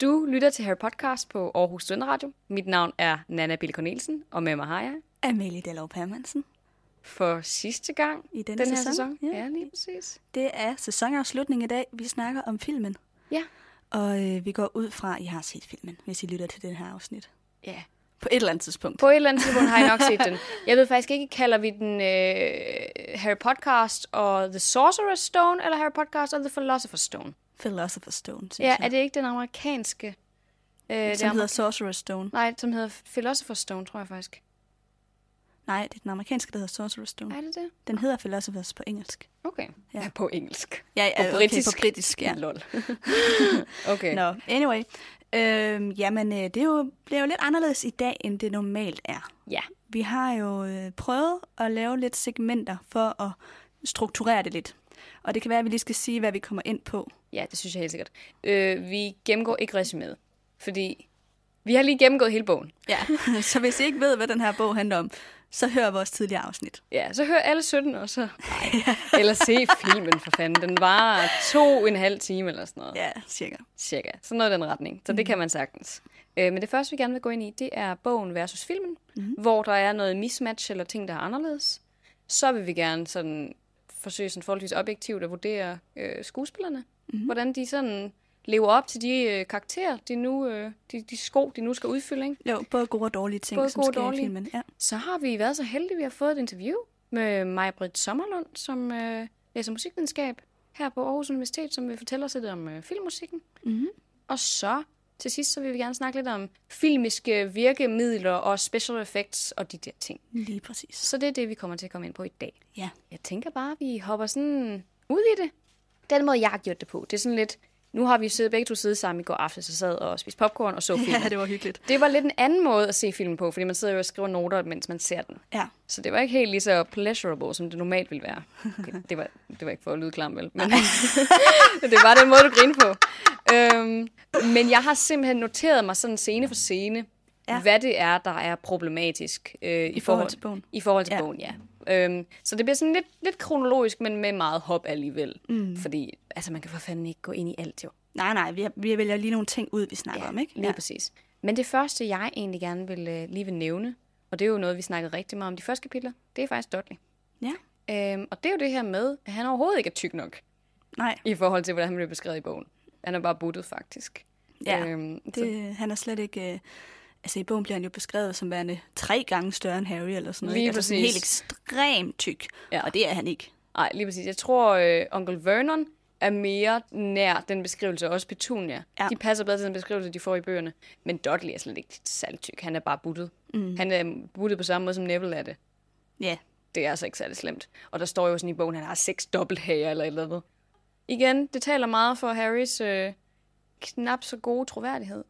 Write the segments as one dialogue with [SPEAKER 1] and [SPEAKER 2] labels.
[SPEAKER 1] Du lytter til Harry Podcast på Aarhus Sønderradio. Mit navn er Nana Bill Cornelsen, og med mig har jeg
[SPEAKER 2] Amelie Dallov Permansen.
[SPEAKER 1] for sidste gang
[SPEAKER 2] I denne
[SPEAKER 1] den her
[SPEAKER 2] sæson,
[SPEAKER 1] sæson.
[SPEAKER 2] ja.
[SPEAKER 1] Ja, lige præcis.
[SPEAKER 2] Det er sæsonafslutning i dag. Vi snakker om filmen.
[SPEAKER 1] Ja.
[SPEAKER 2] Og øh, vi går ud fra, at I har set filmen, hvis I lytter til den her afsnit.
[SPEAKER 1] ja.
[SPEAKER 2] På et eller andet tidspunkt.
[SPEAKER 1] På et eller andet tidspunkt har jeg nok set den. Jeg ved faktisk ikke, kalder vi den øh, Harry Podcast og The Sorcerer's Stone, eller Harry Podcast og The Philosopher's Stone?
[SPEAKER 2] Philosopher's Stone, synes
[SPEAKER 1] Ja,
[SPEAKER 2] jeg.
[SPEAKER 1] er det ikke den amerikanske? Øh, det
[SPEAKER 2] Som
[SPEAKER 1] amer-
[SPEAKER 2] hedder Sorcerer's Stone.
[SPEAKER 1] Nej, som hedder Philosopher's Stone, tror jeg faktisk.
[SPEAKER 2] Nej, det er den amerikanske, der hedder Sorcerer's Stone.
[SPEAKER 1] Er det det?
[SPEAKER 2] Den hedder Philosopher's på engelsk.
[SPEAKER 1] Okay.
[SPEAKER 2] Ja.
[SPEAKER 1] Ja, på engelsk.
[SPEAKER 2] Ja, ja,
[SPEAKER 1] på britisk.
[SPEAKER 2] Okay, på britisk, ja.
[SPEAKER 1] Lol. okay.
[SPEAKER 2] Nå, anyway. Øhm, jamen, øh, det er jo, bliver jo lidt anderledes i dag, end det normalt er.
[SPEAKER 1] Ja.
[SPEAKER 2] Vi har jo øh, prøvet at lave lidt segmenter for at strukturere det lidt. Og det kan være, at vi lige skal sige, hvad vi kommer ind på.
[SPEAKER 1] Ja, det synes jeg helt sikkert. Øh, vi gennemgår ikke resuméet, fordi vi har lige gennemgået hele bogen.
[SPEAKER 2] Ja. så hvis I ikke ved, hvad den her bog handler om, så hør vores tidligere afsnit.
[SPEAKER 1] Ja, så hør alle 17 og så... Ej. eller se filmen, for fanden. Den var to og en halv time eller sådan noget, ja.
[SPEAKER 2] Ja, cirka.
[SPEAKER 1] cirka. Sådan noget i den retning. Så det kan man sagtens. Øh, men det første, vi gerne vil gå ind i, det er bogen versus filmen, mm-hmm. hvor der er noget mismatch eller ting, der er anderledes. Så vil vi gerne sådan forsøge sådan forholdsvis objektivt at vurdere øh, skuespillerne. Mm-hmm. Hvordan de sådan lever op til de øh, karakterer, de, nu, øh, de, de sko, de nu skal udfylde, ikke?
[SPEAKER 2] Jo, både gode og dårlige ting,
[SPEAKER 1] Både
[SPEAKER 2] som
[SPEAKER 1] gode og
[SPEAKER 2] sker
[SPEAKER 1] dårlige.
[SPEAKER 2] i filmen. Ja.
[SPEAKER 1] så har vi været så heldige, at vi har fået et interview med Maj-Britt Sommerlund, som øh, læser musikvidenskab her på Aarhus Universitet, som vil fortælle os lidt om øh, filmmusikken.
[SPEAKER 2] Mhm.
[SPEAKER 1] Og så til sidst, så vil vi gerne snakke lidt om filmiske virkemidler og special effects og de der ting.
[SPEAKER 2] Lige præcis.
[SPEAKER 1] Så det er det, vi kommer til at komme ind på i dag.
[SPEAKER 2] Ja.
[SPEAKER 1] Jeg tænker bare, at vi hopper sådan ud i det. Den måde, jeg har gjort det på, det er sådan lidt... Nu har vi jo siddet begge to siddet sammen i går aftes og sad og spiste popcorn og så filmen.
[SPEAKER 2] ja, det var hyggeligt.
[SPEAKER 1] Det var lidt en anden måde at se filmen på, fordi man sidder jo og skriver noter, mens man ser den.
[SPEAKER 2] Ja.
[SPEAKER 1] Så det var ikke helt lige så pleasurable, som det normalt ville være. Okay, det, var, det var ikke for at lyde klam, vel? Men det var den måde, du grinede på. Øhm, men jeg har simpelthen noteret mig sådan scene for scene, ja.
[SPEAKER 2] Ja.
[SPEAKER 1] hvad det er, der er problematisk øh, i,
[SPEAKER 2] forhold til bogen.
[SPEAKER 1] I forhold til ja.
[SPEAKER 2] Ja.
[SPEAKER 1] bogen, ja. Øhm, så det bliver sådan lidt, lidt kronologisk, men med meget hop alligevel. Mm. Fordi altså, man kan for fanden ikke gå ind i alt, jo.
[SPEAKER 2] Nej, nej, vi, vi vælger lige nogle ting ud, vi snakker om, ikke?
[SPEAKER 1] Lige ja. præcis. Men det første, jeg egentlig gerne vil øh, lige vil nævne, og det er jo noget, vi snakkede rigtig meget om de første kapitler, det er faktisk Dudley.
[SPEAKER 2] ja.
[SPEAKER 1] Øhm, og det er jo det her med, at han overhovedet ikke er tyk nok,
[SPEAKER 2] Nej,
[SPEAKER 1] i forhold til, hvordan han blev beskrevet i bogen. Han er bare buttet, faktisk.
[SPEAKER 2] Ja,
[SPEAKER 1] øhm, så,
[SPEAKER 2] det, han er slet ikke... Øh, altså i bogen bliver han jo beskrevet som værende tre gange større end Harry eller sådan noget.
[SPEAKER 1] Lige
[SPEAKER 2] ikke? altså sådan
[SPEAKER 1] præcis.
[SPEAKER 2] helt ekstremt tyk,
[SPEAKER 1] Ja.
[SPEAKER 2] ja. og det er han ikke.
[SPEAKER 1] ej, lige præcis. Jeg tror, øh, onkel Vernon er mere nær den beskrivelse, og også Petunia. Ja.
[SPEAKER 2] Ja.
[SPEAKER 1] De passer bedre til den beskrivelse, de får i bøgerne. Men Dudley er slet ikke særlig tyk. Han er bare buttet. Mm. Han er buttet på samme måde, som Neville er det.
[SPEAKER 2] Ja,
[SPEAKER 1] Det er altså ikke særlig slemt. Og der står jo sådan i bogen, at han har seks dobbelthager eller et eller andet. Igen, det taler meget for Harrys øh, knap så gode troværdighed.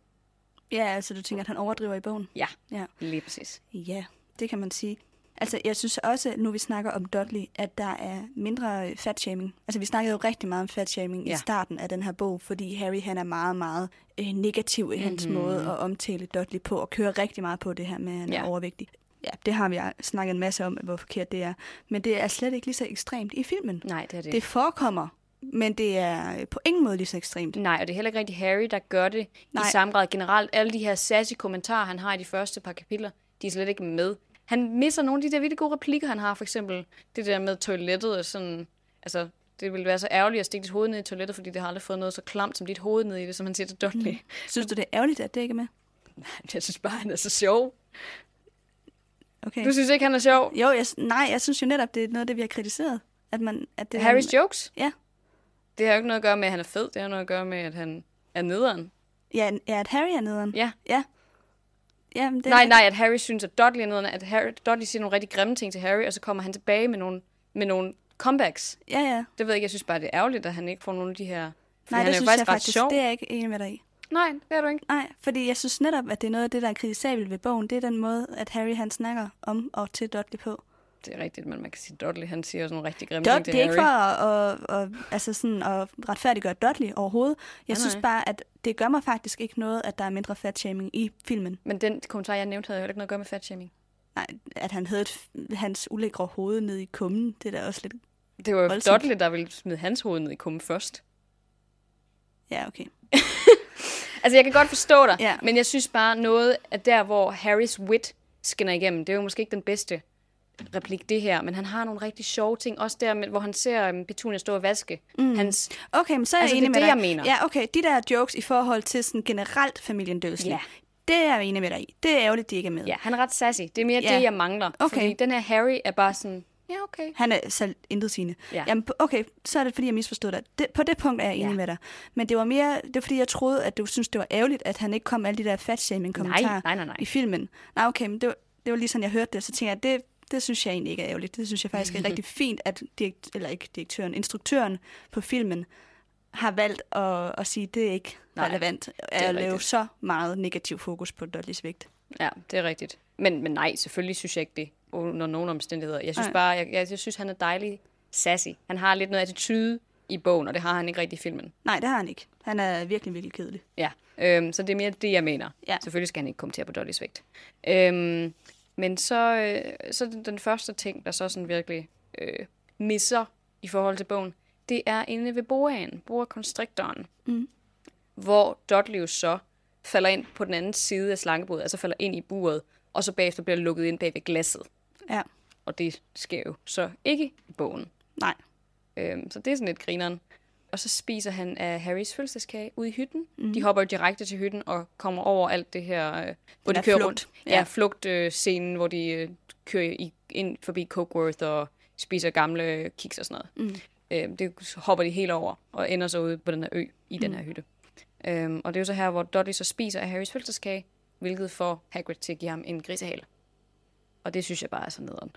[SPEAKER 2] ja altså du tænker, at han overdriver i bogen.
[SPEAKER 1] Ja,
[SPEAKER 2] Ja.
[SPEAKER 1] lige præcis.
[SPEAKER 2] ja, det kan man sige. Altså jeg synes også, nu vi snakker om Dudley, at der er mindre øh, fatshaming. Altså vi snakkede jo rigtig meget om fatshaming
[SPEAKER 1] Ja.
[SPEAKER 2] i starten af den her bog, fordi Harry han er meget, meget øh, negativ i hans
[SPEAKER 1] Mhm.
[SPEAKER 2] mm-hmm. måde at omtale Dudley på, og kører rigtig meget på det her med, at han
[SPEAKER 1] Ja.
[SPEAKER 2] er overvægtig. Ja, det har vi snakket en masse om, hvor forkert det er. Men det er slet ikke lige så ekstremt i filmen.
[SPEAKER 1] Nej, det er det
[SPEAKER 2] Det forekommer, men det er øh, på ingen måde lige så ekstremt.
[SPEAKER 1] Nej, og det er heller ikke rigtig Harry, der gør det Nej. i
[SPEAKER 2] Nej.
[SPEAKER 1] samme grad generelt. Alle de her sassy kommentarer, han har i de første par kapitler, de er slet ikke med. Han misser nogle af de der vildt gode replikker, han har. For eksempel det der med toilettet. og Sådan, altså, det ville være så ærgerligt at stikke dit hoved ned i toilettet, fordi det har aldrig fået noget så klamt som dit hoved ned i det, som han siger til Dudley.
[SPEAKER 2] Synes du, det er ærgerligt, at det ikke er med?
[SPEAKER 1] Mm. Jeg synes bare, han er så sjov.
[SPEAKER 2] Okay.
[SPEAKER 1] Du synes ikke, han er sjov?
[SPEAKER 2] Jo, jeg, s- nej, jeg synes jo netop, det er noget af det, vi har kritiseret. At man, at det er-
[SPEAKER 1] Harrys jokes?
[SPEAKER 2] Ja.
[SPEAKER 1] Det har jo ikke noget at gøre med, at han er fed. Det har noget at gøre med, at han er nederen.
[SPEAKER 2] Ja, n- ja, at Harry er nederen.
[SPEAKER 1] Ja.
[SPEAKER 2] Ja. Jamen, det,
[SPEAKER 1] Nej, nej, at Harry synes, at Dudley er nederen, at Harry, Dudley siger nogle rigtig grimme ting til Harry, og så kommer han tilbage med nogle, med nogle comebacks.
[SPEAKER 2] Ja, ja.
[SPEAKER 1] Det ved jeg ikke, jeg synes bare, det er ærgerligt, at han ikke får nogle af de her... Fordi
[SPEAKER 2] Nej,
[SPEAKER 1] han
[SPEAKER 2] det
[SPEAKER 1] er jo
[SPEAKER 2] synes jeg
[SPEAKER 1] ret
[SPEAKER 2] faktisk, det er jeg ikke enig med dig i.
[SPEAKER 1] Nej, det er du ikke.
[SPEAKER 2] Nej, fordi jeg synes netop, at det er noget af det, der er kritisabelt ved bogen. Det er den måde, at Harry han snakker om og til Dudley på.
[SPEAKER 1] Det er rigtigt, men man kan sige, at Dudley, han siger også nogle rigtig grimme
[SPEAKER 2] Dud,
[SPEAKER 1] ting til
[SPEAKER 2] det er ikke
[SPEAKER 1] Harry.
[SPEAKER 2] for at, at, at, altså sådan at retfærdiggøre Dudley overhovedet. Jeg
[SPEAKER 1] Nej,
[SPEAKER 2] synes
[SPEAKER 1] nej.
[SPEAKER 2] bare, at det gør mig faktisk ikke noget, at der er mindre fatshaming i filmen.
[SPEAKER 1] Men den kommentar, jeg nævnte, havde jo heller ikke noget at gøre med fatshaming.
[SPEAKER 2] Nej, at han havde et, f- hans ulækre hoved ned i kummen. Det er da også lidt...
[SPEAKER 1] Det var jo
[SPEAKER 2] Voldsomt.
[SPEAKER 1] Dudley, der ville smide hans hoved ned i kummen først.
[SPEAKER 2] Ja, okay.
[SPEAKER 1] Altså, jeg kan godt forstå dig,
[SPEAKER 2] Ja.
[SPEAKER 1] men jeg synes bare noget, at der, hvor Harrys wit skinner igennem, det er jo måske ikke den bedste replik, det her, men han har nogle rigtig sjove ting, også der, med- hvor han ser um, Petunia stå og vaske. Mm. Hans,
[SPEAKER 2] Okay, men så er
[SPEAKER 1] Altså,
[SPEAKER 2] jeg
[SPEAKER 1] det er
[SPEAKER 2] enig med
[SPEAKER 1] det,
[SPEAKER 2] dig.
[SPEAKER 1] jeg mener.
[SPEAKER 2] Ja, okay. De der jokes i forhold til sådan generelt familien Dødsen,
[SPEAKER 1] Ja.
[SPEAKER 2] det er jeg enig med dig i. Det er ærgerligt, de ikke er med.
[SPEAKER 1] ja, han er ret sassy. Det er mere
[SPEAKER 2] Ja.
[SPEAKER 1] det, jeg mangler.
[SPEAKER 2] Okay.
[SPEAKER 1] Fordi den her Harry er bare sådan, ja, okay.
[SPEAKER 2] Han er så intet sigende.
[SPEAKER 1] Ja.
[SPEAKER 2] Jamen, p- okay, så er det, fordi jeg misforstod dig. Det, på det punkt er jeg enig
[SPEAKER 1] Ja.
[SPEAKER 2] med dig. Men det var mere, det var, fordi jeg troede, at du synes det var ærgerligt, at han ikke kom med alle de der fatshaming-kommentarer
[SPEAKER 1] Nej, nej, nej, nej.
[SPEAKER 2] i filmen. Nej, okay, men det var, det var lige sådan, jeg hørte det, så tænkte jeg, det, det synes jeg egentlig ikke er ærgerligt. Det synes jeg faktisk er rigtig fint, at direkt, eller ikke direktøren, instruktøren på filmen har valgt at, at sige, det er ikke
[SPEAKER 1] Nej,
[SPEAKER 2] relevant
[SPEAKER 1] er
[SPEAKER 2] at lave
[SPEAKER 1] rigtigt.
[SPEAKER 2] så meget negativ fokus på Dudleys vægt.
[SPEAKER 1] Ja, det er rigtigt. Men, men nej, selvfølgelig synes jeg ikke det, under nogen omstændigheder. Jeg synes bare, jeg, jeg, jeg synes, han er dejlig sassy. Han har lidt noget attitude i bogen, og det har han ikke rigtig i filmen.
[SPEAKER 2] Nej, det har han ikke. Han er virkelig, virkelig kedelig.
[SPEAKER 1] Ja, øhm, så det er mere det, jeg mener.
[SPEAKER 2] Ja.
[SPEAKER 1] Selvfølgelig skal han ikke kommentere på Dollys vægt. Øhm, men så, øh, så den, den første ting, der så sådan virkelig øh, misser i forhold til bogen, det er inde ved boaen, boa-konstriktoren, mm. hvor Dudley jo så falder ind på den anden side af slangebordet, altså falder ind i buret, og så bagefter bliver lukket ind bag ved glasset.
[SPEAKER 2] Ja,
[SPEAKER 1] Og det sker jo så ikke i bogen.
[SPEAKER 2] nej.
[SPEAKER 1] Øhm, så det er sådan lidt grineren. Og så spiser han af Harrys fødselsdagskage ude i hytten. Mm. De hopper jo direkte til hytten og kommer over alt det her, øh, hvor
[SPEAKER 2] Mhm. Den
[SPEAKER 1] de
[SPEAKER 2] her
[SPEAKER 1] kører
[SPEAKER 2] flugt.
[SPEAKER 1] rundt. Ja,
[SPEAKER 2] Ja.
[SPEAKER 1] ja flugtscenen, hvor de øh, kører i, ind forbi Cokeworth og spiser gamle kiks og sådan noget. Mm.
[SPEAKER 2] Mhm.
[SPEAKER 1] Øhm, det hopper de helt over og ender så ude på den her ø i
[SPEAKER 2] Mhm.
[SPEAKER 1] den her hytte. Øhm, og det er jo så her, hvor Dudley så spiser af Harrys fødselsdagskage, hvilket får Hagrid til at give ham en grisehale. Og det synes jeg bare er så nederen.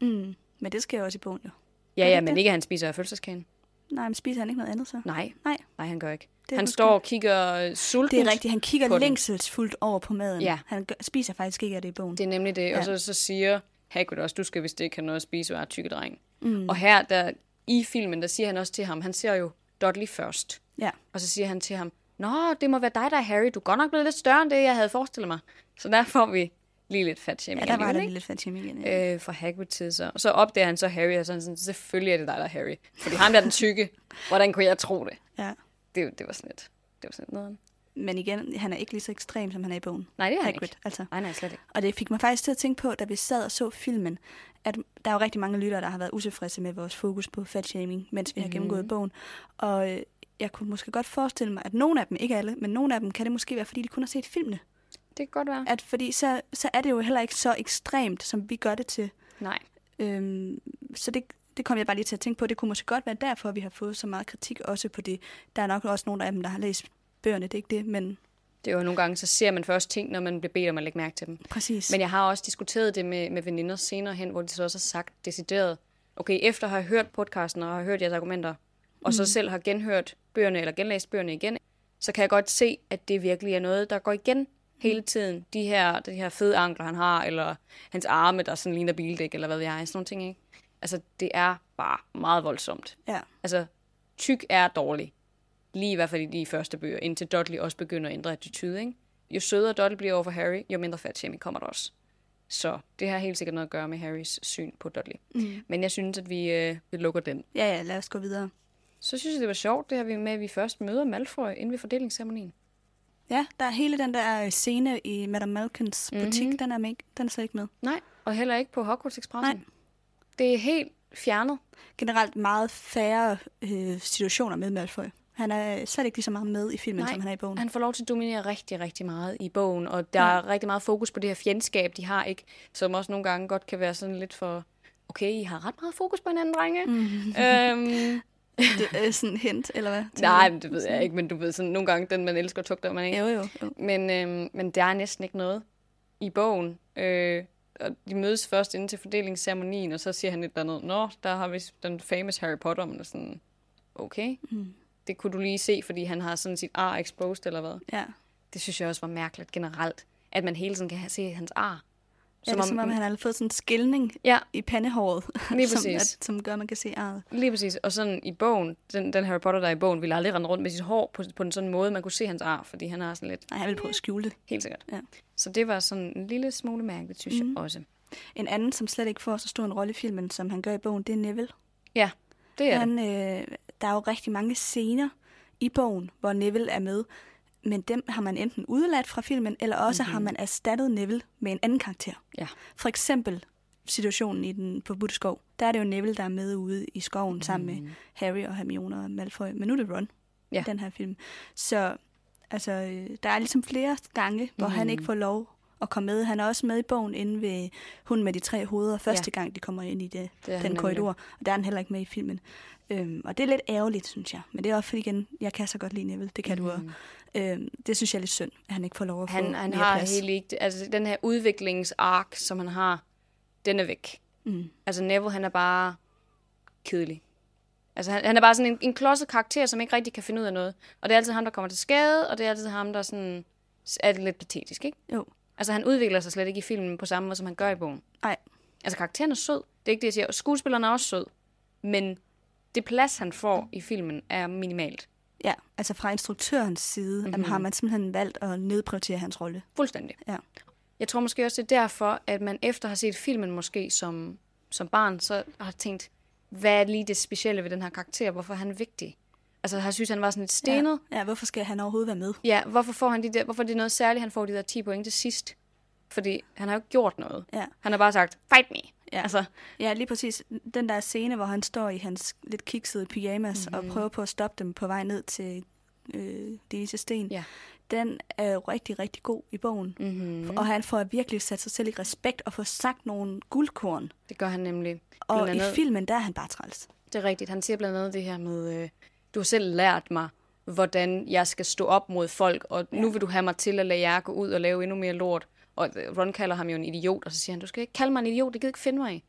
[SPEAKER 2] Mm. Men det sker jo også i bogen, jo.
[SPEAKER 1] Ja,
[SPEAKER 2] det
[SPEAKER 1] ja,
[SPEAKER 2] ikke
[SPEAKER 1] men
[SPEAKER 2] det?
[SPEAKER 1] ikke at han spiser af fødselsdagen.
[SPEAKER 2] Nej, men spiser han ikke noget andet så?
[SPEAKER 1] Nej,
[SPEAKER 2] Nej.
[SPEAKER 1] Nej, han gør ikke.
[SPEAKER 2] er
[SPEAKER 1] Han
[SPEAKER 2] måske-
[SPEAKER 1] står og kigger øh, sultent.
[SPEAKER 2] Det er rigtigt, han
[SPEAKER 1] På
[SPEAKER 2] kigger
[SPEAKER 1] den.
[SPEAKER 2] længselsfuldt over på maden.
[SPEAKER 1] Ja.
[SPEAKER 2] Han gør, spiser faktisk ikke af det i bogen.
[SPEAKER 1] Det er nemlig det. Ja. Og så, så siger Hagrid også, du skal vist ikke have noget at spise, og er tykke dreng. Mm. Og her der, i filmen, der siger han også til ham, han ser jo Dudley først.
[SPEAKER 2] Ja.
[SPEAKER 1] Og så siger han til ham, Nå, det må være dig, der er Harry. Du er godt nok blevet lidt større end det, jeg havde forestillet mig. Så der får vi lige lidt fat
[SPEAKER 2] ja, der var der lidt fat igen. Ja.
[SPEAKER 1] øh, fra Hagrid til så. Og så opdager han så Harry, og så er han sådan, selvfølgelig er det dig, der er Harry. Fordi ham der er den tykke. Hvordan kunne jeg tro det?
[SPEAKER 2] ja.
[SPEAKER 1] Det, det var sådan lidt, det var sådan lidt nederen.
[SPEAKER 2] Men igen, han er ikke lige så ekstrem, som han er i bogen.
[SPEAKER 1] Nej, det er han
[SPEAKER 2] Hagrid,
[SPEAKER 1] ikke.
[SPEAKER 2] altså.
[SPEAKER 1] Nej, nej, slet ikke.
[SPEAKER 2] Og det fik mig faktisk til at tænke på, da vi sad og så filmen, at der er jo rigtig mange lyttere, der har været utilfredse med vores fokus på fatshaming, mens vi
[SPEAKER 1] Mhm.
[SPEAKER 2] har gennemgået bogen. Og øh, jeg kunne måske godt forestille mig, at nogle af dem, ikke alle, men nogle af dem kan det måske være, fordi de kun har set filmene.
[SPEAKER 1] Det kan godt være.
[SPEAKER 2] At fordi så, så er det jo heller ikke så ekstremt, som vi gør det til.
[SPEAKER 1] Nej.
[SPEAKER 2] Øhm, så det, det kom jeg bare lige til at tænke på. Det kunne måske godt være derfor, at vi har fået så meget kritik også på det. Der er nok også nogle af dem, der har læst bøgerne, det er ikke det, men
[SPEAKER 1] Det er jo nogle gange, så ser man først ting, når man bliver bedt om at lægge mærke til dem.
[SPEAKER 2] præcis.
[SPEAKER 1] Men jeg har også diskuteret det med, med veninder senere hen, hvor de så også har sagt decideret, okay, efter har jeg hørt podcasten og har hørt jeres argumenter, og så selv har genhørt bøgerne eller genlæst bøgerne igen, så kan jeg godt se, at det virkelig er noget, der går igen hele tiden. De her, de her fede ankler, han har, eller hans arme, der sådan ligner bildæk, eller hvad ved jeg, sådan nogle ting, ikke? Altså, det er bare meget voldsomt.
[SPEAKER 2] ja.
[SPEAKER 1] Altså, tyk er dårlig. Lige i hvert fald i de første bøger, indtil Dudley også begynder at ændre attitude, ikke? Jo sødere Dudley bliver over for Harry, jo mindre fatshaming kommer der også. Så det har helt sikkert noget at gøre med Harrys syn på Dudley. Mm. Men jeg synes, at vi, øh, vi lukker den.
[SPEAKER 2] ja, ja, lad os gå videre.
[SPEAKER 1] Så synes jeg, det var sjovt, det her vi- med, at vi først møder Malfoy inden ved fordelingsceremonien.
[SPEAKER 2] Ja, der er hele den der øh, scene i Madame Malkins
[SPEAKER 1] Mhm.
[SPEAKER 2] butik, mm-hmm. den, er med, ikke- den er så ikke med.
[SPEAKER 1] Nej, og heller ikke på Hogwarts Expressen. Nej. Det er helt fjernet.
[SPEAKER 2] Generelt meget færre øh, situationer med Malfoy. Han er øh, slet ikke lige så meget med i filmen, som han er i bogen.
[SPEAKER 1] han får lov til at dominere rigtig, rigtig meget i bogen, og der ja. er rigtig meget fokus på det her fjendskab, de har ikke, som også nogle gange godt kan være sådan lidt for, okay, I har ret meget fokus på hinanden, drenge. Mm. Øhm,
[SPEAKER 2] Det er sådan hint, eller hvad? tænker
[SPEAKER 1] nej,
[SPEAKER 2] du?
[SPEAKER 1] men det ved jeg ikke, men du ved sådan, nogle gange, den man elsker, tugter man ikke.
[SPEAKER 2] Jo, jo, jo.
[SPEAKER 1] Men, øhm, men der er næsten ikke noget i bogen. Øh, og de mødes først inden til fordelingsceremonien, og så siger han et eller andet, Nå, der har vi den famous Harry Potter, men sådan, okay. Mm. Det kunne du lige se, fordi han har sådan sit ar exposed, eller hvad?
[SPEAKER 2] Ja.
[SPEAKER 1] Det synes jeg også var mærkeligt generelt, at man hele tiden kan have- se hans ar.
[SPEAKER 2] Som, ja, om, som om han har fået sådan en skilning
[SPEAKER 1] Ja,
[SPEAKER 2] i pandehåret,
[SPEAKER 1] Lige
[SPEAKER 2] som,
[SPEAKER 1] præcis.
[SPEAKER 2] at, som gør, at man kan se arret.
[SPEAKER 1] lige præcis. Og sådan i bogen, den, den Harry Potter, der er i bogen, ville aldrig rende rundt med sit hår på, på en sådan måde, man kunne se hans ar, fordi han har sådan lidt,
[SPEAKER 2] Nej, han vil prøve at skjule det.
[SPEAKER 1] helt sikkert.
[SPEAKER 2] Ja. Mhm.
[SPEAKER 1] Så det var sådan en lille smule mærkeligt, synes mm. jeg også.
[SPEAKER 2] En anden, som slet ikke får så stor en rolle i filmen, som han gør i bogen, det er Neville.
[SPEAKER 1] Ja, det er
[SPEAKER 2] Ja.
[SPEAKER 1] det.
[SPEAKER 2] Han, øh, der er jo rigtig mange scener i bogen, hvor Neville er med. men dem har man enten udeladt fra filmen, eller også mm-hmm. har man erstattet Neville med en anden karakter.
[SPEAKER 1] Ja.
[SPEAKER 2] For eksempel situationen i den på Budskov. Der er det jo Neville, der er med ude i skoven mm. sammen med Harry og Hermione og Malfoy. Men nu er det Ron i
[SPEAKER 1] Ja.
[SPEAKER 2] den her film. Så altså, øh, der er ligesom flere gange, hvor mm. han ikke får lov at komme med. Han er også med i bogen inde ved Hunden med de tre hoveder, første ja. gang de kommer ind i det,
[SPEAKER 1] er han
[SPEAKER 2] den
[SPEAKER 1] nemlig.
[SPEAKER 2] korridor. Og der er han heller ikke med i filmen. Øhm, og det er lidt ærgerligt, synes jeg. Men det er også fordi, igen, jeg kan så godt lide Neville. Det kan mm. du også. Øhm, det synes jeg er lidt synd, at han ikke får lov at få
[SPEAKER 1] Han, han
[SPEAKER 2] mere
[SPEAKER 1] har
[SPEAKER 2] plads.
[SPEAKER 1] helt ikke... Altså, den her udviklingsark, som han har, den er væk.
[SPEAKER 2] Mm.
[SPEAKER 1] Altså, Neville, han er bare kedelig. Altså, han, han er bare sådan en, en klodset karakter, som ikke rigtig kan finde ud af noget. Og det er altid ham, der kommer til skade, og det er altid ham, der sådan er lidt patetisk, ikke?
[SPEAKER 2] Jo.
[SPEAKER 1] Altså, han udvikler sig slet ikke i filmen på samme måde, som han gør i bogen.
[SPEAKER 2] Nej.
[SPEAKER 1] Altså, karakteren er sød. Det er ikke det, jeg siger. Og Skuespilleren er også sød. Men det plads, han får i filmen, er minimalt.
[SPEAKER 2] Ja, altså fra instruktørens side
[SPEAKER 1] Mhm.
[SPEAKER 2] mm-hmm. har man simpelthen valgt at nedprioritere hans rolle.
[SPEAKER 1] Fuldstændig.
[SPEAKER 2] Ja.
[SPEAKER 1] Jeg tror måske også, det er derfor, at man efter har set filmen måske som, som barn, så har tænkt, hvad er lige det specielle ved den her karakter? Hvorfor er han vigtig? Altså, jeg synes, han var sådan lidt stenet.
[SPEAKER 2] Ja, ja, hvorfor skal han overhovedet være med?
[SPEAKER 1] Ja, ja hvorfor, får han de der, hvorfor er det noget særligt, han får de der 10 point til sidst? Fordi han har jo ikke gjort noget.
[SPEAKER 2] Ja.
[SPEAKER 1] Han har bare sagt, fight me.
[SPEAKER 2] Ja.
[SPEAKER 1] Altså,
[SPEAKER 2] Ja, lige præcis. Den der scene, hvor han står i hans lidt kiksede pyjamas mm-hmm.
[SPEAKER 1] Mhm.
[SPEAKER 2] og prøver på at stoppe dem på vej ned til øh, Denise Sten,
[SPEAKER 1] Ja.
[SPEAKER 2] den er jo rigtig, rigtig god i bogen.
[SPEAKER 1] Mhm.
[SPEAKER 2] Og han får virkelig sat sig selv i respekt og får sagt nogle guldkorn.
[SPEAKER 1] det gør han nemlig.
[SPEAKER 2] Og
[SPEAKER 1] Blandt
[SPEAKER 2] i filmen, der er han bare træls.
[SPEAKER 1] Det er rigtigt. Han siger blandt andet det her med, øh, du har selv lært mig, hvordan jeg skal stå op mod folk, og nu vil du have mig til at lade jer gå ud og lave endnu mere lort. Og øh, Ron kalder ham jo en idiot, og så siger han, du skal ikke kalde mig en idiot, det gider jeg ikke finde mig i.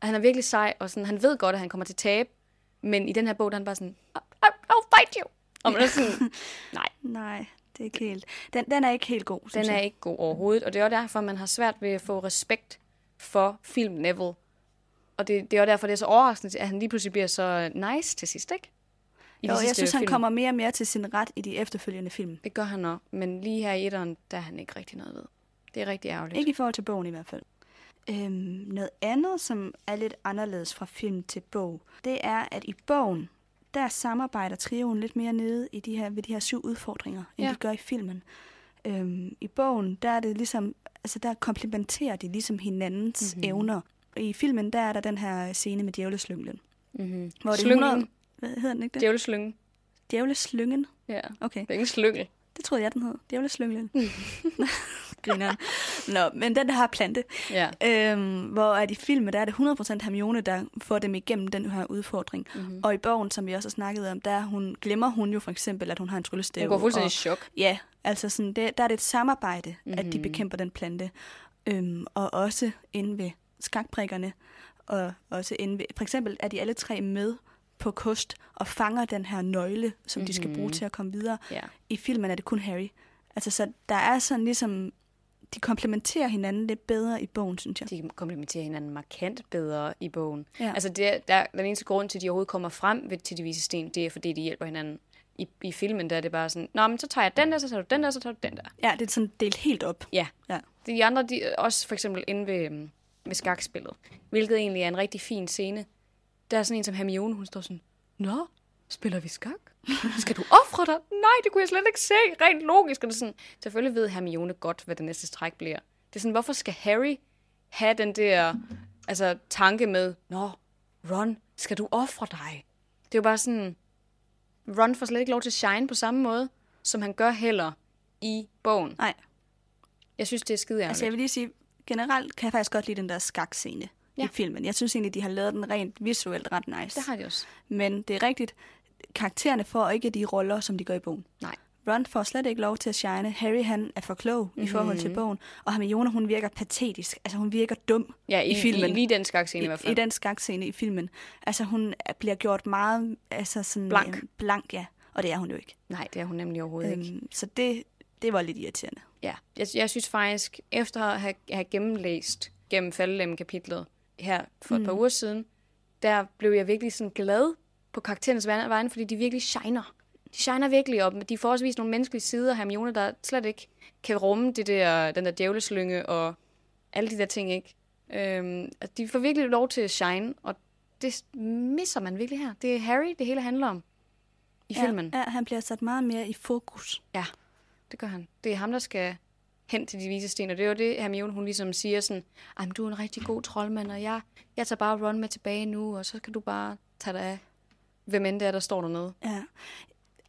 [SPEAKER 1] Og han er virkelig sej, og sådan, han ved godt, at han kommer til tab, men i den her bog, der er han bare sådan, "I- I- I'll fight you! Og man er sådan, nej,
[SPEAKER 2] Nej, det er ikke helt... Den, den er ikke helt god, synes
[SPEAKER 1] den er
[SPEAKER 2] jeg.
[SPEAKER 1] ikke god overhovedet, og det er også derfor, man har svært ved at få respekt for film Neville. Og det, det er også derfor, det er så overraskende, at han lige pludselig bliver så nice til sidst, ikke? I de
[SPEAKER 2] Jo, jeg
[SPEAKER 1] sidste
[SPEAKER 2] synes, han
[SPEAKER 1] film.
[SPEAKER 2] kommer mere og mere til sin ret i de efterfølgende film.
[SPEAKER 1] Det gør han nok, men lige her i etteren, der er han ikke rigtig noget ved. Det er rigtig ærgerligt.
[SPEAKER 2] Ikke i forhold til bogen i hvert fald. Øhm, noget andet, som er lidt anderledes fra film til bog, det er, at i bogen, der samarbejder trioen lidt mere nede i de her, ved de her syv udfordringer, end
[SPEAKER 1] Ja.
[SPEAKER 2] de gør i filmen. Øhm, I bogen, der er det ligesom, altså der komplementerer de ligesom hinandens
[SPEAKER 1] Mhm.
[SPEAKER 2] mm-hmm. evner. I filmen, der er der den her scene med djævleslyngen.
[SPEAKER 1] Mm-hmm.
[SPEAKER 2] Hvor det er
[SPEAKER 1] Slyngen.
[SPEAKER 2] 100, hvad hedder den ikke det?
[SPEAKER 1] Djævelslyngen.
[SPEAKER 2] Djævleslyngen.
[SPEAKER 1] Ja.
[SPEAKER 2] Okay.
[SPEAKER 1] Det er ikke en slyngel.
[SPEAKER 2] Det troede jeg, den hed. Djævleslyngen. Grineren. Nå, men den der har plante.
[SPEAKER 1] Ja.
[SPEAKER 2] Øhm, hvor at i filmen, der er det 100% Hermione, der får dem igennem den her udfordring.
[SPEAKER 1] Mhm.
[SPEAKER 2] Mm-hmm. Og i bogen, som vi også har snakket om, der hun, glemmer hun jo for eksempel, at hun har en tryllestav.
[SPEAKER 1] Hun går fuldstændig i
[SPEAKER 2] og,
[SPEAKER 1] chok.
[SPEAKER 2] Ja, altså sådan, det, der er det et samarbejde, mm-hmm. at de
[SPEAKER 1] Mhm.
[SPEAKER 2] bekæmper den plante. Øhm, og også inde ved skakbrikkerne, og også inde ved, for eksempel er de alle tre med på kost og fanger den her nøgle, som mm-hmm. de skal
[SPEAKER 1] Mhm.
[SPEAKER 2] bruge til at komme videre.
[SPEAKER 1] Ja.
[SPEAKER 2] I filmen er det kun Harry. Altså, så der er sådan ligesom, de komplementerer hinanden lidt bedre i bogen, synes jeg.
[SPEAKER 1] De komplementerer hinanden markant bedre i bogen.
[SPEAKER 2] Ja.
[SPEAKER 1] Altså, det er, der, den eneste grund til, at de overhovedet kommer frem ved, til de vise sten, det er, fordi de hjælper hinanden. I, I filmen der er det bare sådan, Nå, men så tager jeg den der, så tager du den der, så tager du den der.
[SPEAKER 2] Ja, det er sådan delt helt op.
[SPEAKER 1] Ja.
[SPEAKER 2] Ja.
[SPEAKER 1] Det er de andre, de, også for eksempel inde ved, øhm, ved skakspillet, hvilket egentlig er en rigtig fin scene. Der er sådan en som Hermione, hun står sådan, Nå, spiller vi skak? Skal du ofre dig? Nej, det kunne jeg slet ikke se, rent logisk. Og det er sådan, selvfølgelig ved Hermione godt, hvad det næste træk bliver. Det er sådan, hvorfor skal Harry have den der altså, tanke med, Nå, Ron, skal du ofre dig? Det er jo bare sådan, Ron får slet ikke lov til at shine på samme måde, som han gør heller i bogen.
[SPEAKER 2] Nej,
[SPEAKER 1] Jeg synes, det er skide
[SPEAKER 2] altså jeg vil lige sige, generelt kan jeg faktisk godt lide den der skakscene ja. i filmen. Jeg synes egentlig, de har lavet den rent visuelt ret nice.
[SPEAKER 1] Det har de også.
[SPEAKER 2] Men det er rigtigt, karaktererne får ikke de roller, som de gør i bogen.
[SPEAKER 1] Nej.
[SPEAKER 2] Ron får slet ikke lov til at shine. Harry, han er for klog
[SPEAKER 1] Mhm.
[SPEAKER 2] mm-hmm. i forhold til bogen. Og Hermione, hun virker patetisk. Altså, hun virker dum
[SPEAKER 1] Ja, i,
[SPEAKER 2] i filmen.
[SPEAKER 1] I, lige den skakscene i, i hvert
[SPEAKER 2] I,
[SPEAKER 1] fald.
[SPEAKER 2] i den skakscene i filmen. Altså, hun er- bliver gjort meget altså sådan,
[SPEAKER 1] Blank.
[SPEAKER 2] øh, blank, ja. Og det er hun jo ikke.
[SPEAKER 1] Nej, det er hun nemlig overhovedet ikke.
[SPEAKER 2] Øhm, så det, det var lidt irriterende.
[SPEAKER 1] Ja. Jeg, jeg synes faktisk, efter at have, have gennemlæst gennem faldelem-kapitlet her for mm. et par uger siden, der blev jeg virkelig sådan glad på karakterernes vegne- vegne, fordi de virkelig shiner. De shiner virkelig op. De får også vist nogle menneskelige sider af Hermione, der slet ikke kan rumme det der, den der djævleslynge og alle de der ting, ikke? Øhm, at de får virkelig lov til at shine, og det misser man virkelig her. Det er Harry, det hele handler om i filmen.
[SPEAKER 2] Ja, ja, han bliver sat meget mere i fokus.
[SPEAKER 1] Ja. det gør han. Det er ham, der skal hen til de vise sten, og det er jo det, Hermione, hun ligesom siger sådan, ej, men du er en rigtig god troldmand, og jeg, jeg tager bare Ron med tilbage nu, og så kan du bare tage dig af, hvem end det er, der står dernede.
[SPEAKER 2] Ja.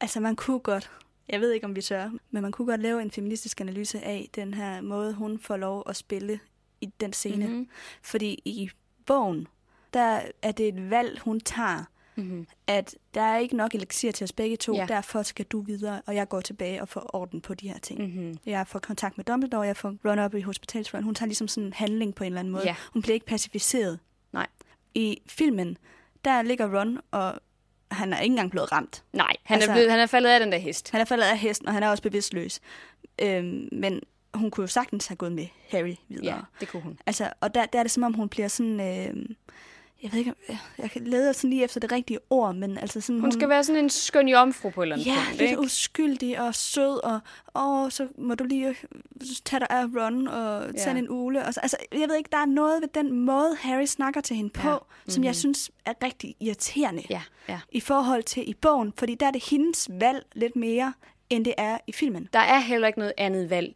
[SPEAKER 2] Altså, man kunne godt, jeg ved ikke, om vi tør, men man kunne godt lave en feministisk analyse af den her måde, hun får lov at spille i den scene.
[SPEAKER 1] Mhm.
[SPEAKER 2] Mm-hmm. Fordi i bogen, der er det et valg, hun tager,
[SPEAKER 1] Mm-hmm.
[SPEAKER 2] at der er ikke nok elixir til os begge to,
[SPEAKER 1] Ja.
[SPEAKER 2] ja. derfor skal du videre, og jeg går tilbage og får orden på de her ting.
[SPEAKER 1] Mm-hmm.
[SPEAKER 2] Jeg får kontakt med Dumbledore, jeg får run up i hospitalsrun. Hun tager ligesom sådan en handling på en eller anden måde.
[SPEAKER 1] Ja.
[SPEAKER 2] Hun bliver ikke pacificeret.
[SPEAKER 1] Nej.
[SPEAKER 2] I filmen, der ligger Ron, og han er ikke engang blevet ramt.
[SPEAKER 1] Nej, han, altså,
[SPEAKER 2] Altså-
[SPEAKER 1] er blevet, han er faldet af den der hest.
[SPEAKER 2] Han er faldet af hesten, og han er også bevidstløs. Øhm, men hun kunne jo sagtens have gået med Harry videre.
[SPEAKER 1] Ja, det kunne hun.
[SPEAKER 2] Altså, og der, der er det som om, hun bliver sådan... Øh, jeg ved ikke, om- jeg kan lede sådan lige efter det rigtige ord, men altså sådan...
[SPEAKER 1] Hun skal være sådan en skøn jomfru på et eller andet
[SPEAKER 2] Ja,
[SPEAKER 1] punkt,
[SPEAKER 2] lidt
[SPEAKER 1] ikke?
[SPEAKER 2] uskyldig og sød, og åh, så må du lige øh, tage dig af Ron og tage
[SPEAKER 1] Ja.
[SPEAKER 2] en ule. Og så, altså, jeg ved ikke, der er noget ved den måde, Harry snakker til hende på,
[SPEAKER 1] Ja. Mhm.
[SPEAKER 2] mm-hmm. som jeg synes er rigtig irriterende
[SPEAKER 1] Ja, ja.
[SPEAKER 2] i forhold til i bogen, fordi der er det hendes valg lidt mere, end det er i filmen.
[SPEAKER 1] Der er heller ikke noget andet valg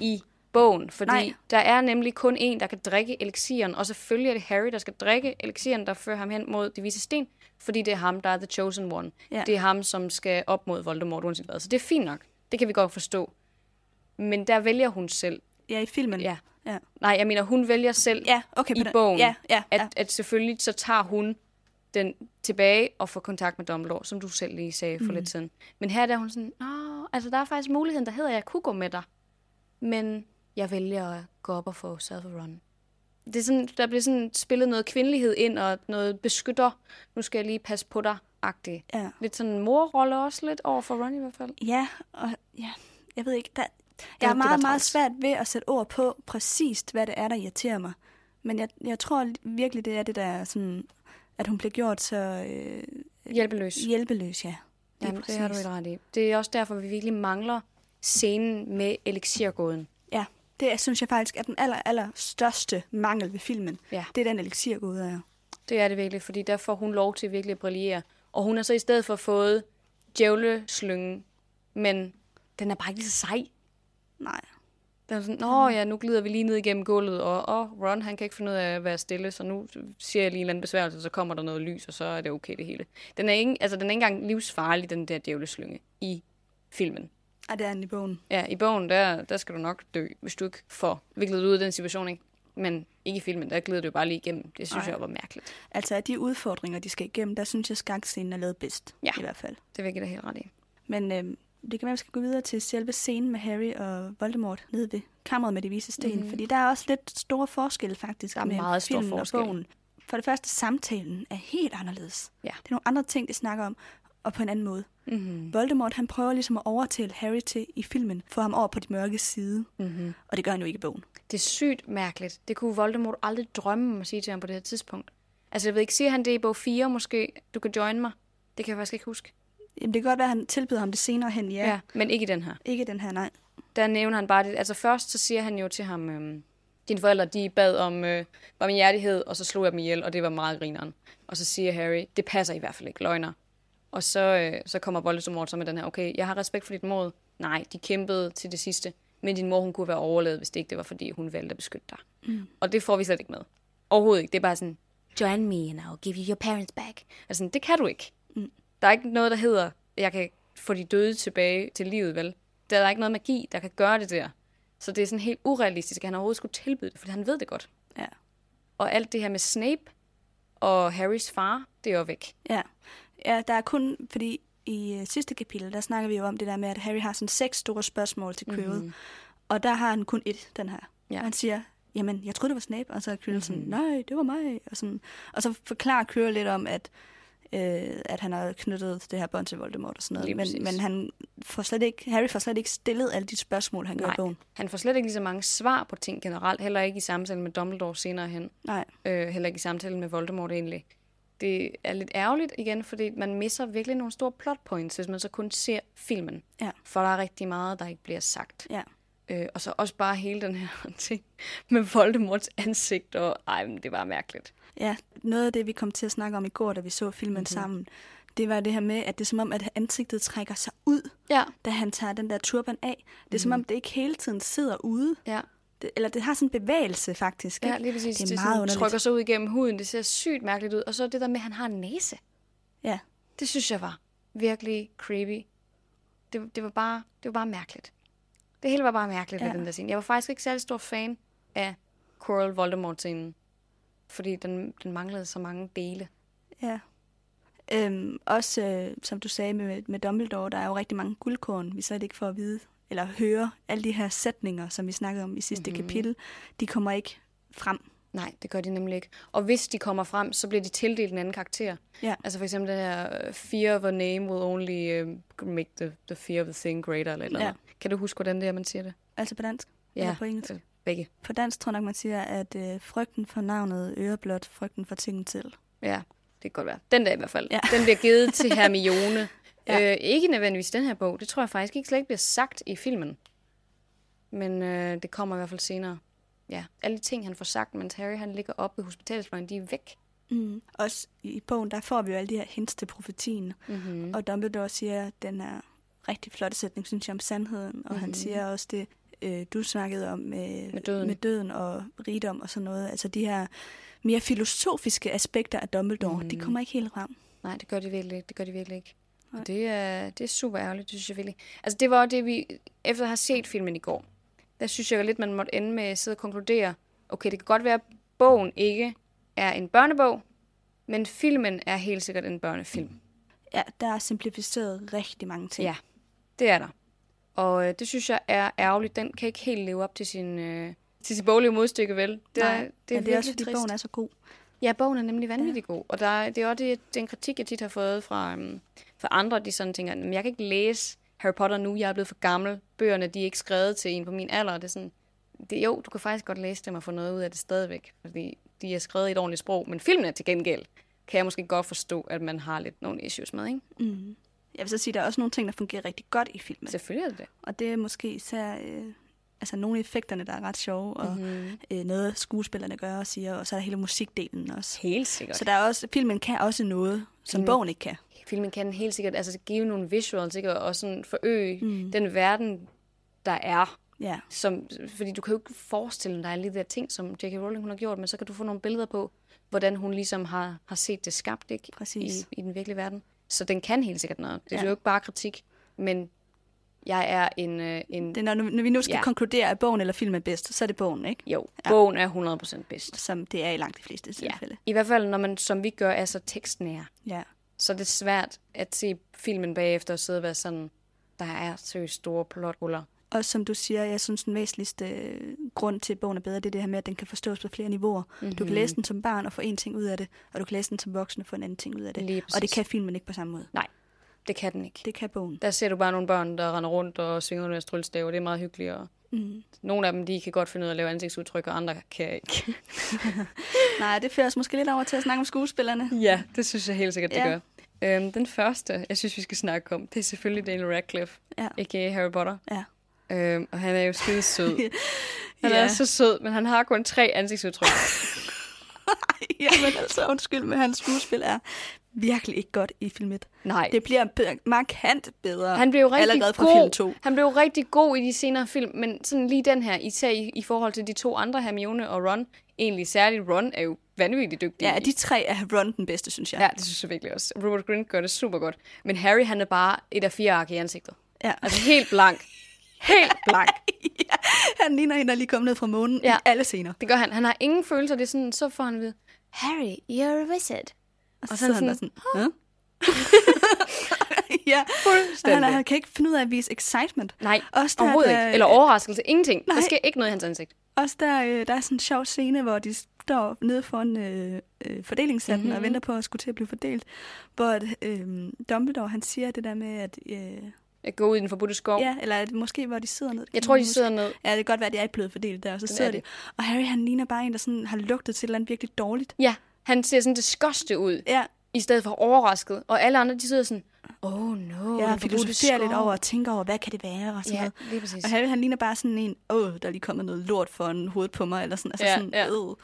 [SPEAKER 1] i bogen, fordi Nej.
[SPEAKER 2] Nej.
[SPEAKER 1] der er nemlig kun en, der kan drikke elixiren, og selvfølgelig er det Harry, der skal drikke elixiren, der fører ham hen mod de vise sten, fordi det er ham, der er the chosen one. Ja.
[SPEAKER 2] Ja.
[SPEAKER 1] Det er ham, som skal op mod Voldemort uanset hvad. Så det er fint nok. Det kan vi godt forstå. Men der vælger hun selv.
[SPEAKER 2] Ja, i filmen.
[SPEAKER 1] Ja.
[SPEAKER 2] Ja,
[SPEAKER 1] Nej, jeg mener, hun vælger selv
[SPEAKER 2] ja okay. på
[SPEAKER 1] i
[SPEAKER 2] den-
[SPEAKER 1] bogen,
[SPEAKER 2] Ja, ja,
[SPEAKER 1] at,
[SPEAKER 2] ja.
[SPEAKER 1] at selvfølgelig så tager hun den tilbage og får kontakt med Dumbledore, som du selv lige sagde for mm. lidt siden. Men her der er hun sådan, Nå, altså der er faktisk muligheden, der hedder, at jeg kunne gå med dig, men jeg vælger at gå op og få Salveron. Det er sådan, der bliver sådan spillet noget kvindelighed ind, og noget beskytter, nu skal jeg lige passe på dig, agtigt.
[SPEAKER 2] Ja.
[SPEAKER 1] Lidt sådan en morrolle også lidt over for Ron i hvert fald.
[SPEAKER 2] Ja, og ja, jeg ved ikke, der,
[SPEAKER 1] det
[SPEAKER 2] jeg
[SPEAKER 1] var
[SPEAKER 2] er meget, meget
[SPEAKER 1] træls.
[SPEAKER 2] svært ved at sætte ord på præcist, hvad det er, der irriterer mig. Men jeg, jeg tror virkelig, det er det, der er sådan, at hun bliver gjort så øh,
[SPEAKER 1] Hjælpeløs.
[SPEAKER 2] hjælpeløs, ja. Lige
[SPEAKER 1] Jamen, det har du helt ret i. Det er også derfor, vi virkelig mangler scenen med elixirgåden.
[SPEAKER 2] Ja, det er, synes jeg faktisk er den aller, aller største mangel ved filmen.
[SPEAKER 1] Ja.
[SPEAKER 2] Det er den elixir ud af.
[SPEAKER 1] Det er det virkelig, fordi der får hun lov til virkelig at brillere. Og hun har så i stedet for fået djævleslyngen, men den er bare ikke lige så sej.
[SPEAKER 2] Nej.
[SPEAKER 1] Den er sådan, Nå ja, nu glider vi lige ned igennem gulvet, og, og Ron han kan ikke finde ud af at være stille, så nu siger jeg lige en eller anden besværgelse, så kommer der noget lys, og så er det okay det hele. Den er ikke, altså, den er ikke engang livsfarlig, den der djævleslynge i filmen.
[SPEAKER 2] Ej, det er den i bogen.
[SPEAKER 1] Ja, i bogen, der, der skal du nok dø, hvis du ikke får viklet ud af den situation, ikke? Men ikke i filmen, der glider du jo bare lige igennem. Det synes Ej.
[SPEAKER 2] Ej.
[SPEAKER 1] jeg var mærkeligt.
[SPEAKER 2] Altså, af de udfordringer, de skal igennem, der synes jeg, skakscenen er lavet bedst.
[SPEAKER 1] Ja.
[SPEAKER 2] I hvert fald.
[SPEAKER 1] Det vil jeg da helt ret i.
[SPEAKER 2] Men øh, det kan være, at vi skal gå videre til selve scenen med Harry og Voldemort nede ved kammeret med de vise sten. Mm-hmm. Fordi der er også lidt store forskelle faktisk
[SPEAKER 1] Mhm. Der er
[SPEAKER 2] med
[SPEAKER 1] meget stor
[SPEAKER 2] filmen
[SPEAKER 1] forskel.
[SPEAKER 2] og bogen. For det første, samtalen er helt anderledes.
[SPEAKER 1] Ja.
[SPEAKER 2] Det er nogle andre ting, de snakker om, og på en anden måde.
[SPEAKER 1] Mm-hmm.
[SPEAKER 2] Voldemort, han prøver ligesom at overtale Harry til i filmen, få ham over på de mørke side. Mm-hmm.
[SPEAKER 1] Mhm.
[SPEAKER 2] Og det gør han jo ikke i bogen.
[SPEAKER 1] Det er sygt mærkeligt. Det kunne Voldemort aldrig drømme om at sige til ham på det her tidspunkt. Altså, jeg ved ikke, siger han det i bog 4 måske? Du kan join mig. Det kan jeg faktisk ikke huske.
[SPEAKER 2] Jamen, det kan godt være, at han tilbyder ham det senere hen, ja. ja.
[SPEAKER 1] Men ikke i den her.
[SPEAKER 2] Ikke den her, nej.
[SPEAKER 1] Der nævner han bare det. Altså, først så siger han jo til ham, øhm, dine forældre, de bad om øh, barmhjertighed, og så slog jeg dem ihjel, og det var meget grineren. Og så siger Harry, det passer i hvert fald ikke, løgner. Og så, øh, så kommer Voldemort så med den her, okay, jeg har respekt for dit mod. Nej, de kæmpede til det sidste, men din mor hun kunne være overlevet, hvis det ikke det var, fordi hun valgte at beskytte dig. Mm. Og det får vi slet ikke med. Overhovedet ikke. Det er bare sådan, join me and I'll give you your parents back. Altså, sådan, det kan du ikke. Mm. Der er ikke noget, der hedder, jeg kan få de døde tilbage til livet, vel? Der er ikke noget magi, der kan gøre det der. Så det er sådan helt urealistisk, at han overhovedet skulle tilbyde det, fordi han ved det godt.
[SPEAKER 2] Ja.
[SPEAKER 1] Og alt det her med Snape og Harrys far, det er jo væk.
[SPEAKER 2] Ja. ja, der er kun, fordi i øh, sidste kapitel, der snakker vi jo om det der med, at Harry har sådan seks store spørgsmål til Quirrell, mm-hmm. og der har han kun et, den her.
[SPEAKER 1] Mhm. Ja. Mhm.
[SPEAKER 2] Ja. Han siger, jamen, jeg troede, det var Snape, og så er Quirrell mm-hmm. sådan, nej, det var mig, og, sådan. og så forklarer Quirrell lidt om, at, øh, at han har knyttet det her bånd til Voldemort og sådan
[SPEAKER 1] Lige
[SPEAKER 2] noget,
[SPEAKER 1] præcis.
[SPEAKER 2] men, men han får slet ikke, Harry får slet ikke stillet alle de spørgsmål, han gør i bogen.
[SPEAKER 1] han får slet ikke lige så mange svar på ting generelt, heller ikke i samtalen med Dumbledore senere hen.
[SPEAKER 2] Nej,
[SPEAKER 1] øh, heller ikke i samtalen med Voldemort egentlig. Det er lidt ærgerligt igen, fordi man misser virkelig nogle store plot points, hvis man så kun ser filmen.
[SPEAKER 2] Ja.
[SPEAKER 1] For der er rigtig meget, der ikke bliver sagt.
[SPEAKER 2] ja.
[SPEAKER 1] Øh, og så også bare hele den her ting med Voldemorts ansigt, og ej, men det var mærkeligt. Mhm.
[SPEAKER 2] Ja, noget af det, vi kom til at snakke om i går, da vi så filmen mm-hmm. sammen, det var det her med, at det er som om, at ansigtet trækker sig ud,
[SPEAKER 1] Ja,
[SPEAKER 2] da han tager den der turban af. Det er
[SPEAKER 1] Mhm.
[SPEAKER 2] som om, det ikke hele tiden sidder ude.
[SPEAKER 1] ja.
[SPEAKER 2] Det, eller det har sådan en bevægelse, faktisk.
[SPEAKER 1] Ja,
[SPEAKER 2] ikke?
[SPEAKER 1] lige præcis.
[SPEAKER 2] Det er
[SPEAKER 1] Det, det
[SPEAKER 2] meget
[SPEAKER 1] sådan,
[SPEAKER 2] underligt.
[SPEAKER 1] trykker sig ud igennem huden. Det ser sygt mærkeligt ud. Og så det der med, at han har en næse.
[SPEAKER 2] Ja.
[SPEAKER 1] Det synes jeg var virkelig creepy. Det, det, var, bare, det var bare mærkeligt. Det hele var bare mærkeligt ja.
[SPEAKER 2] Ja.
[SPEAKER 1] ved den der scene. Jeg var faktisk ikke særlig stor fan af Coral Voldemort-scenen. Fordi den, den manglede så mange dele.
[SPEAKER 2] Ja. Øhm, også, øh, som du sagde med, med Dumbledore, der er jo rigtig mange guldkorn, vi slet ikke får at vide eller høre. Alle de her sætninger, som vi snakkede om i sidste
[SPEAKER 1] Mhm.
[SPEAKER 2] mm-hmm. kapitel, de kommer ikke frem.
[SPEAKER 1] Nej, det gør de nemlig ikke. Og hvis de kommer frem, så bliver de tildelt en anden karakter.
[SPEAKER 2] Ja.
[SPEAKER 1] Altså for eksempel den her øh, Fear of a name will only uh, make the, the fear of the thing greater. Eller, et eller
[SPEAKER 2] Ja.
[SPEAKER 1] ja. Kan du huske, hvordan det er, man siger det?
[SPEAKER 2] Altså på dansk? Eller på engelsk?
[SPEAKER 1] øh, begge.
[SPEAKER 2] På dansk tror jeg nok, man siger, at øh, frygten for navnet øger blot frygten for tingen til.
[SPEAKER 1] Ja, det kan godt være. Den der i hvert fald.
[SPEAKER 2] Ja.
[SPEAKER 1] Ja. Den bliver givet til Hermione.
[SPEAKER 2] Ja.
[SPEAKER 1] ja. øh, ikke nødvendigvis den her bog. Det tror jeg faktisk ikke slet ikke bliver sagt i filmen. Men øh, det kommer i hvert fald senere. Ja, alle de ting, han får sagt, mens Harry han ligger oppe ved hospitalsfløjen, de er væk.
[SPEAKER 2] Mm. Også i i bogen, der får vi jo alle de her hints til profetien.
[SPEAKER 1] Mm-hmm.
[SPEAKER 2] Og Dumbledore siger den er rigtig flotte sætning, synes jeg, om sandheden. Og mm-hmm. han siger også det, øh, du snakkede om øh, med,
[SPEAKER 1] døden.
[SPEAKER 2] med døden og rigdom og sådan noget. Altså de her mere filosofiske aspekter af Dumbledore,
[SPEAKER 1] Mm-hmm.
[SPEAKER 2] mm. de kommer ikke helt frem.
[SPEAKER 1] Nej, det gør de virkelig ikke. Det gør de virkelig ikke. Og det er, det er super ærgerligt, det synes jeg virkelig. Altså det var jo det, vi, efter at have set filmen i går, der synes jeg lidt, man måtte ende med at sidde og konkludere, okay, det kan godt være, at bogen ikke er en børnebog, men filmen er helt sikkert en børnefilm.
[SPEAKER 2] Ja, der er simplificeret rigtig mange ting.
[SPEAKER 1] Ja, det er der. Og øh, det synes jeg er ærgerligt. Den kan ikke helt leve op til sin, øh, til sin boglige modstykke, vel? Det er,
[SPEAKER 2] Nej,
[SPEAKER 1] det er,
[SPEAKER 2] men det er også,
[SPEAKER 1] virkelig
[SPEAKER 2] fordi
[SPEAKER 1] trist.
[SPEAKER 2] bogen er så god.
[SPEAKER 1] Ja, bogen er nemlig vanvittig ja. god. Og der, det er også det, den kritik, jeg tit har fået fra, um, fra andre, de sådan tænker, "Jamen, jeg kan ikke læse Harry Potter nu, jeg er blevet for gammel. Bøgerne, de er ikke skrevet til en på min alder. Og Det er sådan, det, jo, du kan faktisk godt læse dem og få noget ud af det stadigvæk, fordi de er skrevet i et ordentligt sprog. Men filmen er til gengæld, kan jeg måske godt forstå, at man har lidt nogle issues med, ikke?
[SPEAKER 2] Jeg vil så sige, der er også nogle ting, der fungerer rigtig godt i filmen.
[SPEAKER 1] Selvfølgelig er det det.
[SPEAKER 2] Og det er måske især øh, altså nogle af effekterne, der er ret sjove, og
[SPEAKER 1] Mhm.
[SPEAKER 2] mm-hmm. øh, noget skuespillerne gør og siger, og så er der hele musikdelen også.
[SPEAKER 1] Helt Mhm. sikkert.
[SPEAKER 2] Så der er også, filmen kan også noget, som mm. bogen ikke kan.
[SPEAKER 1] filmen kan helt sikkert altså, give nogle visuals, ikke? Og- og sådan forøge mm. den verden, der er.
[SPEAKER 2] Ja,
[SPEAKER 1] Som, fordi du kan jo ikke forestille dig alle de der ting, som J.K. Rowling hun har gjort, men så kan du få nogle billeder på, hvordan hun ligesom har, har set det skabt ikke?
[SPEAKER 2] Præcis.
[SPEAKER 1] I, i den virkelige verden. Så den kan helt sikkert noget. Det er
[SPEAKER 2] Ja.
[SPEAKER 1] jo ikke bare kritik, men jeg er en... Øh, en
[SPEAKER 2] det er, når, nu- når vi nu skal ja.
[SPEAKER 1] Ja. konkludere,
[SPEAKER 2] konkludere, at bogen eller filmen er bedst, så er det bogen, ikke?
[SPEAKER 1] jo, bogen er 100% bedst.
[SPEAKER 2] Som det er i langt de fleste tilfælde.
[SPEAKER 1] I hvert fald, når man, som vi gør, er så tekstnære.
[SPEAKER 2] Ja.
[SPEAKER 1] så er det svært at se filmen bagefter og sidde og være sådan, der er seriøst store plothuller.
[SPEAKER 2] Og som du siger, jeg synes, den væsentligste øh, grund til, at bogen er bedre, det er det her med, at den kan forstås på flere niveauer. Mm-hmm.
[SPEAKER 1] Mhm.
[SPEAKER 2] Du kan læse den som barn og få en ting ud af det, og du kan læse den som voksen og få en anden ting ud af
[SPEAKER 1] Lige
[SPEAKER 2] det. Og det
[SPEAKER 1] præcis.
[SPEAKER 2] kan filmen ikke på samme måde.
[SPEAKER 1] Nej, det kan den ikke.
[SPEAKER 2] Det kan bogen.
[SPEAKER 1] Der ser du bare nogle børn, der render rundt og synger deres tryllestav, og det er meget hyggeligt. Og mm. Nogle af dem, de kan godt finde ud af at lave ansigtsudtryk, og andre kan ikke.
[SPEAKER 2] Nej, det fører os måske lidt over til at snakke om skuespillerne.
[SPEAKER 1] ja, det synes jeg helt sikkert, det
[SPEAKER 2] Ja.
[SPEAKER 1] gør. Øhm, den første, jeg synes, vi skal snakke om, det er selvfølgelig Daniel Radcliffe,
[SPEAKER 2] Ja.
[SPEAKER 1] a.k.a. Harry Potter.
[SPEAKER 2] Ja.
[SPEAKER 1] Øhm, og han er jo skide sød. Han
[SPEAKER 2] Ja.
[SPEAKER 1] er så sød, men han har kun tre ansigtsudtryk.
[SPEAKER 2] Jamen altså, undskyld, men hans skuespil er virkelig ikke godt i film 1.
[SPEAKER 1] Nej.
[SPEAKER 2] Det bliver be- markant bedre
[SPEAKER 1] Han blev jo rigtig
[SPEAKER 2] allerede fra
[SPEAKER 1] god.
[SPEAKER 2] film 2.
[SPEAKER 1] Han blev jo rigtig god i de senere film, men sådan lige den her, især i, i forhold til de to andre, Hermione og Ron, egentlig særligt Ron er jo vanvittigt dygtig.
[SPEAKER 2] Ja,
[SPEAKER 1] i-
[SPEAKER 2] af de tre er Ron den bedste, synes jeg.
[SPEAKER 1] ja, det synes jeg virkelig også. Robert Grint gør det super godt. Men Harry, han er bare et af fire ark i ansigtet.
[SPEAKER 2] Ja.
[SPEAKER 1] Altså helt blank. Helt blank.
[SPEAKER 2] ja. Han ligner en, der lige kom ned fra månen ja.
[SPEAKER 1] Ja.
[SPEAKER 2] i alle scener.
[SPEAKER 1] Det gør han. Han har ingen følelser. Det er sådan, så får han at vide, Harry, you're a wizard.
[SPEAKER 2] Og så
[SPEAKER 1] Og så
[SPEAKER 2] sidder
[SPEAKER 1] er
[SPEAKER 2] han bare
[SPEAKER 1] han
[SPEAKER 2] sådan, Hå? ja, og han,
[SPEAKER 1] Fuldstændig.
[SPEAKER 2] han kan ikke finde ud af at vise excitement.
[SPEAKER 1] Nej,
[SPEAKER 2] Også øh, der,
[SPEAKER 1] overhovedet
[SPEAKER 2] der,
[SPEAKER 1] ikke. Eller overraskelse. Ingenting.
[SPEAKER 2] Nej.
[SPEAKER 1] Der sker ikke noget i hans ansigt.
[SPEAKER 2] Også der, øh, der er sådan en sjov scene, hvor de står nede foran øh, øh, fordelingshatten
[SPEAKER 1] Mhm.
[SPEAKER 2] mm-hmm. og venter på at skulle til at blive fordelt. Hvor at, øh, Dumbledore, han siger det der med, at... Øh,
[SPEAKER 1] Jeg går ud i den forbudte skov.
[SPEAKER 2] ja, eller at måske hvor de sidder ned.
[SPEAKER 1] Jeg tror, de sidder ned.
[SPEAKER 2] Ja, det kan godt være, at de er ikke blevet fordelt der, og så sidder de.
[SPEAKER 1] det.
[SPEAKER 2] Og Harry, han ligner bare en, der sådan har lugtet til et eller andet virkelig dårligt.
[SPEAKER 1] Ja, han ser sådan disgusted ud.
[SPEAKER 2] Ja,
[SPEAKER 1] i stedet for overrasket. Og alle andre, de sidder sådan, oh no,
[SPEAKER 2] ja
[SPEAKER 1] den
[SPEAKER 2] og filosoferer
[SPEAKER 1] forbudte
[SPEAKER 2] lidt
[SPEAKER 1] skov."
[SPEAKER 2] over og tænker over, hvad kan det være og sådan
[SPEAKER 1] Ja,
[SPEAKER 2] noget.
[SPEAKER 1] lige præcis.
[SPEAKER 2] Og Harry, han ligner bare sådan en, åh, der er lige kommet noget lort for en hovedet på mig, eller sådan, altså
[SPEAKER 1] Ja,
[SPEAKER 2] sådan,
[SPEAKER 1] ja.
[SPEAKER 2] øh.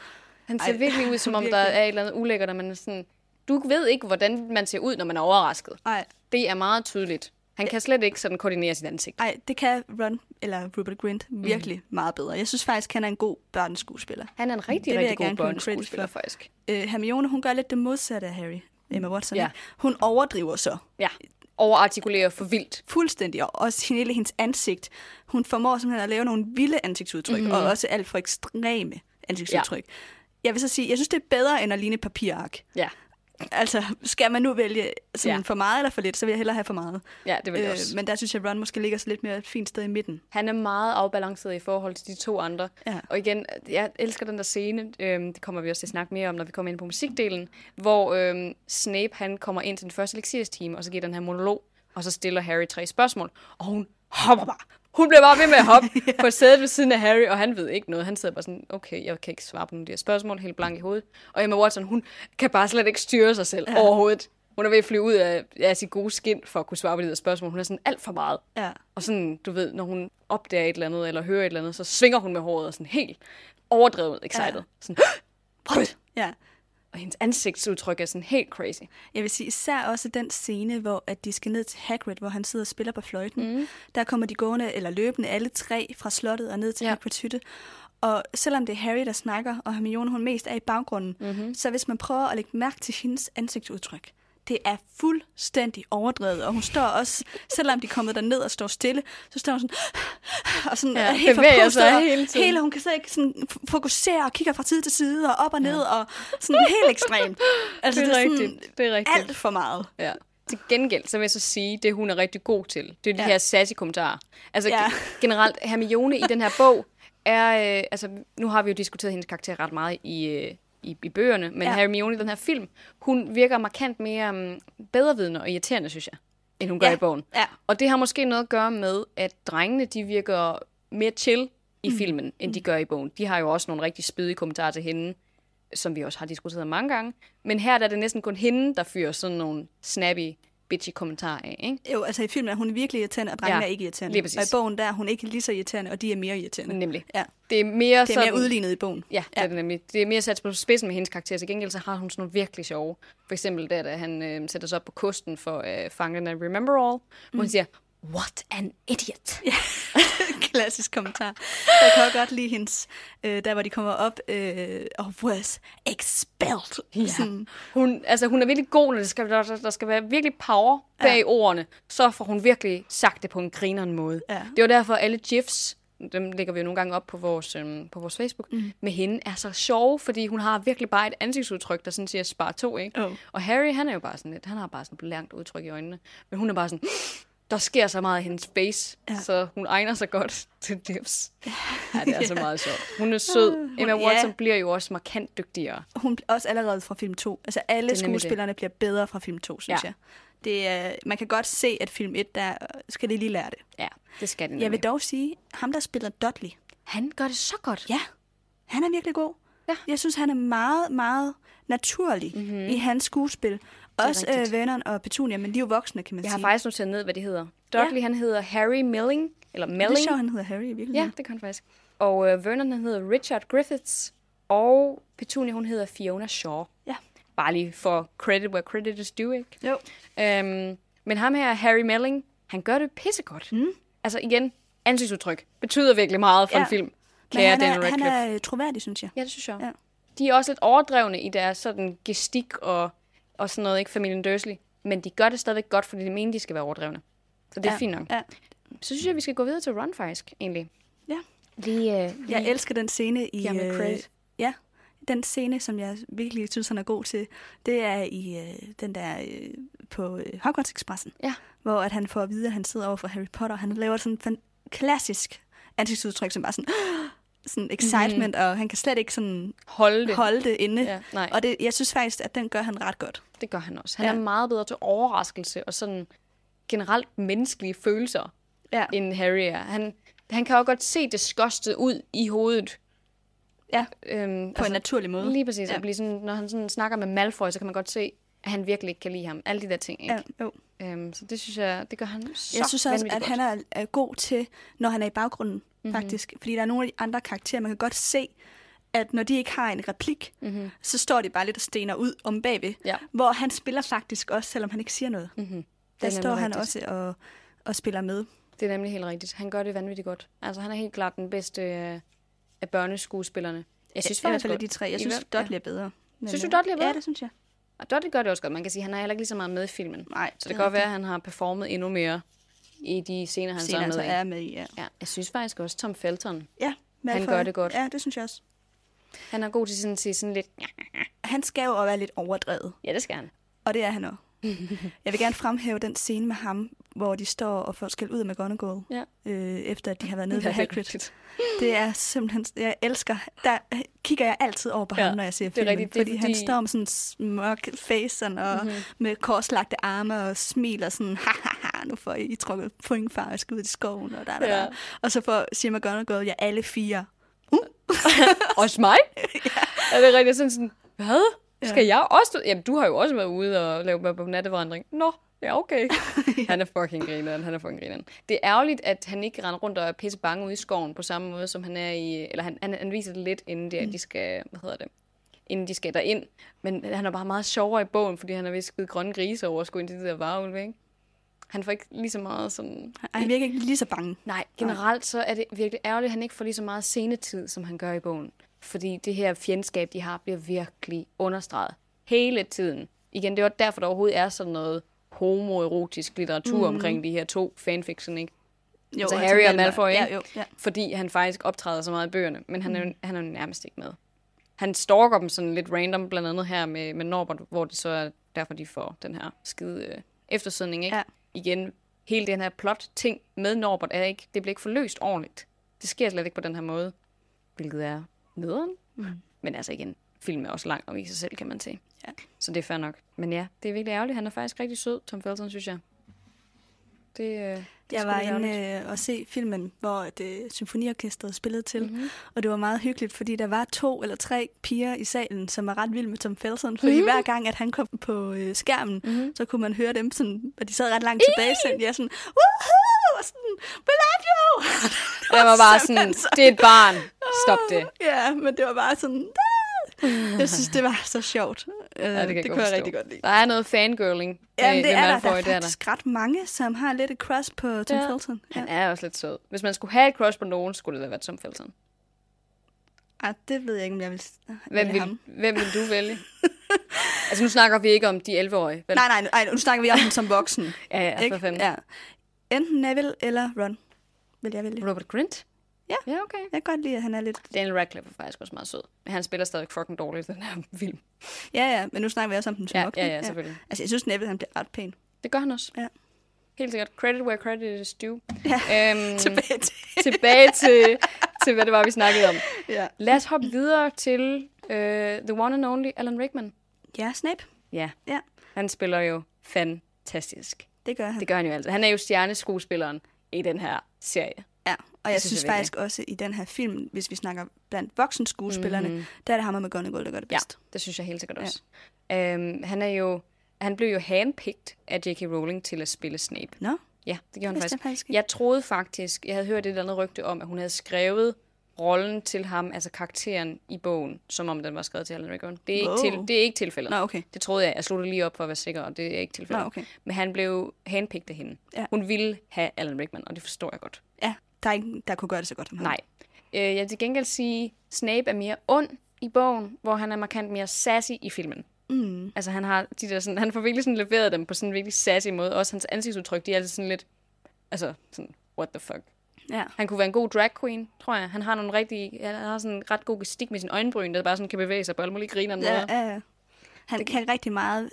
[SPEAKER 1] Han ser
[SPEAKER 2] Ej,
[SPEAKER 1] virkelig ud, som om der
[SPEAKER 2] virkelig.
[SPEAKER 1] er et eller andet ulækkert, og man er sådan, Du ved ikke, hvordan man ser ud, når man er overrasket.
[SPEAKER 2] Ej,
[SPEAKER 1] Det er meget tydeligt. Han kan slet ikke sådan koordinere sit ansigt.
[SPEAKER 2] ej, det kan Ron, eller Rupert Grint, virkelig
[SPEAKER 1] Mhm.
[SPEAKER 2] mm. meget bedre. Jeg synes faktisk, han er en god børneskuespiller.
[SPEAKER 1] Han er en rigtig,
[SPEAKER 2] Det vil jeg
[SPEAKER 1] rigtig god
[SPEAKER 2] gerne give ham credit
[SPEAKER 1] børneskuespiller,
[SPEAKER 2] for.
[SPEAKER 1] faktisk.
[SPEAKER 2] Øh, Hermione, hun gør lidt det modsatte af Harry. Emma Watson.
[SPEAKER 1] Ja.
[SPEAKER 2] Ja. Hun overdriver så
[SPEAKER 1] Ja. Overartikulerer for vildt.
[SPEAKER 2] fuldstændig, og også hende- hele hendes ansigt. Hun formår simpelthen at lave nogle vilde ansigtsudtryk, mm. og
[SPEAKER 1] Mhm.
[SPEAKER 2] også alt for ekstreme ansigtsudtryk. Ja. Jeg vil så sige, jeg synes, det er bedre end at ligne et papirark.
[SPEAKER 1] Ja,
[SPEAKER 2] Altså, skal man nu vælge sådan
[SPEAKER 1] Ja.
[SPEAKER 2] ja. for meget eller for lidt, så vil jeg hellere have for meget.
[SPEAKER 1] ja det vil jeg
[SPEAKER 2] Øh,
[SPEAKER 1] også.
[SPEAKER 2] men der synes jeg, Ron måske ligger så lidt mere et fint sted i midten.
[SPEAKER 1] Han er meget afbalanceret i forhold til de to andre.
[SPEAKER 2] Ja.
[SPEAKER 1] Og igen, jeg elsker den der scene, øhm, det kommer vi også til at snakke mere om, når vi kommer ind på musikdelen, hvor øhm, Snape han kommer ind til den første lektierstime, og så giver den her monolog, og så stiller Harry tre spørgsmål, og hun hopper bare. Hun bliver bare ved med at hoppe på sædet ved siden af Harry, og han ved ikke noget. Han sidder bare sådan, okay, jeg kan ikke svare på nogle af de her spørgsmål, helt blank i hovedet. Og Emma Watson, hun kan bare slet ikke styre sig selv ja. overhovedet. Hun er ved at flyve ud af, af sit gode skin for at kunne svare på de her spørgsmål. Hun er sådan alt for meget.
[SPEAKER 2] Ja.
[SPEAKER 1] Og sådan, du ved, når hun opdager et eller andet, eller hører et eller andet, så svinger hun med håret og sådan helt overdrevet excited. Ja.
[SPEAKER 2] Ja.
[SPEAKER 1] Sådan, What?
[SPEAKER 2] ja.
[SPEAKER 1] og hendes ansigtsudtryk er sådan helt crazy.
[SPEAKER 2] Jeg vil sige især også den scene, hvor at de skal ned til Hagrid, hvor han sidder og spiller på fløjten. Mm. Der kommer de gående eller løbende alle tre fra slottet og ned til
[SPEAKER 1] Ja.
[SPEAKER 2] ja. Hagrids hytte. Og selvom det er Harry, der snakker, og Hermione hun mest er i baggrunden, mm-hmm. så hvis man prøver at lægge mærke til hendes ansigtsudtryk, det er fuldstændig overdrevet, og hun står også, selvom de er kommet derned og står stille, så står hun sådan, og sådan
[SPEAKER 1] Ja,
[SPEAKER 2] ja, helt
[SPEAKER 1] bevæger
[SPEAKER 2] forpustet,
[SPEAKER 1] sig
[SPEAKER 2] og
[SPEAKER 1] hele tiden.
[SPEAKER 2] hele, hun kan slet ikke sådan f- fokusere og kigger fra side til side og op og ned, ja. og sådan helt ekstremt. Altså,
[SPEAKER 1] Det er
[SPEAKER 2] sådan
[SPEAKER 1] rigtigt, det er rigtigt.
[SPEAKER 2] Alt for meget.
[SPEAKER 1] Ja. Til gengæld, så vil jeg så sige, det hun er rigtig god til, det er de ja.
[SPEAKER 2] Ja.
[SPEAKER 1] her sassy kommentarer. Altså ja.
[SPEAKER 2] Ja.
[SPEAKER 1] generelt, Hermione i den her bog er, øh, altså nu har vi jo diskuteret hendes karakter ret meget i, øh, i, i bøgerne, men ja.
[SPEAKER 2] Ja.
[SPEAKER 1] Hermione i den her film, hun virker markant mere um, bedrevidende og irriterende, synes jeg, end hun gør
[SPEAKER 2] Ja.
[SPEAKER 1] i bogen.
[SPEAKER 2] Ja.
[SPEAKER 1] Og det har måske noget at gøre med, at drengene, de virker mere chill
[SPEAKER 2] Mm.
[SPEAKER 1] i filmen, end de gør i bogen. De har jo også nogle rigtig spydige kommentarer til hende, som vi også har diskuteret mange gange. Men her der er det næsten kun hende, der fyrer sådan nogle snappy, bitchy kommentarer af, ikke?
[SPEAKER 2] Jo, altså i filmen er hun virkelig irriterende, og drengene
[SPEAKER 1] Ja,
[SPEAKER 2] ja, er ikke irriterende.
[SPEAKER 1] lige præcis.
[SPEAKER 2] Og i bogen der er hun ikke lige så irriterende, og de er mere irriterende.
[SPEAKER 1] Nemlig.
[SPEAKER 2] Ja.
[SPEAKER 1] Det er mere
[SPEAKER 2] Det er
[SPEAKER 1] sådan...
[SPEAKER 2] mere udlignet i bogen.
[SPEAKER 1] Ja, det er det nemlig. Det er mere sat på spidsen med hendes karakter. Til gengæld så har hun sådan nogle virkelig sjove. For eksempel der, da han øh, sætter sig op på kosten for øh, fangen af Remember All, hvor
[SPEAKER 2] Mm.
[SPEAKER 1] han siger, What an idiot!
[SPEAKER 2] Ja. Klassisk kommentar. Jeg kan også godt lide hendes, øh, der hvor de kommer op, øh, og was expelled. Ja. Sådan,
[SPEAKER 1] Hun, altså, hun er virkelig god, når det skal, der, der skal være virkelig power bag ja. ordene. Så får hun virkelig sagt det på en grineren måde.
[SPEAKER 2] Ja.
[SPEAKER 1] Det var derfor, alle gifs, dem lægger vi jo nogle gange op på vores, øhm, på vores Facebook, mm. med hende er så sjove, fordi hun har virkelig bare et ansigtsudtryk, der sådan siger spar to, ikke?
[SPEAKER 2] Jo.
[SPEAKER 1] Og Harry, han er jo bare sådan lidt, han har bare sådan et blankt udtryk i øjnene. Men hun er bare sådan, der sker så meget i hendes face, ja. så hun egner sig godt til gifs. Ja, det er så meget sjovt. Hun er sød. Emma
[SPEAKER 2] ja.
[SPEAKER 1] Watson bliver jo også markant dygtigere.
[SPEAKER 2] hun bliver også allerede fra film 2. Altså alle
[SPEAKER 1] nemlig det.
[SPEAKER 2] skuespillerne bliver bedre fra film 2, synes
[SPEAKER 1] Ja.
[SPEAKER 2] ja. jeg. Det er, man kan godt se, at film 1, der skal de lige lære det.
[SPEAKER 1] Ja, det skal den
[SPEAKER 2] Jeg vil dog sige, ham der spiller Dudley,
[SPEAKER 1] Han gør det så godt.
[SPEAKER 2] Ja, han er virkelig god.
[SPEAKER 1] Ja. Mhm.
[SPEAKER 2] Jeg synes, han er meget, meget naturlig mm-hmm. i hans skuespil. Også
[SPEAKER 1] rigtigt.
[SPEAKER 2] øh, Vernon og Petunia, men de er jo voksne, kan man
[SPEAKER 1] Jeg har
[SPEAKER 2] sige.
[SPEAKER 1] faktisk noteret ned, hvad de hedder. Dudley, ja. han hedder Harry Milling. Eller
[SPEAKER 2] Det er
[SPEAKER 1] Melling.
[SPEAKER 2] sjovt, han hedder Harry i
[SPEAKER 1] ja,
[SPEAKER 2] virkeligheden.
[SPEAKER 1] det kan han faktisk. Og øh, Vernon, han hedder Richard Griffiths. Og Petunia, hun hedder Fiona Shaw.
[SPEAKER 2] Ja.
[SPEAKER 1] Bare lige for credit where credit is due, ikke?
[SPEAKER 2] Jo.
[SPEAKER 1] Øhm, men ham her, Harry Melling, han gør det pissegodt. Mm. Altså igen, ansigtsudtryk betyder virkelig meget for
[SPEAKER 2] Ja.
[SPEAKER 1] en film.
[SPEAKER 2] Men
[SPEAKER 1] Kære
[SPEAKER 2] han
[SPEAKER 1] Daniel
[SPEAKER 2] er,
[SPEAKER 1] Radcliffe.
[SPEAKER 2] han er øh, troværdig, synes jeg.
[SPEAKER 1] Ja, det synes jeg. Ja.
[SPEAKER 2] Ja.
[SPEAKER 1] De er også lidt overdrevne i deres sådan gestik og, og sådan noget, ikke familien Dursley. Men de gør det stadigvæk godt, fordi de mener, de skal være overdrevne. Så det er
[SPEAKER 2] Ja,
[SPEAKER 1] fint nok.
[SPEAKER 2] Ja.
[SPEAKER 1] Så synes jeg, vi skal gå videre til Ron faktisk, egentlig.
[SPEAKER 2] Ja.
[SPEAKER 1] Lige, øh,
[SPEAKER 2] Jeg elsker den scene i... øh,
[SPEAKER 1] Giv ham et credit.
[SPEAKER 2] ja, den scene, som jeg virkelig synes, han er god til, det er i øh, den der øh, på øh, Hogwarts Expressen,
[SPEAKER 1] Ja.
[SPEAKER 2] hvor at han får at vide, at han sidder over for Harry Potter, og han laver sådan en fan- klassisk ansigtsudtryk, som bare sådan, sådan excitement, mm. og han kan slet ikke sådan
[SPEAKER 1] holde det.
[SPEAKER 2] holde det inde.
[SPEAKER 1] Mhm. Ja, nej.
[SPEAKER 2] Og det, jeg synes faktisk, at den gør han ret godt.
[SPEAKER 1] Det gør han også. Han ja.
[SPEAKER 2] Ja.
[SPEAKER 1] er meget bedre til overraskelse og sådan generelt menneskelige følelser,
[SPEAKER 2] Ja.
[SPEAKER 1] end Harry er. Han, han kan jo godt se det skostet ud i hovedet.
[SPEAKER 2] Ja,
[SPEAKER 1] Øhm,
[SPEAKER 2] på altså, en naturlig måde.
[SPEAKER 1] Lige præcis. Ja.
[SPEAKER 2] Ja.
[SPEAKER 1] At blive sådan, når han sådan snakker med Malfoy, så kan man godt se, at han virkelig ikke kan lide ham. Alle de der ting, ikke?
[SPEAKER 2] Ja, jo.
[SPEAKER 1] Øhm, så det synes jeg, det gør han så
[SPEAKER 2] Jeg synes også, at
[SPEAKER 1] vanvittigt
[SPEAKER 2] han
[SPEAKER 1] godt. Mhm.
[SPEAKER 2] er, er god til, når han er i baggrunden, mm-hmm. faktisk. Fordi der er nogle af de andre karakterer, man kan godt se, at når de ikke har en replik, mm-hmm. så står de bare lidt og stener ud om bagved.
[SPEAKER 1] Mhm. Ja.
[SPEAKER 2] Hvor han spiller faktisk også, selvom han ikke siger noget.
[SPEAKER 1] Mm-hmm.
[SPEAKER 2] Der står han også og, og spiller med.
[SPEAKER 1] Det er nemlig helt rigtigt. Han gør det vanvittigt godt. Altså, han er helt klart den bedste øh, af børneskuespillerne. Jeg synes
[SPEAKER 2] I hvert
[SPEAKER 1] faktisk
[SPEAKER 2] fald af
[SPEAKER 1] godt.
[SPEAKER 2] de tre. Jeg
[SPEAKER 1] I
[SPEAKER 2] synes,
[SPEAKER 1] hvert-
[SPEAKER 2] Dudley er bedre. Men,
[SPEAKER 1] Synes du,
[SPEAKER 2] øh,
[SPEAKER 1] Dudley er bedre?
[SPEAKER 2] Ja, det synes jeg.
[SPEAKER 1] Og Dottie gør det også godt. Man kan sige, at han er heller ikke lige så meget med i filmen.
[SPEAKER 2] Nej,
[SPEAKER 1] Så det kan godt være, at han har performet endnu mere i de scener, han
[SPEAKER 2] han
[SPEAKER 1] så er med
[SPEAKER 2] altså
[SPEAKER 1] i.
[SPEAKER 2] er med i. Ja,
[SPEAKER 1] Ja, jeg synes faktisk også, Tom Felton,
[SPEAKER 2] ja
[SPEAKER 1] Han gør det godt.
[SPEAKER 2] Ja, det synes jeg også.
[SPEAKER 1] han er god til sådan at sige sådan lidt, ja,
[SPEAKER 2] Han skal jo også være lidt overdrevet,
[SPEAKER 1] ja det skal han.
[SPEAKER 2] og det er han også. jeg vil gerne fremhæve den scene med ham, hvor de står og får skæld ud med McGonagall,
[SPEAKER 1] Ja.
[SPEAKER 2] øh, efter at de har været nede
[SPEAKER 1] Ja,
[SPEAKER 2] ved
[SPEAKER 1] det er
[SPEAKER 2] Hagrid.
[SPEAKER 1] rigtigt.
[SPEAKER 2] Det er simpelthen, jeg elsker, der kigger jeg altid over på
[SPEAKER 1] Ja,
[SPEAKER 2] ja, ham, når jeg ser
[SPEAKER 1] det er
[SPEAKER 2] filmen,
[SPEAKER 1] rigtigt, det er
[SPEAKER 2] fordi, han
[SPEAKER 1] fordi- Mhm.
[SPEAKER 2] står med sådan en mørk face sådan, og mm-hmm. med korslagte arme og smiler sådan, ha, ha, ha nu får I, I trukket point, far, jeg skal ud i skoven, og da, da, da.
[SPEAKER 1] Ja.
[SPEAKER 2] Og så får, siger McGonagall, jeg er alle fire.
[SPEAKER 1] Også mig? ja. Er det rigtigt sådan sådan, hvad? Skal jeg også? Jamen, du har jo også været ude og lavet mig på nattevandring. Nå, ja, okay. Han er fucking grineren, han er fucking grineren. Det er ærgerligt, at han ikke render rundt og er pisse bange ude i skoven på samme måde, som han er i... Eller han, han, han viser det lidt, inden de, de skal... Hvad hedder det? inden de skal derind. Men han er bare meget sjovere i bogen, fordi han har visket grønne grise over at skulle ind til de der varulve, ikke? Han får ikke lige så meget sådan...
[SPEAKER 2] Ej, han virker ikke lige så bange.
[SPEAKER 1] Nej, generelt så er det virkelig ærgerligt, at han ikke får lige så meget scenetid, som han gør i bogen. Fordi det her fjendskab, de har, bliver virkelig understreget. Hele tiden. Igen, det var derfor, der overhovedet er sådan noget homoerotisk litteratur mm. omkring de her to fanfiction, ikke? Jo, altså Harry og
[SPEAKER 2] Velma.
[SPEAKER 1] Malfoy, ikke?
[SPEAKER 2] Ja, jo, ja. Mm.
[SPEAKER 1] Fordi han faktisk optræder så meget i bøgerne, men han er, jo, han er jo nærmest ikke med. Han stalker dem sådan lidt random, blandt andet her med, med Norbert, hvor det så er derfor, de får den her skide øh, eftersødning, ikke?
[SPEAKER 2] Ja.
[SPEAKER 1] Igen, hele den her plot-ting med Norbert er ikke, det bliver ikke forløst ordentligt. Det sker slet ikke på den her måde, hvilket er nederen. Mm. Men altså igen, filmen er også lang og i sig selv, kan man sige.
[SPEAKER 2] Ja.
[SPEAKER 1] Så det er fair nok. Men ja, det er virkelig ærgerligt. Han er faktisk rigtig sød, Tom Felton, synes jeg. Det, øh, det er
[SPEAKER 2] Jeg
[SPEAKER 1] sgu
[SPEAKER 2] var
[SPEAKER 1] lidt ærgerligt.
[SPEAKER 2] inde øh, og se filmen, hvor det symfoniorkestret spillede til, mm-hmm.
[SPEAKER 1] Mhm.
[SPEAKER 2] og det var meget hyggeligt, fordi der var to eller tre piger i salen, som var ret vilde med Tom Felton, fordi
[SPEAKER 1] Mhm.
[SPEAKER 2] mm-hmm. hver gang, at han kom på øh, skærmen, mm-hmm. så kunne man høre dem, sådan, og de sad ret langt tilbage, sådan, ja, sådan, woohoo, og sådan, we love you!
[SPEAKER 1] Og jeg var bare sådan,
[SPEAKER 2] simpelthen
[SPEAKER 1] det er et barn. Stop det.
[SPEAKER 2] Ja, men det var bare sådan, "Ah!" jeg synes, det var så sjovt. Øh,
[SPEAKER 1] Ja, det kan, jeg
[SPEAKER 2] kunne jeg
[SPEAKER 1] forstå.
[SPEAKER 2] rigtig godt lide.
[SPEAKER 1] Der er noget fangirling. ved-
[SPEAKER 2] Jamen, det
[SPEAKER 1] ved
[SPEAKER 2] er der,
[SPEAKER 1] Malfoy,
[SPEAKER 2] der er
[SPEAKER 1] det
[SPEAKER 2] faktisk ret mange, som har lidt et crush på Tom
[SPEAKER 1] Ja.
[SPEAKER 2] Felton.
[SPEAKER 1] Han er også lidt sød. Hvis man skulle have et crush på nogen, skulle det da være Tom Felton.
[SPEAKER 2] Ej, Ah, det ved jeg ikke, om jeg vil...
[SPEAKER 1] Hvem
[SPEAKER 2] vil
[SPEAKER 1] vil, hvem vil du vælge? altså, nu snakker vi ikke om de 11-årige. Vel?
[SPEAKER 2] Nej, nej, nej, nu snakker vi om ham som voksen.
[SPEAKER 1] Ja, ja, for
[SPEAKER 2] ikke?
[SPEAKER 1] fanden.
[SPEAKER 2] Ja. Enten Neville eller Ron, vil jeg vælge.
[SPEAKER 1] Robert Grint?
[SPEAKER 2] Ja.
[SPEAKER 1] Ja, okay.
[SPEAKER 2] Jeg kan godt lide, at han er lidt...
[SPEAKER 1] Daniel Radcliffe er faktisk også meget sød. Men han spiller stadig fucking dårligt i den her film.
[SPEAKER 2] Ja, ja, men nu snakker vi også om den som
[SPEAKER 1] Ja,
[SPEAKER 2] voksen.
[SPEAKER 1] ja, ja, selvfølgelig. Mm.
[SPEAKER 2] Altså, jeg synes, Neville han bliver ret pæn.
[SPEAKER 1] Det gør han også.
[SPEAKER 2] Ja.
[SPEAKER 1] Helt sikkert. Credit where credit is due.
[SPEAKER 2] Ja,
[SPEAKER 1] Øhm,
[SPEAKER 2] tilbage til.
[SPEAKER 1] tilbage til, til, hvad det var, vi snakkede om.
[SPEAKER 2] Ja.
[SPEAKER 1] Lad os hoppe videre til øh, The One and Only Alan Rickman.
[SPEAKER 2] ja, Snape.
[SPEAKER 1] Ja.
[SPEAKER 2] Ja,
[SPEAKER 1] Han spiller jo fantastisk.
[SPEAKER 2] det gør han.
[SPEAKER 1] Det gør han jo altid. Han er jo stjerneskuespilleren i den her serie.
[SPEAKER 2] Ja, og jeg
[SPEAKER 1] synes
[SPEAKER 2] synes
[SPEAKER 1] jeg virkelig.
[SPEAKER 2] faktisk også i den her film, hvis vi snakker blandt voksenskuespillerne,
[SPEAKER 1] Mm.
[SPEAKER 2] mm-hmm. der er det ham og McGonagall, der gør det bedst.
[SPEAKER 1] det synes jeg helt sikkert også. Ja. Øhm, han er jo han blev jo handpicked af J.K. Rowling til at spille Snape.
[SPEAKER 2] Nå,
[SPEAKER 1] Ja, det gjorde han
[SPEAKER 2] vidste
[SPEAKER 1] faktisk.
[SPEAKER 2] jeg faktisk ikke.
[SPEAKER 1] Jeg troede faktisk, jeg havde hørt et eller andet rygte om, at hun havde skrevet rollen til ham, altså karakteren i bogen, som om den var skrevet til Alan Rickman. Det er, wow. ikke,
[SPEAKER 2] Wow.
[SPEAKER 1] til, det er ikke tilfældet.
[SPEAKER 2] Nå, okay.
[SPEAKER 1] Det troede jeg. Jeg slog det lige op for at være sikker, og det er ikke tilfældet.
[SPEAKER 2] Nå, okay.
[SPEAKER 1] Men han blev handpicked af hende.
[SPEAKER 2] Ja.
[SPEAKER 1] Hun ville have Alan Rickman, og det forstår jeg godt.
[SPEAKER 2] ja, der er ikke der kunne gøre det så godt som ham.
[SPEAKER 1] Nej. Øh, jeg vil til gengæld sige, Snape er mere ond i bogen, hvor han er markant mere sassy i filmen. Mm. Altså han har de der sådan, han får virkelig sådan leveret dem på sådan en virkelig sassy måde. Også hans ansigtsudtryk, de er altid sådan lidt, altså sådan, what the fuck.
[SPEAKER 2] Ja.
[SPEAKER 1] Han kunne være en god drag queen, tror jeg. Han har nogle rigtig, ja, han har sådan en ret god gestik med sin øjenbryn, der bare sådan kan bevæge sig på alle mulige griner.
[SPEAKER 2] Ja, ja, ja. Han det... kan rigtig meget,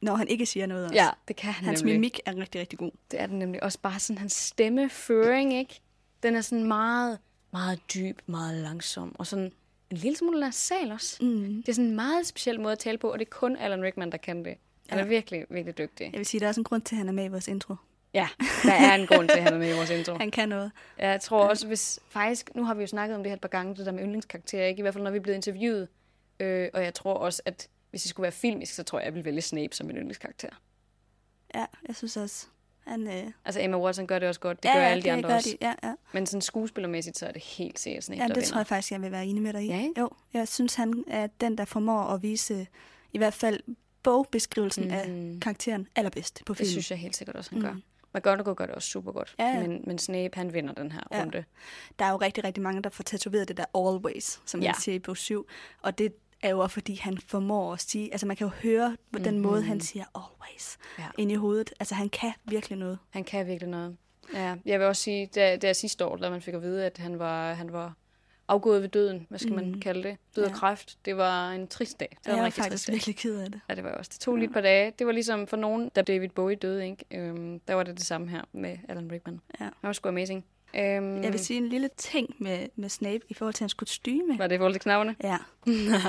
[SPEAKER 2] når han ikke siger noget også.
[SPEAKER 1] ja, det kan han
[SPEAKER 2] Hans
[SPEAKER 1] nemlig.
[SPEAKER 2] mimik er rigtig, rigtig god.
[SPEAKER 1] Det er den nemlig også bare sådan hans stemmeføring, ikke? Den er sådan meget, meget dyb, meget langsom, og sådan en lille smule nasal også. Mm. Det er sådan en meget speciel måde at tale på, og det er kun Alan Rickman, der kan det. Han er virkelig, virkelig dygtig.
[SPEAKER 2] Jeg vil sige, der er også en grund til, at han er med i vores intro.
[SPEAKER 1] Ja, der er en grund til, at han er med i vores intro.
[SPEAKER 2] Han kan noget.
[SPEAKER 1] Ja, jeg tror også, hvis faktisk, nu har vi jo snakket om det her et par gange, det der med yndlingskarakterer, ikke? I hvert fald, når vi er blevet interviewet. Øh, og jeg tror også, at hvis det skulle være filmisk, så tror jeg, jeg ville vælge Snape som min yndlingskarakter.
[SPEAKER 2] Ja, jeg synes også, Han, øh,
[SPEAKER 1] Altså Emma Watson gør det også godt, det ja, gør alle de andre
[SPEAKER 2] gør
[SPEAKER 1] også.
[SPEAKER 2] De. Ja, ja.
[SPEAKER 1] Men sådan skuespillermæssigt, så er det helt sikkert sådan en,
[SPEAKER 2] ja
[SPEAKER 1] der
[SPEAKER 2] det
[SPEAKER 1] vinder.
[SPEAKER 2] tror jeg faktisk, jeg vil være enig med dig i.
[SPEAKER 1] Ja, ikke?
[SPEAKER 2] Jo, jeg synes, han er den, der formår at vise i hvert fald bogbeskrivelsen mm. af
[SPEAKER 1] Mm.
[SPEAKER 2] karakteren allerbedst på
[SPEAKER 1] Det
[SPEAKER 2] filmen.
[SPEAKER 1] synes jeg helt sikkert også, han gør.
[SPEAKER 2] Mm.
[SPEAKER 1] McGonagall gør det også super godt,
[SPEAKER 2] Ja, ja.
[SPEAKER 1] Men, men Snape, han vinder den her
[SPEAKER 2] Ja.
[SPEAKER 1] runde.
[SPEAKER 2] Der er jo rigtig, rigtig mange, der får tatoveret det der always, som ja.
[SPEAKER 1] Ja.
[SPEAKER 2] han siger i bog 7. Og det er jo også, fordi han formår at sige, altså man kan jo høre på den måde, han siger always
[SPEAKER 1] Mhm. Ja.
[SPEAKER 2] ja. ind i hovedet. Altså han kan virkelig noget.
[SPEAKER 1] Han kan virkelig noget. Ja, jeg vil også sige, da, da sidste år, da man fik at vide, at han var, han var afgået ved døden, hvad skal mm. man kalde det? Død af
[SPEAKER 2] Ja.
[SPEAKER 1] kræft. Det var en trist dag. Det var
[SPEAKER 2] jeg
[SPEAKER 1] en
[SPEAKER 2] er
[SPEAKER 1] rigtig trist
[SPEAKER 2] faktisk
[SPEAKER 1] dag.
[SPEAKER 2] virkelig ked af det.
[SPEAKER 1] Ja, det var jeg også. Det tog lige et par dage. Det var ligesom for nogen, da David Bowie døde, ikke? Øhm, der var det det samme her med Alan Rickman.
[SPEAKER 2] Ja.
[SPEAKER 1] Han var sgu amazing. Øhm,
[SPEAKER 2] Mm. Jeg vil sige en lille ting med, med Snape i forhold til hans kostyme.
[SPEAKER 1] Var det i forhold til knapperne?
[SPEAKER 2] Ja.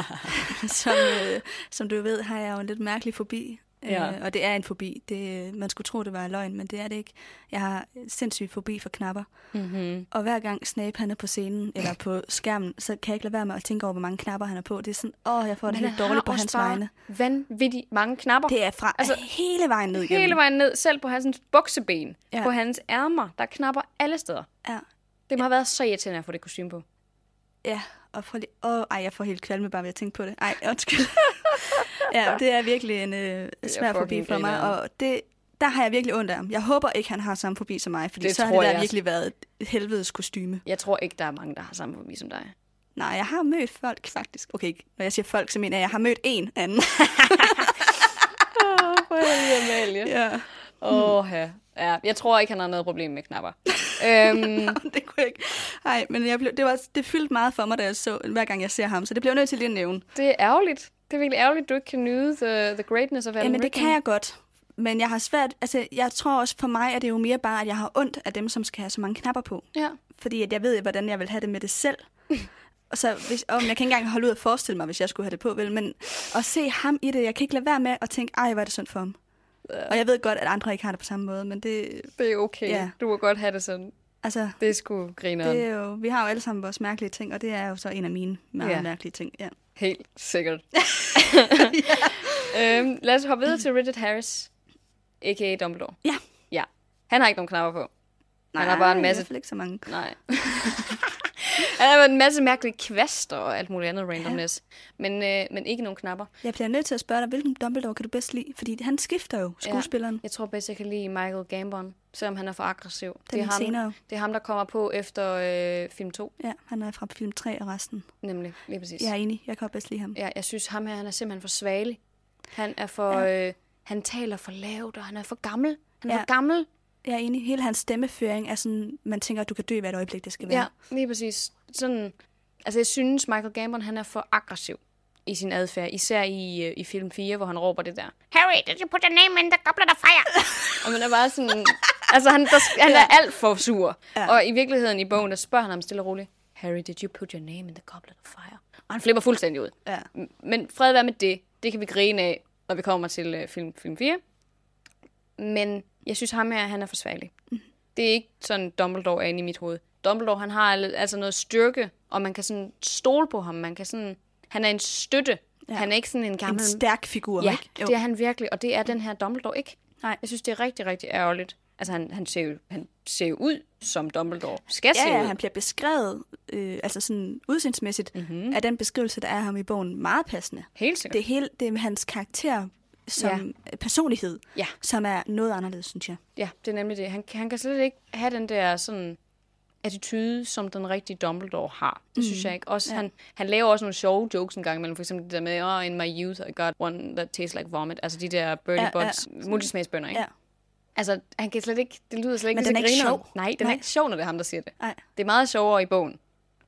[SPEAKER 2] som, øh, som du ved, har jeg jo en lidt mærkelig fobi.
[SPEAKER 1] Ja.
[SPEAKER 2] Øh, og det er en fobi. Det, øh, man skulle tro, det var løgn, men det er det ikke. Jeg har sindssygt fobi for knapper.
[SPEAKER 1] Mm-hmm.
[SPEAKER 2] Og hver gang Snape han er på scenen eller på skærmen, så kan jeg ikke lade være med at tænke over, hvor mange knapper han er på. Det er sådan, åh, jeg får det helt dårligt på hans vegne.
[SPEAKER 1] vanvittigt mange knapper.
[SPEAKER 2] Det er fra
[SPEAKER 1] Altså,
[SPEAKER 2] altså, hele vejen ned igennem.
[SPEAKER 1] hele vejen ned, selv på hans bukseben, ja.
[SPEAKER 2] Ja.
[SPEAKER 1] på hans ærmer, der er knapper alle steder.
[SPEAKER 2] Ja.
[SPEAKER 1] Det må have været så irriterende at få det kostume på.
[SPEAKER 2] Ja, og prøv lige... Åh, ej, jeg får helt kvalme bare ved at tænke på det. Ej, undskyld. ja, det er virkelig en øh, svær fobi
[SPEAKER 1] fucking
[SPEAKER 2] for mig,
[SPEAKER 1] grineren.
[SPEAKER 2] og det, der har jeg virkelig ondt af ham. Jeg håber ikke, han har samme fobi som mig, fordi
[SPEAKER 1] Det
[SPEAKER 2] det så har
[SPEAKER 1] tror
[SPEAKER 2] det der
[SPEAKER 1] jeg.
[SPEAKER 2] virkelig været et helvedes kostyme.
[SPEAKER 1] Jeg tror ikke, der er mange, der har samme fobi som dig.
[SPEAKER 2] Nej, jeg har mødt folk faktisk. Okay, ikke- når jeg siger folk, så mener jeg, at jeg har mødt en anden.
[SPEAKER 1] Åh, for helvede, Amalie.
[SPEAKER 2] ja,
[SPEAKER 1] Åh, ja. ja. Jeg tror ikke, han har noget problem med knapper. øhm,
[SPEAKER 2] det kunne jeg ikke. Ej, men jeg blev, det, var, det fyldte meget for mig, da jeg så, hver gang jeg ser ham, så det blev jeg nødt til lige at nævne.
[SPEAKER 1] det er ærgerligt. Det er virkelig ærgerligt, du ikke kan nyde the, the greatness of Alan
[SPEAKER 2] Jamen, det
[SPEAKER 1] Rickman.
[SPEAKER 2] kan jeg godt. Men jeg har svært, altså jeg tror også for mig, at det jo mere bare, at jeg har ondt af dem, som skal have så mange knapper på.
[SPEAKER 1] Ja.
[SPEAKER 2] fordi at jeg ved, hvordan jeg vil have det med det selv. Og så, hvis, om jeg kan ikke engang holde ud at forestille mig, hvis jeg skulle have det på, vel? Men at se ham i det, jeg kan ikke lade være med at tænke, ej, hvor er det synd for ham.
[SPEAKER 1] Ja.
[SPEAKER 2] Og jeg ved godt, at andre ikke har det på samme måde, men det,
[SPEAKER 1] Det er okay.
[SPEAKER 2] Ja.
[SPEAKER 1] Du må godt have det sådan.
[SPEAKER 2] altså,
[SPEAKER 1] Det er sgu grineren.
[SPEAKER 2] det er jo, vi har jo alle sammen vores mærkelige ting, og det er jo så en af mine meget
[SPEAKER 1] Ja.
[SPEAKER 2] ja. mærkelige ting. Ja.
[SPEAKER 1] Helt sikkert. øhm, lad os hoppe videre til Richard Harris, a.k.a. Dumbledore.
[SPEAKER 2] Ja.
[SPEAKER 1] Ja. Han har ikke nogen knapper på. Han har bare en
[SPEAKER 2] i
[SPEAKER 1] masse-
[SPEAKER 2] hvert fald ikke så mange.
[SPEAKER 1] Nej. Han har en masse mærkelige kvaster og alt muligt andet randomness. Men, øh, men ikke nogen knapper.
[SPEAKER 2] Jeg bliver nødt til at spørge dig, hvilken Dumbledore kan du bedst lide? Fordi han skifter jo skuespilleren.
[SPEAKER 1] Jeg tror bedst, jeg kan lide Michael Gambon, selvom han er for aggressiv. det,
[SPEAKER 2] Den
[SPEAKER 1] er ham,
[SPEAKER 2] senere.
[SPEAKER 1] det er ham, der kommer på efter øh, film 2,
[SPEAKER 2] Ja. ja, han er fra film 3 og resten.
[SPEAKER 1] nemlig. Lige præcis.
[SPEAKER 2] Jeg er enig, jeg kan også bedst lide ham.
[SPEAKER 1] Ja, jeg synes, ham her, han er simpelthen for svagelig. Han er for... Ja. Øh, han taler for lavt, og han er for gammel. Han er ja.
[SPEAKER 2] Ja.
[SPEAKER 1] for gammel.
[SPEAKER 2] Jeg er enig. Hele hans stemmeføring er sådan, man tænker, at du kan dø hvert øjeblik, det skal være.
[SPEAKER 1] Ja, lige præcis. Sådan, altså jeg synes, Michael Gambon, han er for aggressiv i sin adfærd. Især i, øh, i film 4, hvor han råber det der.
[SPEAKER 3] Harry, did you put your name in the goblet of fire?
[SPEAKER 1] Og man er bare sådan... altså han, der, han er alt for sur. Ja.
[SPEAKER 2] Ja.
[SPEAKER 1] Og i virkeligheden i bogen, der spørger han ham stille og roligt. Harry, did you put your name in the goblet of fire? Og han flipper fuldstændig ud.
[SPEAKER 2] Ja.
[SPEAKER 1] M- Men fred være med det. Det kan vi grine af, når vi kommer til øh, film, film 4. Men jeg synes ham her, han er forsvarlig. Det er ikke sådan, Dumbledore er inde i mit hoved. Dumbledore, han har al- altså noget styrke, og man kan sådan stole på ham. Man kan sådan, han er en støtte. Ja. Han er ikke sådan en
[SPEAKER 2] en
[SPEAKER 1] gammel...
[SPEAKER 2] stærk figur,
[SPEAKER 1] ja,
[SPEAKER 2] ikke?
[SPEAKER 1] det er han virkelig, og det er den her Dumbledore ikke.
[SPEAKER 2] Nej.
[SPEAKER 1] Jeg synes, det er rigtig, rigtig ærgerligt. Altså, han, han, ser, jo, han ser jo ud, som Dumbledore skal se
[SPEAKER 2] ja, ja,
[SPEAKER 1] ud.
[SPEAKER 2] han bliver beskrevet, øh, altså sådan udseendsmæssigt,
[SPEAKER 1] Mhm.
[SPEAKER 2] mm-hmm. er den beskrivelse, der er af ham i bogen, meget passende.
[SPEAKER 1] Helt sikkert.
[SPEAKER 2] Det er hele det er hans karakter som ja. personlighed,
[SPEAKER 1] Ja.
[SPEAKER 2] som er noget anderledes, synes jeg.
[SPEAKER 1] Ja, det er nemlig det. Han, han kan slet ikke have den der sådan attitude, som den rigtige Dumbledore har.
[SPEAKER 2] Mm.
[SPEAKER 1] Det synes jeg ikke. Også, ja. han, han laver også nogle sjove jokes en gang imellem. For eksempel det der med, oh, in my youth I got one that tastes like vomit. Altså de der Bernie ja,
[SPEAKER 2] Ja, ja.
[SPEAKER 1] Bots ja. multismagsbønder, ikke? Ja.
[SPEAKER 2] Ja.
[SPEAKER 1] Altså, han kan slet ikke, det lyder slet ikke
[SPEAKER 2] Men
[SPEAKER 1] lige så
[SPEAKER 2] den er ikke
[SPEAKER 1] grineren.
[SPEAKER 2] sjov.
[SPEAKER 1] Nej, den Nej. er
[SPEAKER 2] Nej.
[SPEAKER 1] ikke sjov, når det er ham, der siger det.
[SPEAKER 2] Nej.
[SPEAKER 1] Det er meget sjovere i bogen.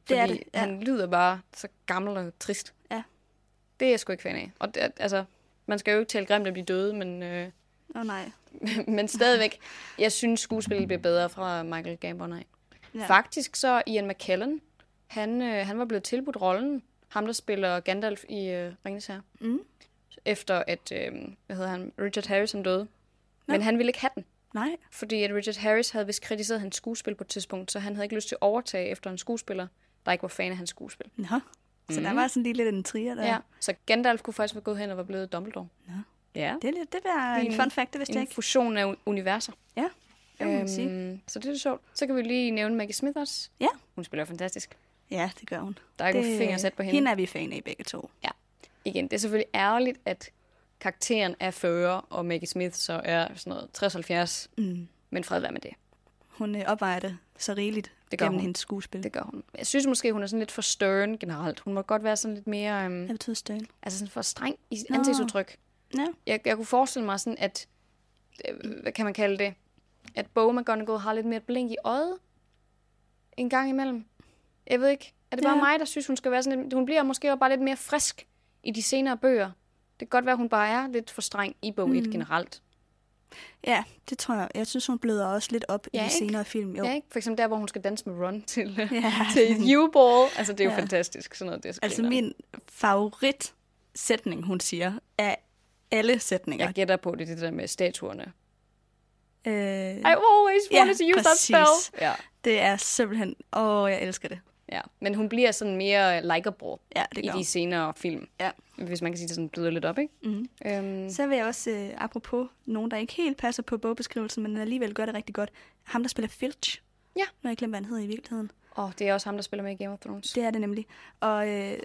[SPEAKER 1] Fordi
[SPEAKER 2] Det er det, ja.
[SPEAKER 1] han lyder bare så gammel og trist.
[SPEAKER 2] Ja.
[SPEAKER 1] Det er jeg sgu ikke fan af. Og det, er- altså, man skal jo ikke tale grimt om de døde, men... Øh,
[SPEAKER 2] Åh oh, nej.
[SPEAKER 1] men stadigvæk, jeg synes skuespillet bliver bedre fra Michael Gambon af. Ja.
[SPEAKER 2] Ja.
[SPEAKER 1] Faktisk så Ian McKellen, han, øh, han var blevet tilbudt rollen, ham der spiller Gandalf i øh, Ringens Herre,
[SPEAKER 2] Mm.
[SPEAKER 1] efter at, øh, hvad hedder han, Richard Harris han døde. Men han ville ikke have den,
[SPEAKER 2] Nej.
[SPEAKER 1] fordi at Richard Harris havde vist kritiseret hans skuespil på et tidspunkt, så han havde ikke lyst til at overtage efter en skuespiller, der ikke var fan af hans skuespil.
[SPEAKER 2] Nå. Så der var sådan lige lidt en trier der.
[SPEAKER 1] Mhm. Ja. ja. Så Gandalf kunne faktisk være gået hen og var blevet Dumbledore.
[SPEAKER 2] Nå.
[SPEAKER 1] Ja.
[SPEAKER 2] Det, er lidt- det var en
[SPEAKER 1] En-
[SPEAKER 2] fun fact, det vidste jeg
[SPEAKER 1] En Øhm,
[SPEAKER 2] ikke.
[SPEAKER 1] fusion af u- universer. Mm,
[SPEAKER 2] Ja. Det må man sige.
[SPEAKER 1] så det er lidt sjovt. Så kan vi lige nævne Maggie Smith også.
[SPEAKER 2] Ja.
[SPEAKER 1] Hun spiller fantastisk.
[SPEAKER 2] Ja, det gør hun.
[SPEAKER 1] Der er ikke
[SPEAKER 2] det,
[SPEAKER 1] en finger sat på hende.
[SPEAKER 2] Hende er vi fan af begge to.
[SPEAKER 1] Igen, det er selvfølgelig ærgerligt, at karakteren er 40, og Maggie Smith så er sådan noget 60-70.
[SPEAKER 2] Mm.
[SPEAKER 1] Men fred være med det.
[SPEAKER 2] Hun øh, opvejer det så rigeligt
[SPEAKER 1] Det
[SPEAKER 2] det
[SPEAKER 1] gør
[SPEAKER 2] gennem
[SPEAKER 1] hun.
[SPEAKER 2] hendes skuespil. Det.
[SPEAKER 1] Det gør hun. Jeg synes måske, hun er sådan lidt for stern generelt. Hun må godt være sådan lidt mere... Øhm,
[SPEAKER 2] Hvad betyder støn?
[SPEAKER 1] altså sådan for streng i sit
[SPEAKER 2] Nå.
[SPEAKER 1] ansigtsudtryk.
[SPEAKER 2] Ja.
[SPEAKER 1] Jeg, jeg kunne forestille mig sådan, at... Øh, hvad kan man kalde det? At Bo McGonagall har lidt mere blink i øjet en gang imellem. Jeg ved ikke. Er det bare
[SPEAKER 2] Ja.
[SPEAKER 1] ja. mig, der synes, hun skal være sådan lidt... Hun bliver måske også bare lidt mere frisk i de senere bøger. Det kan godt være, hun bare er lidt for streng i bog
[SPEAKER 2] Mm.
[SPEAKER 1] 1 generelt.
[SPEAKER 2] ja, det tror jeg. Jeg synes, hun bløder også lidt op
[SPEAKER 1] Ja,
[SPEAKER 2] i de
[SPEAKER 1] ikke?
[SPEAKER 2] senere film. Jo.
[SPEAKER 1] Ja, ikke? For eksempel der, hvor hun skal danse med Ron til,
[SPEAKER 2] Ja.
[SPEAKER 1] til et U-ball. Altså, det er jo
[SPEAKER 2] Ja.
[SPEAKER 1] ja. fantastisk. Sådan noget, det er så
[SPEAKER 2] Altså
[SPEAKER 1] grineren.
[SPEAKER 2] min favorit sætning, hun siger, er alle sætninger.
[SPEAKER 1] Jeg gætter på det, det der med statuerne.
[SPEAKER 2] Øh,
[SPEAKER 1] I always
[SPEAKER 2] Ja,
[SPEAKER 1] wanted to use that
[SPEAKER 2] præcis.
[SPEAKER 1] spell. Ja,
[SPEAKER 2] det er simpelthen... Åh, jeg elsker det.
[SPEAKER 1] ja. Men hun bliver sådan mere likeable
[SPEAKER 2] Ja, det
[SPEAKER 1] i
[SPEAKER 2] gør hun.
[SPEAKER 1] de senere film.
[SPEAKER 2] Ja.
[SPEAKER 1] Hvis man kan sige, det sådan bløder lidt op, ikke?
[SPEAKER 2] Mhm.
[SPEAKER 1] Øhm,
[SPEAKER 2] Så vil jeg også, øh, apropos nogen, der ikke helt passer på bogbeskrivelsen, men alligevel gør det rigtig godt. Ham, der spiller Filch.
[SPEAKER 1] Ja.
[SPEAKER 2] Nu har jeg glemt, hvad han hedder i virkeligheden.
[SPEAKER 1] og det er også ham, der spiller med i Game of Thrones.
[SPEAKER 2] Det er det nemlig. Og øh,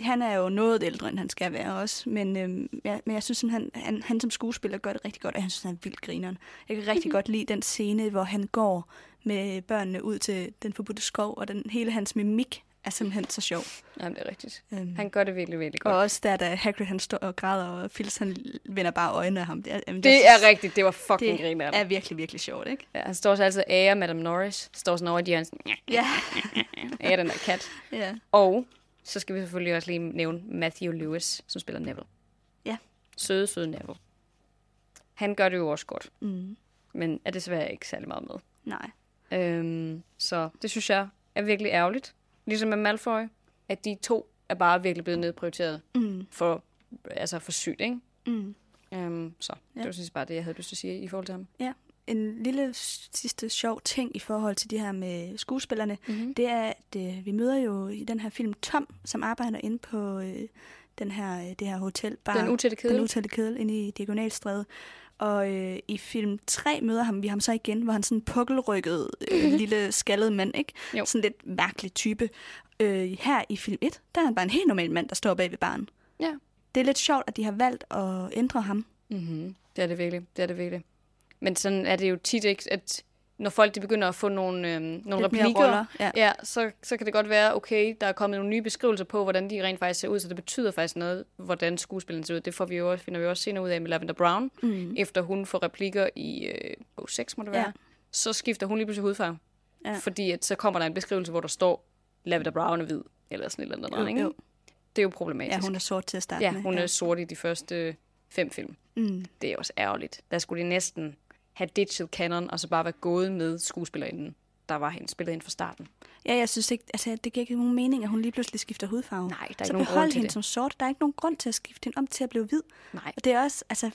[SPEAKER 2] han er jo noget ældre, end han skal være også. Men, øh, ja, men jeg synes, simpelthen, han, han, han som skuespiller gør det rigtig godt, og jeg synes, han er vildt grineren. Jeg kan
[SPEAKER 1] Mhm.
[SPEAKER 2] rigtig godt lide den scene, hvor han går med børnene ud til den forbudte skov, og den hele hans mimik er simpelthen så sjov.
[SPEAKER 1] Jamen, det er rigtigt.
[SPEAKER 2] Øhm.
[SPEAKER 1] Han gør det virkelig, virkelig godt.
[SPEAKER 2] Og også der, da Hagrid han står og græder, og Fils han vender bare øjnene af ham. Det er, jamen,
[SPEAKER 1] det
[SPEAKER 2] jeg
[SPEAKER 1] er
[SPEAKER 2] synes-
[SPEAKER 1] rigtigt. Det var fucking det
[SPEAKER 2] Det er virkelig, virkelig sjovt, ikke?
[SPEAKER 1] Ja, han står så altid og ærer Madame Norris. Står sådan over i de øjne, sådan,
[SPEAKER 2] Ja.
[SPEAKER 1] ærer den der kat.
[SPEAKER 2] ja.
[SPEAKER 1] Og så skal vi selvfølgelig også lige nævne Matthew Lewis, som spiller Neville.
[SPEAKER 2] Ja.
[SPEAKER 1] Søde, søde Neville. Han gør det jo også godt,
[SPEAKER 2] Mm.
[SPEAKER 1] men er desværre ikke særlig meget med.
[SPEAKER 2] Nej.
[SPEAKER 1] Øhm, så det synes jeg er virkelig ærgerligt. Ligesom med Malfoy, at de to er bare virkelig blevet nedprioriteret
[SPEAKER 2] Mm.
[SPEAKER 1] for, altså for sygt, ikke?
[SPEAKER 2] Mm.
[SPEAKER 1] Øhm, så ja.
[SPEAKER 2] Ja.
[SPEAKER 1] det var sådan set bare det, jeg havde lyst til at sige i forhold til ham.
[SPEAKER 2] Ja. En lille s- sidste sjov ting i forhold til det her med skuespillerne,
[SPEAKER 1] Mhm.
[SPEAKER 2] det er, at øh, vi møder jo i den her film Tom, som arbejder inde på øh, den her, øh, det her hotel. Bare
[SPEAKER 1] Den utætte kedel.
[SPEAKER 2] Den utætte kedel inde i Diagonalstræde. Og øh, i film 3 møder ham, vi ham så igen, hvor han sådan en pukkelrykket, øh, lille skaldet mand, ikke?
[SPEAKER 1] Jo.
[SPEAKER 2] Sådan lidt mærkelig type. Øh, her i film 1, der er han bare en helt normal mand, der står bag ved barn.
[SPEAKER 1] Ja.
[SPEAKER 2] Det er lidt sjovt, at de har valgt at ændre ham.
[SPEAKER 1] Mm-hmm. Det er det virkelig, det er det virkelig. Men sådan er det jo tit ikke, at når folk de begynder at få nogle, øhm, nogle
[SPEAKER 2] Lidt mere
[SPEAKER 1] replikker,
[SPEAKER 2] roller, ja.
[SPEAKER 1] ja. Ja, så, så kan det godt være, okay, der er kommet nogle nye beskrivelser på, hvordan de rent faktisk ser ud, så det betyder faktisk noget, hvordan skuespilleren ser ud. Det får vi jo også, finder vi også senere ud af med Lavender Brown, mm. efter hun får replikker i øh, bog 6, må det være.
[SPEAKER 2] Ja.
[SPEAKER 1] Ja. Så skifter hun lige pludselig hudfarve,
[SPEAKER 2] Ja.
[SPEAKER 1] ja. fordi at, så kommer der en beskrivelse, hvor der står, Lavender Brown er hvid, eller sådan et eller andet.
[SPEAKER 2] Jo,
[SPEAKER 1] ikke?
[SPEAKER 2] jo.
[SPEAKER 1] Det er jo problematisk.
[SPEAKER 2] Ja, hun er sort til at starte
[SPEAKER 1] Ja,
[SPEAKER 2] med.
[SPEAKER 1] hun er sort i de første fem film.
[SPEAKER 2] Mm.
[SPEAKER 1] Det er også ærgerligt. Der skulle de næsten have ditchet canon, og så bare være gået med skuespillerinden, der var hende, spillet ind fra starten.
[SPEAKER 2] Ja, jeg synes ikke, altså, det giver ikke nogen mening, at hun lige pludselig skifter hudfarve.
[SPEAKER 1] Nej, der er ikke
[SPEAKER 2] så
[SPEAKER 1] nogen
[SPEAKER 2] behold
[SPEAKER 1] grund til
[SPEAKER 2] hende
[SPEAKER 1] det.
[SPEAKER 2] som sort. Der er ikke nogen grund til at skifte hende om til at blive hvid.
[SPEAKER 1] Nej.
[SPEAKER 2] Og det er også, altså,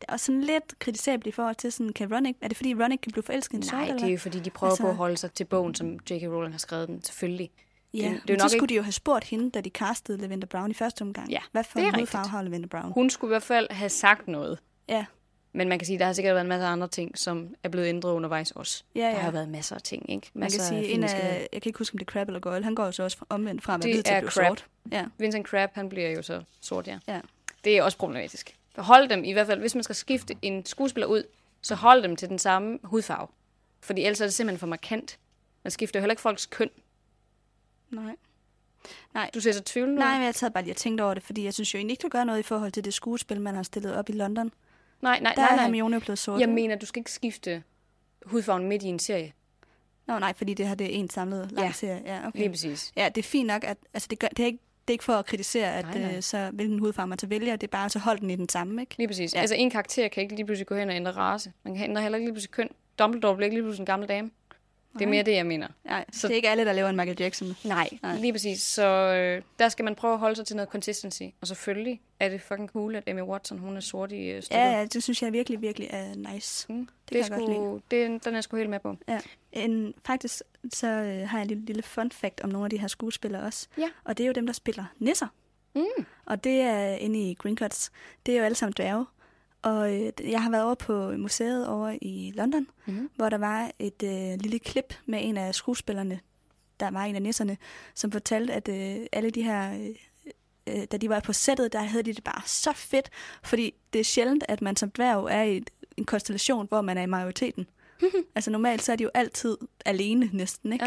[SPEAKER 2] det er også sådan lidt kritisabelt i forhold til, sådan, kan Ron ikke, er det fordi Ron ikke kan blive forelsket i en sort?
[SPEAKER 1] Nej,
[SPEAKER 2] eller
[SPEAKER 1] det er jo
[SPEAKER 2] hvad?
[SPEAKER 1] fordi, de prøver altså...
[SPEAKER 2] Altså-
[SPEAKER 1] på at holde sig til bogen, som J.K. Rowling har skrevet den, selvfølgelig.
[SPEAKER 2] Ja,
[SPEAKER 1] det er
[SPEAKER 2] det,
[SPEAKER 1] jo
[SPEAKER 2] det men så
[SPEAKER 1] nok
[SPEAKER 2] skulle
[SPEAKER 1] ikke-
[SPEAKER 2] de jo have spurgt hende, da de castede Lavender Brown i første omgang.
[SPEAKER 1] Ja,
[SPEAKER 2] Hvad for
[SPEAKER 1] det er
[SPEAKER 2] en hudfarve
[SPEAKER 1] rigtigt.
[SPEAKER 2] har Lavender Brown?
[SPEAKER 1] Hun skulle i hvert fald have sagt noget.
[SPEAKER 2] Ja,
[SPEAKER 1] Men man kan sige, at der har sikkert været en masse andre ting, som er blevet ændret undervejs også.
[SPEAKER 2] Ja,
[SPEAKER 1] Der
[SPEAKER 2] ja.
[SPEAKER 1] har været masser af ting, ikke?
[SPEAKER 2] man
[SPEAKER 1] Masser
[SPEAKER 2] kan sige,
[SPEAKER 1] af
[SPEAKER 2] en
[SPEAKER 1] finmaskineri.
[SPEAKER 2] af, jeg kan ikke huske, om det er Crab eller Goyle, han går jo så også fra- omvendt fra at være
[SPEAKER 1] Det
[SPEAKER 2] hvid til
[SPEAKER 1] er
[SPEAKER 2] at blive
[SPEAKER 1] Crabbe.
[SPEAKER 2] sort. Ja,
[SPEAKER 1] Vincent Crabbe, han bliver jo så sort, ja.
[SPEAKER 2] ja.
[SPEAKER 1] Det er også problematisk. Hold dem i hvert fald, hvis man skal skifte en skuespiller ud, så hold dem til den samme hudfarve. Fordi ellers er det simpelthen for markant. Man skifter jo heller ikke folks køn.
[SPEAKER 2] Nej.
[SPEAKER 1] Du ser så tvivl
[SPEAKER 2] Nej, men jeg sad bare lige og tænkte over det, fordi jeg synes jo egentlig ikke, du gør noget i forhold til det skuespil, man har stillet op i London.
[SPEAKER 1] nej, nej,
[SPEAKER 2] Der nej,
[SPEAKER 1] nej,
[SPEAKER 2] er
[SPEAKER 1] nej.
[SPEAKER 2] Hermione jo blevet sort.
[SPEAKER 1] Jeg
[SPEAKER 2] ikke?
[SPEAKER 1] mener, du skal ikke skifte hudfarven midt i en serie.
[SPEAKER 2] Nå nej, fordi det her det er en samlet lang ja. serie. Ja, okay.
[SPEAKER 1] Lige præcis.
[SPEAKER 2] ja, det er fint nok, at altså, det, gør, det, er ikke, det er ikke for at kritisere, at
[SPEAKER 1] Nej, nej.
[SPEAKER 2] Øh, så, hvilken hudfarve man så vælger, det er bare så hold den i den samme, ikke?
[SPEAKER 1] Lige præcis.
[SPEAKER 2] Ja.
[SPEAKER 1] Ja. Altså, en karakter kan ikke lige pludselig gå hen og ændre race. Man kan ændre heller ikke lige pludselig køn. Dumbledore bliver ikke lige pludselig en gammel dame. Det er mere det, jeg mener.
[SPEAKER 2] Nej, så...
[SPEAKER 1] Så-
[SPEAKER 2] det er ikke alle, der laver en Michael Jackson.
[SPEAKER 1] Nej, Nej. lige præcis. Så øh, der skal man prøve at holde sig til noget consistency. Og selvfølgelig er det fucking cool, at Emmy Watson, hun er sort i øh,
[SPEAKER 2] Ja,
[SPEAKER 1] stykket.
[SPEAKER 2] ja, det synes jeg virkelig, virkelig er nice.
[SPEAKER 1] Mm, det,
[SPEAKER 2] kan
[SPEAKER 1] det,
[SPEAKER 2] jeg godt
[SPEAKER 1] sgu, det den er jeg sgu helt med på.
[SPEAKER 2] Ja. En, faktisk så øh, har jeg en lille, lille fun fact om nogle af de her skuespillere også.
[SPEAKER 1] Ja.
[SPEAKER 2] Og det er jo dem, der spiller nisser.
[SPEAKER 1] Mm.
[SPEAKER 2] Og det er inde i Gringotts. Det er jo alle sammen dværge. Og øh, jeg har været over på museet over i London, mm-hmm. hvor der var et øh, lille klip med en af skuespillerne, der var en af nisserne, som fortalte, at øh, alle de her øh, øh, da de var på sættet, der havde de det bare så fedt, fordi det er sjældent, at man som dværg er i et, en konstellation, hvor man er i majoriteten. altså normalt så er de jo altid alene næsten, ikke?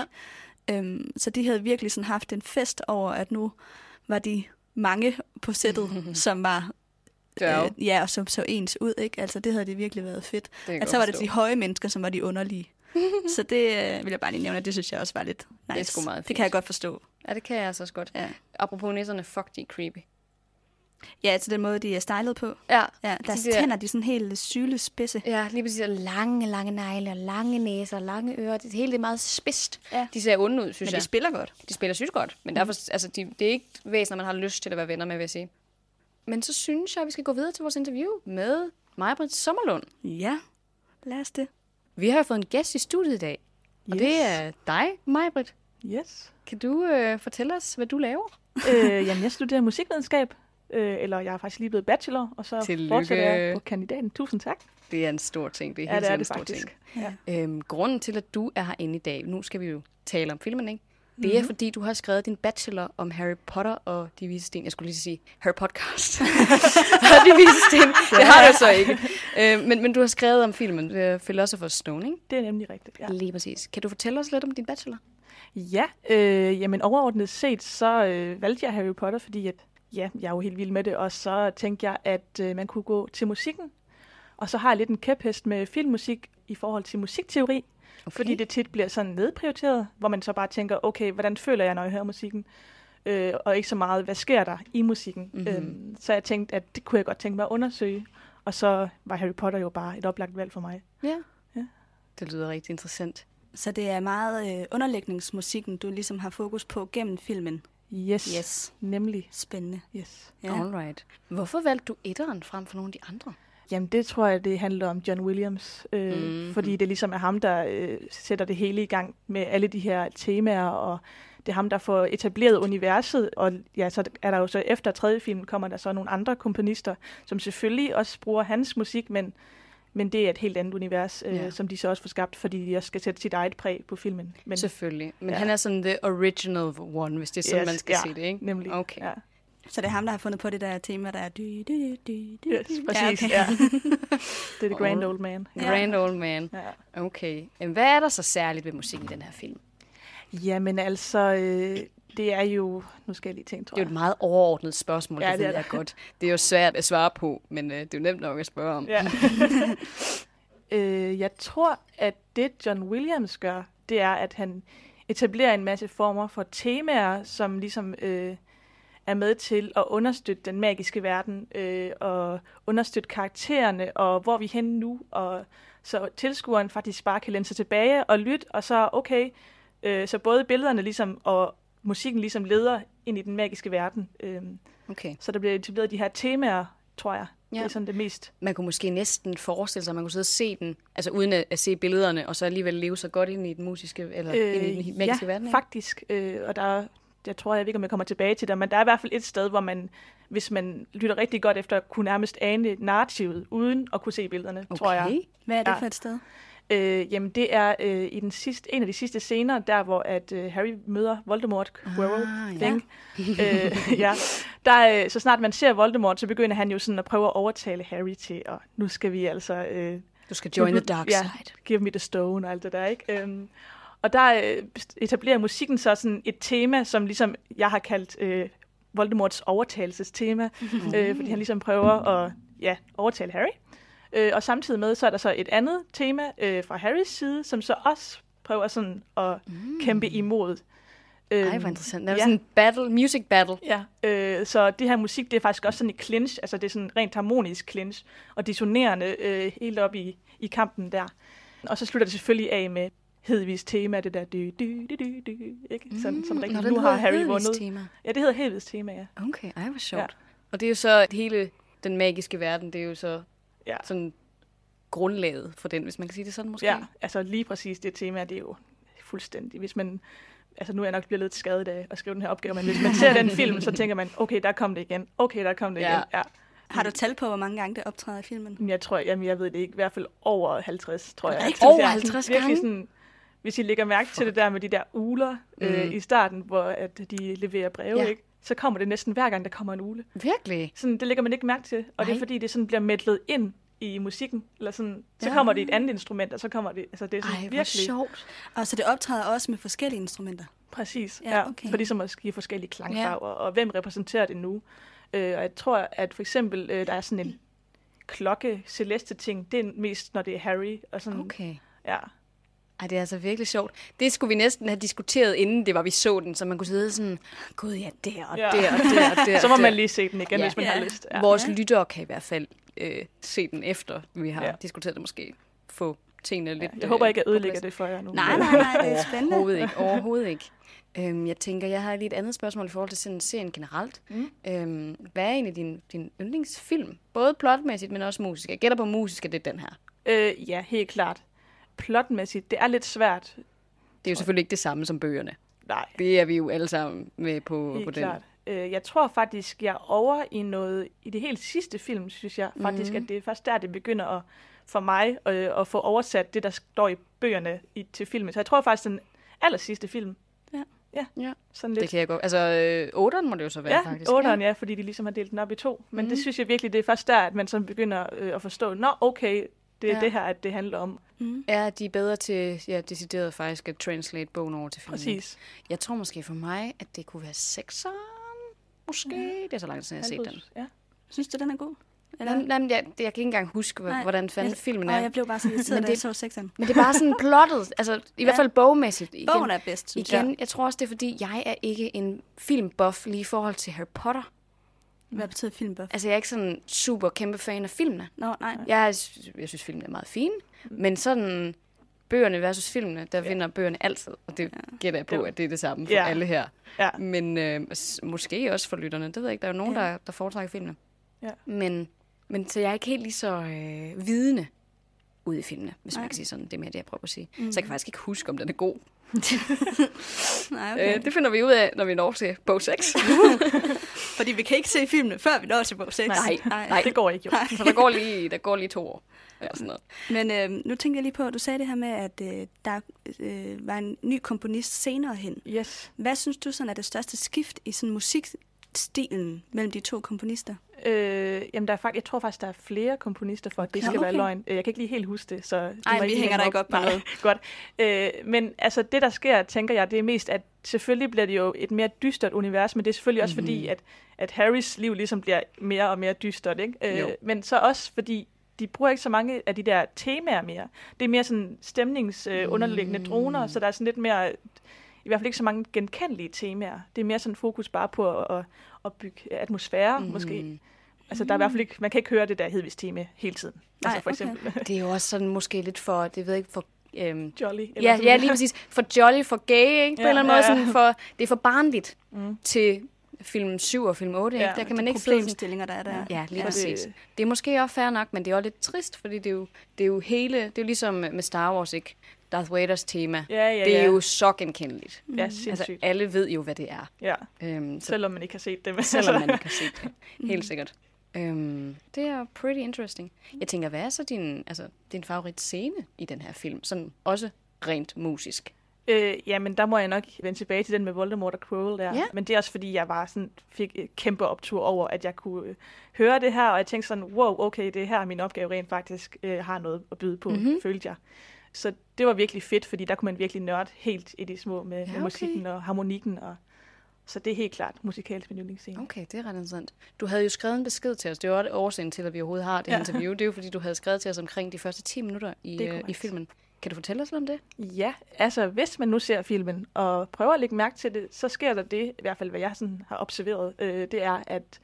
[SPEAKER 2] Ja. Øhm, så de havde virkelig sådan haft en fest over, at nu var de mange på sættet, som var
[SPEAKER 1] Dværge.
[SPEAKER 2] øh, ja, og som så ens ud, ikke? Altså det havde det virkelig været fedt.
[SPEAKER 1] kan jeg
[SPEAKER 2] At så
[SPEAKER 1] godt
[SPEAKER 2] var det
[SPEAKER 1] forstå.
[SPEAKER 2] de høje mennesker, som var de underlige. så det øh, vil jeg bare lige nævne, at det synes jeg også var lidt nice.
[SPEAKER 1] er sgu meget
[SPEAKER 2] Det
[SPEAKER 1] fint.
[SPEAKER 2] kan jeg godt forstå.
[SPEAKER 1] Ja, det kan jeg altså også godt.
[SPEAKER 2] Ja.
[SPEAKER 1] Apropos nisserne, fuck, de er creepy.
[SPEAKER 2] Ja, til den måde, de er stylet på.
[SPEAKER 1] Ja,
[SPEAKER 2] Ja, deres
[SPEAKER 1] der-
[SPEAKER 2] tænder, de er sådan helt sylespidse.
[SPEAKER 1] ja lige præcis. Og lange, lange negle, og lange næser, og lange ører. Det hele det er meget spidst.
[SPEAKER 2] Ja.
[SPEAKER 1] De ser onde ud, synes
[SPEAKER 2] Men de
[SPEAKER 1] jeg.
[SPEAKER 2] spiller godt.
[SPEAKER 1] de spiller sygt godt, men derfor, altså, de, det er ikke væsener, man har lyst til at være venner med, vil jeg sige. Men så synes jeg, at vi skal gå videre til vores interview med Majbrit Sommerlund.
[SPEAKER 2] Ja, lad os det.
[SPEAKER 1] Vi har jo fået en gæst i studiet i dag, og yes. det er dig, Majbrit.
[SPEAKER 4] Yes.
[SPEAKER 1] Kan du øh, fortælle os, hvad du laver?
[SPEAKER 4] øh, jamen, jeg studerer musikvidenskab, øh, eller jeg er faktisk lige blevet bachelor, og så
[SPEAKER 1] Tillykke.
[SPEAKER 4] fortsætter jeg på kandidaten. Tusind tak.
[SPEAKER 1] Det er en stor ting, det er
[SPEAKER 4] Ja,
[SPEAKER 1] hele
[SPEAKER 4] det er
[SPEAKER 1] tiden en
[SPEAKER 4] det
[SPEAKER 1] stor
[SPEAKER 4] faktisk.
[SPEAKER 1] ting.
[SPEAKER 4] Ja.
[SPEAKER 1] Øhm, grunden til, at du er herinde i dag, nu skal vi jo tale om filmen, ikke? Det
[SPEAKER 4] Mhm.
[SPEAKER 1] er, mm-hmm. fordi du har skrevet din bachelor om Harry Potter og De Vise Sten. Jeg skulle lige sige Harry Podcast. og De Vise Sten. Det har du så ikke. Øhm, men, men du har skrevet om filmen uh, Philosopher's Stone, ikke?
[SPEAKER 4] Det er nemlig rigtigt. Ja,
[SPEAKER 1] Ja. Lige præcis. Kan du fortælle os lidt om din bachelor?
[SPEAKER 4] ja øh, jamen overordnet set, så øh, valgte jeg Harry Potter, fordi at, ja, jeg er jo helt vild med det, og så tænkte jeg, at øh, man kunne gå til musikken. Og så har jeg lidt en kæphest med filmmusik i forhold til musikteori,
[SPEAKER 1] Okay.
[SPEAKER 4] Fordi det tit bliver sådan nedprioriteret, hvor man så bare tænker, okay, hvordan føler jeg, når jeg hører musikken? Øh, og ikke så meget, hvad sker der i musikken? Mm-hmm. Øhm, så jeg tænkte, at det kunne jeg godt tænke mig at undersøge. Og så var Harry Potter jo bare et oplagt valg for mig.
[SPEAKER 1] Ja. ja.
[SPEAKER 4] Ja.
[SPEAKER 1] Det lyder rigtig interessant.
[SPEAKER 2] Så det er meget øh, underlægningsmusikken, du ligesom har fokus på gennem filmen.
[SPEAKER 4] Yes.
[SPEAKER 2] Yes.
[SPEAKER 4] Nemlig.
[SPEAKER 2] Spændende.
[SPEAKER 4] Yes.
[SPEAKER 1] Ja. Alright. Hvorfor valgte du etteren frem for nogle af de andre?
[SPEAKER 4] Jamen, det tror jeg, det handler om John Williams. Øh,
[SPEAKER 1] Mhm.
[SPEAKER 4] mm-hmm. Fordi det ligesom er ham, der øh, sætter det hele i gang med alle de her temaer, og det er ham, der får etableret universet. Og ja, så er der jo så efter tredje film, kommer der så nogle andre komponister, som selvfølgelig også bruger hans musik, men, men det er et helt andet univers, øh,
[SPEAKER 1] Ja.
[SPEAKER 4] som de så også får skabt, fordi de også skal sætte sit eget præg på filmen. Men,
[SPEAKER 1] Selvfølgelig. Men ja.
[SPEAKER 4] Ja.
[SPEAKER 1] han er sådan the original one, hvis det er sådan, yes, man skal
[SPEAKER 4] ja,
[SPEAKER 1] se det, ikke?
[SPEAKER 4] Nemlig.
[SPEAKER 1] Okay.
[SPEAKER 4] Ja.
[SPEAKER 2] Så det er ham, der har fundet på det der tema, der er... Dy, dy, dy, dy, dy.
[SPEAKER 4] Yes, præcis. Ja,
[SPEAKER 2] okay.
[SPEAKER 4] okay. ja. Det er The Grand
[SPEAKER 1] All-
[SPEAKER 4] Old Man. Ja.
[SPEAKER 1] Grand old man.
[SPEAKER 4] Ja.
[SPEAKER 1] Okay. Jamen, Hvad er der så særligt ved musikken i den her film?
[SPEAKER 4] Jamen altså, øh, det er jo... Nu skal jeg lige tænke, tror
[SPEAKER 1] Det er jo et meget overordnet spørgsmål, ja, det, det ved
[SPEAKER 4] det er
[SPEAKER 1] jeg godt. Det er jo svært at svare på, men øh, det er jo nemt nok at spørge om.
[SPEAKER 4] Ja. øh, jeg tror, at det John Williams gør, det er, at han etablerer en masse former for temaer, som ligesom øh, er med til at understøtte den magiske verden, øh, og understøtte karaktererne, og hvor er vi henne nu, og så tilskueren faktisk bare kan læne sig tilbage og lytte, og så okay, øh, så både billederne ligesom, og musikken ligesom leder ind i den magiske verden. Øh,
[SPEAKER 1] Okay.
[SPEAKER 4] så der bliver etableret de her temaer, tror jeg.
[SPEAKER 1] Ja.
[SPEAKER 4] Ja. Det er sådan det mest
[SPEAKER 1] Man kunne måske næsten forestille sig, at man kunne sidde og se den, altså uden at, at se billederne, og så alligevel leve så godt ind i den musiske, eller øh, ind i den magiske
[SPEAKER 4] ja,
[SPEAKER 1] verden. ikke?
[SPEAKER 4] faktisk. Øh, og der, jeg tror, jeg ved ikke, om jeg kommer tilbage til det, men der er i hvert fald et sted, hvor man, hvis man lytter rigtig godt efter, kunne nærmest ane narrativet, uden at kunne se billederne,
[SPEAKER 1] okay.
[SPEAKER 4] tror jeg.
[SPEAKER 2] Hvad er det
[SPEAKER 4] Ja.
[SPEAKER 2] for et sted?
[SPEAKER 4] Øh, jamen, det er øh, i den sidste, en af de sidste scener, der hvor at, øh, Harry møder Voldemort, Quirrell,
[SPEAKER 1] Ah, ja.
[SPEAKER 4] Think. øh, ja. Der, øh, så snart man ser Voldemort, så begynder han jo sådan at prøve at overtale Harry til, og nu skal vi altså... Øh,
[SPEAKER 1] Du skal join the dark
[SPEAKER 4] ja,
[SPEAKER 1] side.
[SPEAKER 4] Give me the stone og alt det der, ikke? Øhm, og der øh, etablerer musikken så sådan et tema, som ligesom jeg har kaldt øh, Voldemorts overtagelsestema,
[SPEAKER 1] Mhm.
[SPEAKER 4] øh, fordi han ligesom prøver at ja, overtale Harry. Øh, og samtidig med, så er der så et andet tema øh, fra Harrys side, som så også prøver sådan at mm. kæmpe imod. Øh,
[SPEAKER 1] Ej, hvor interessant. Der er
[SPEAKER 4] ja.
[SPEAKER 1] sådan en battle, music battle.
[SPEAKER 4] Ja, øh, så det her musik, det er faktisk også sådan i clinch, altså det er sådan rent harmonisk clinch, og dissonerende øh, helt op i, i kampen der. Og så slutter det selvfølgelig af med Hedvigs tema, det der dy, dy, dy, dy, dy, ikke? Sådan,
[SPEAKER 1] Mm,
[SPEAKER 4] som rigtig, nu har Harry vundet.
[SPEAKER 1] Tema.
[SPEAKER 4] Ja, det hedder Hedvigs tema, ja.
[SPEAKER 1] Okay, ej, hvor sjovt.
[SPEAKER 4] Ja.
[SPEAKER 1] Og det er jo så at hele den magiske verden, det er jo så
[SPEAKER 4] Ja.
[SPEAKER 1] sådan grundlaget for den, hvis man kan sige det sådan måske.
[SPEAKER 4] ja, altså lige præcis det tema, det er jo fuldstændig, hvis man Altså nu er jeg nok blevet lidt skadet af at skrive den her opgave, men hvis man ser den film, så tænker man, okay, der kom det igen, okay, der kom det
[SPEAKER 1] Ja.
[SPEAKER 4] igen. Ja.
[SPEAKER 2] Har du tal på, hvor mange gange det optræder i filmen?
[SPEAKER 4] Jamen, Jeg tror, jamen, jeg ved det ikke. I hvert fald over 50, tror jeg.
[SPEAKER 2] Er det rigtigt?
[SPEAKER 4] Sådan,
[SPEAKER 1] Over
[SPEAKER 4] der-
[SPEAKER 1] 50
[SPEAKER 4] virkelig
[SPEAKER 1] gange?
[SPEAKER 4] Sådan, hvis I lægger mærke til det der med de der uler øh,
[SPEAKER 1] Mm.
[SPEAKER 4] i starten, hvor at de leverer breve,
[SPEAKER 1] Ja.
[SPEAKER 4] ja. ikke? så kommer det næsten hver gang, der kommer en ule.
[SPEAKER 1] Virkelig?
[SPEAKER 4] Sådan, det lægger man ikke mærke til. Og det
[SPEAKER 1] Nej.
[SPEAKER 4] er fordi, det sådan bliver mætlet ind i musikken. Eller sådan, så
[SPEAKER 1] Ja.
[SPEAKER 4] kommer det et andet instrument, og så kommer det... Altså, det er sådan
[SPEAKER 1] Ej, hvor
[SPEAKER 4] virkelig
[SPEAKER 1] sjovt.
[SPEAKER 2] Og så det optræder også med forskellige instrumenter.
[SPEAKER 4] Præcis,
[SPEAKER 2] Ja,
[SPEAKER 4] ja, ja,
[SPEAKER 2] okay.
[SPEAKER 4] okay. for ligesom at give forskellige klangfarver, ja. og hvem repræsenterer det nu. Øh, og jeg tror, at for eksempel, øh, der er sådan en klokke, celeste ting, det er mest, når det er Harry, og sådan, okay.
[SPEAKER 1] Okay.
[SPEAKER 4] ja.
[SPEAKER 1] Ej, det er altså virkelig sjovt. Det skulle vi næsten have diskuteret, inden det var, vi så den, så man kunne sidde sådan, gud ja, der og
[SPEAKER 4] Ja.
[SPEAKER 1] der og der og der.
[SPEAKER 4] Så må
[SPEAKER 1] der.
[SPEAKER 4] man lige se den igen,
[SPEAKER 1] Ja.
[SPEAKER 4] ja. hvis man
[SPEAKER 2] Ja.
[SPEAKER 4] ja. har lyst. Ja.
[SPEAKER 1] Vores lyttere kan i hvert fald øh, se den efter, vi har ja.
[SPEAKER 4] Ja.
[SPEAKER 1] diskuteret det måske. Få tingene lidt...
[SPEAKER 4] Jeg håber
[SPEAKER 1] øh,
[SPEAKER 4] ikke, jeg
[SPEAKER 1] på
[SPEAKER 4] ødelægger
[SPEAKER 1] plads.
[SPEAKER 4] det for jer nu.
[SPEAKER 2] Nej, nej, nej, det er spændende.
[SPEAKER 1] Overhovedet ikke, overhovedet ikke. Øhm, jeg tænker, jeg har lige et andet spørgsmål i forhold til sådan serien generelt. Mm. Øhm, hvad er egentlig din, din yndlingsfilm? Både plotmæssigt, men også musisk. Jeg gætter på musisk, at det er den her.
[SPEAKER 4] Øh, ja, helt klart. Plotmæssigt, det er lidt svært.
[SPEAKER 1] Det er jo selvfølgelig ikke det samme som bøgerne.
[SPEAKER 4] Nej,
[SPEAKER 1] Det er vi jo alle sammen med på, på
[SPEAKER 4] helt
[SPEAKER 1] den.
[SPEAKER 4] klart. Øh, jeg tror faktisk, jeg er over i noget, i det helt sidste film, synes
[SPEAKER 1] Mhm.
[SPEAKER 4] jeg faktisk, at det er først der, det begynder at, for mig øh, at få oversat det, der står i bøgerne i, til filmen. Så jeg tror faktisk, den aller sidste film.
[SPEAKER 2] Ja.
[SPEAKER 4] Ja,
[SPEAKER 1] Ja.
[SPEAKER 4] sådan
[SPEAKER 1] Det
[SPEAKER 4] lidt.
[SPEAKER 1] kan jeg godt. Altså, øh, otteren må det jo så være,
[SPEAKER 4] Ja,
[SPEAKER 1] faktisk. Mhm.
[SPEAKER 4] otteren, ja, fordi de ligesom har delt den op i to. Men det synes jeg virkelig, det er først der, at man så begynder øh, at forstå, nå, okay, det er
[SPEAKER 1] Ja.
[SPEAKER 4] ja. det her, at det handler om.
[SPEAKER 1] Er de bedre til, ja, decideret faktisk at translate bogen over til filmen?
[SPEAKER 4] Præcis.
[SPEAKER 1] Jeg tror måske for mig, at det kunne være sekseren, måske. Det er så lang tid, siden, jeg har set den.
[SPEAKER 4] Ja.
[SPEAKER 2] Synes du, den er god? Eller?
[SPEAKER 1] Jamen, jamen, jeg, jeg kan ikke engang huske,
[SPEAKER 2] Nej.
[SPEAKER 1] hvor- hvordan fanden
[SPEAKER 2] Jeg-
[SPEAKER 1] filmen
[SPEAKER 2] Åh,
[SPEAKER 1] er.
[SPEAKER 2] jeg blev bare så irriteret,
[SPEAKER 1] Men
[SPEAKER 2] da
[SPEAKER 1] det-
[SPEAKER 2] jeg så sekseren.
[SPEAKER 1] Men det er bare sådan plottet, altså i hvert fald bogmæssigt. Igen,
[SPEAKER 2] Bogen er bedst, synes jeg.
[SPEAKER 1] igen, jeg tror også, det er fordi, jeg er ikke en filmbuff lige i forhold til Harry Potter.
[SPEAKER 2] Hvad betyder filmbuff?
[SPEAKER 1] Altså jeg er ikke sådan super kæmpe fan af filmene.
[SPEAKER 2] Nå, nej.
[SPEAKER 1] Jeg, er- jeg synes, filmene er meget fine, men sådan bøgerne versus filmene, der vinder bøgerne altid. Og det gætter jeg på, at det er det samme for
[SPEAKER 4] Ja.
[SPEAKER 1] alle her.
[SPEAKER 4] Ja.
[SPEAKER 1] Men øh, s- måske også for lytterne. Det ved jeg ikke. Der er jo nogen,
[SPEAKER 2] Ja.
[SPEAKER 1] der, der foretrækker filmene.
[SPEAKER 4] Ja.
[SPEAKER 1] Men, men så jeg er ikke helt lige så øh, vidende ude i filmene, hvis man
[SPEAKER 2] Nej.
[SPEAKER 1] kan sige sådan. Det er mere det, jeg prøver at sige. Mm. Så jeg kan faktisk ikke huske, om den er god.
[SPEAKER 2] Nej,
[SPEAKER 1] Okay.
[SPEAKER 2] okay.
[SPEAKER 1] Øh, det finder vi ud af, når vi når til bog 6. så
[SPEAKER 2] Fordi vi kan ikke se filmene, før vi når til bog 6.
[SPEAKER 1] Nej, nej.
[SPEAKER 4] Det går ikke, jo.
[SPEAKER 1] der går lige, der går lige to år. Eller sådan noget.
[SPEAKER 2] Men øh, nu tænker jeg lige på, du sagde det her med, at øh, der øh, var en ny komponist senere hen.
[SPEAKER 4] Yes.
[SPEAKER 2] Hvad synes du sådan er det største skift i sådan musikstilen mellem de to komponister?
[SPEAKER 4] Øh, jamen, der er fakt- jeg tror faktisk, der er flere komponister for, at det
[SPEAKER 2] Nå,
[SPEAKER 4] skal okay. være
[SPEAKER 2] okay.
[SPEAKER 4] løgn. Øh, Jeg kan ikke lige helt huske det, så... du må
[SPEAKER 2] vi hænger
[SPEAKER 4] lige hænge
[SPEAKER 2] dig
[SPEAKER 4] mig
[SPEAKER 2] ikke op på
[SPEAKER 4] Nej,
[SPEAKER 2] noget.
[SPEAKER 4] Godt. Øh, men altså, det der sker, tænker jeg, det er mest, at selvfølgelig bliver det jo et mere dystert univers, men det er selvfølgelig også mm-hmm. fordi,
[SPEAKER 2] Mhm.
[SPEAKER 4] at, at Harrys liv ligesom bliver mere og mere dystert, ikke? Øh,
[SPEAKER 1] Jo.
[SPEAKER 4] men så også fordi, de bruger ikke så mange af de der temaer mere. Det er mere sådan stemningsunderliggende øh, mm. droner, så der er sådan lidt mere i hvert fald ikke så mange genkendelige temaer. Det er mere sådan fokus bare på at, at, at bygge atmosfære, mm. måske. Altså, der er i hvert fald ikke, man kan ikke høre det der hedvis tema hele tiden. Altså,
[SPEAKER 2] Nej,
[SPEAKER 4] for eksempel okay.
[SPEAKER 1] Det er jo også sådan måske lidt for, det ved jeg ikke, for... Øhm,
[SPEAKER 4] Jolly.
[SPEAKER 1] Ja,
[SPEAKER 4] sådan
[SPEAKER 1] ja,
[SPEAKER 4] noget.
[SPEAKER 1] lige præcis. For jolly, for gay, ikke? På ja, en eller
[SPEAKER 4] Ja,
[SPEAKER 1] anden måde.
[SPEAKER 4] ja, ja.
[SPEAKER 1] Sådan for, det er for barnligt mm. til film 7 og film 8, ikke?
[SPEAKER 4] Ja,
[SPEAKER 1] der kan man
[SPEAKER 2] de
[SPEAKER 1] ikke sidde sådan...
[SPEAKER 2] problemstillinger, der er der.
[SPEAKER 1] Ja, lige
[SPEAKER 4] Ja.
[SPEAKER 1] præcis.
[SPEAKER 4] Det-
[SPEAKER 1] Det er måske også fair nok, men det er også lidt trist, fordi det er jo, det er jo hele... Det er jo ligesom med Star Wars, ikke? Darth Vaders tema.
[SPEAKER 4] Ja, ja,
[SPEAKER 1] det er
[SPEAKER 4] ja.
[SPEAKER 1] jo så genkendeligt.
[SPEAKER 4] Ja,
[SPEAKER 1] Altså,
[SPEAKER 4] sindssygt.
[SPEAKER 1] alle ved jo, hvad det er.
[SPEAKER 4] Ja,
[SPEAKER 1] Øhm, så
[SPEAKER 4] selvom man ikke har set dem.
[SPEAKER 1] selvom man ikke har set det. Helt sikkert. Øhm, det er pretty interesting. Jeg tænker, hvad er så din, altså, din favorit scene i den her film? Sådan også rent musisk.
[SPEAKER 4] Øh, jamen, der må jeg nok vende tilbage til den med Voldemort og Quirrell der.
[SPEAKER 1] Ja.
[SPEAKER 4] Men det er også fordi, jeg var sådan, fik et kæmpe optur over, at jeg kunne øh, høre det her, og jeg tænkte sådan, wow, okay, det er her, min opgave rent faktisk øh, har noget at byde på,
[SPEAKER 1] Mhm.
[SPEAKER 4] mm-hmm. følte jeg. Så det var virkelig fedt, fordi der kunne man virkelig nørde helt i de små med, ja, okay.
[SPEAKER 1] okay.
[SPEAKER 4] med musikken og harmonikken. Og, så det er helt klart musikalt min yndlingsscene.
[SPEAKER 1] Okay, det er ret interessant. Du havde jo skrevet en besked til os. Det var årsagen til, at vi overhovedet har det ja.
[SPEAKER 4] Ja.
[SPEAKER 1] interview. Det er jo, fordi du havde skrevet til os omkring de første 10 minutter i,
[SPEAKER 4] Det er
[SPEAKER 1] øh, i
[SPEAKER 4] korrekt.
[SPEAKER 1] filmen. Kan du fortælle os lidt om det?
[SPEAKER 4] Ja, altså hvis man nu ser filmen og prøver at lægge mærke til det, så sker der det, i hvert fald hvad jeg sådan har observeret, øh, det er, at,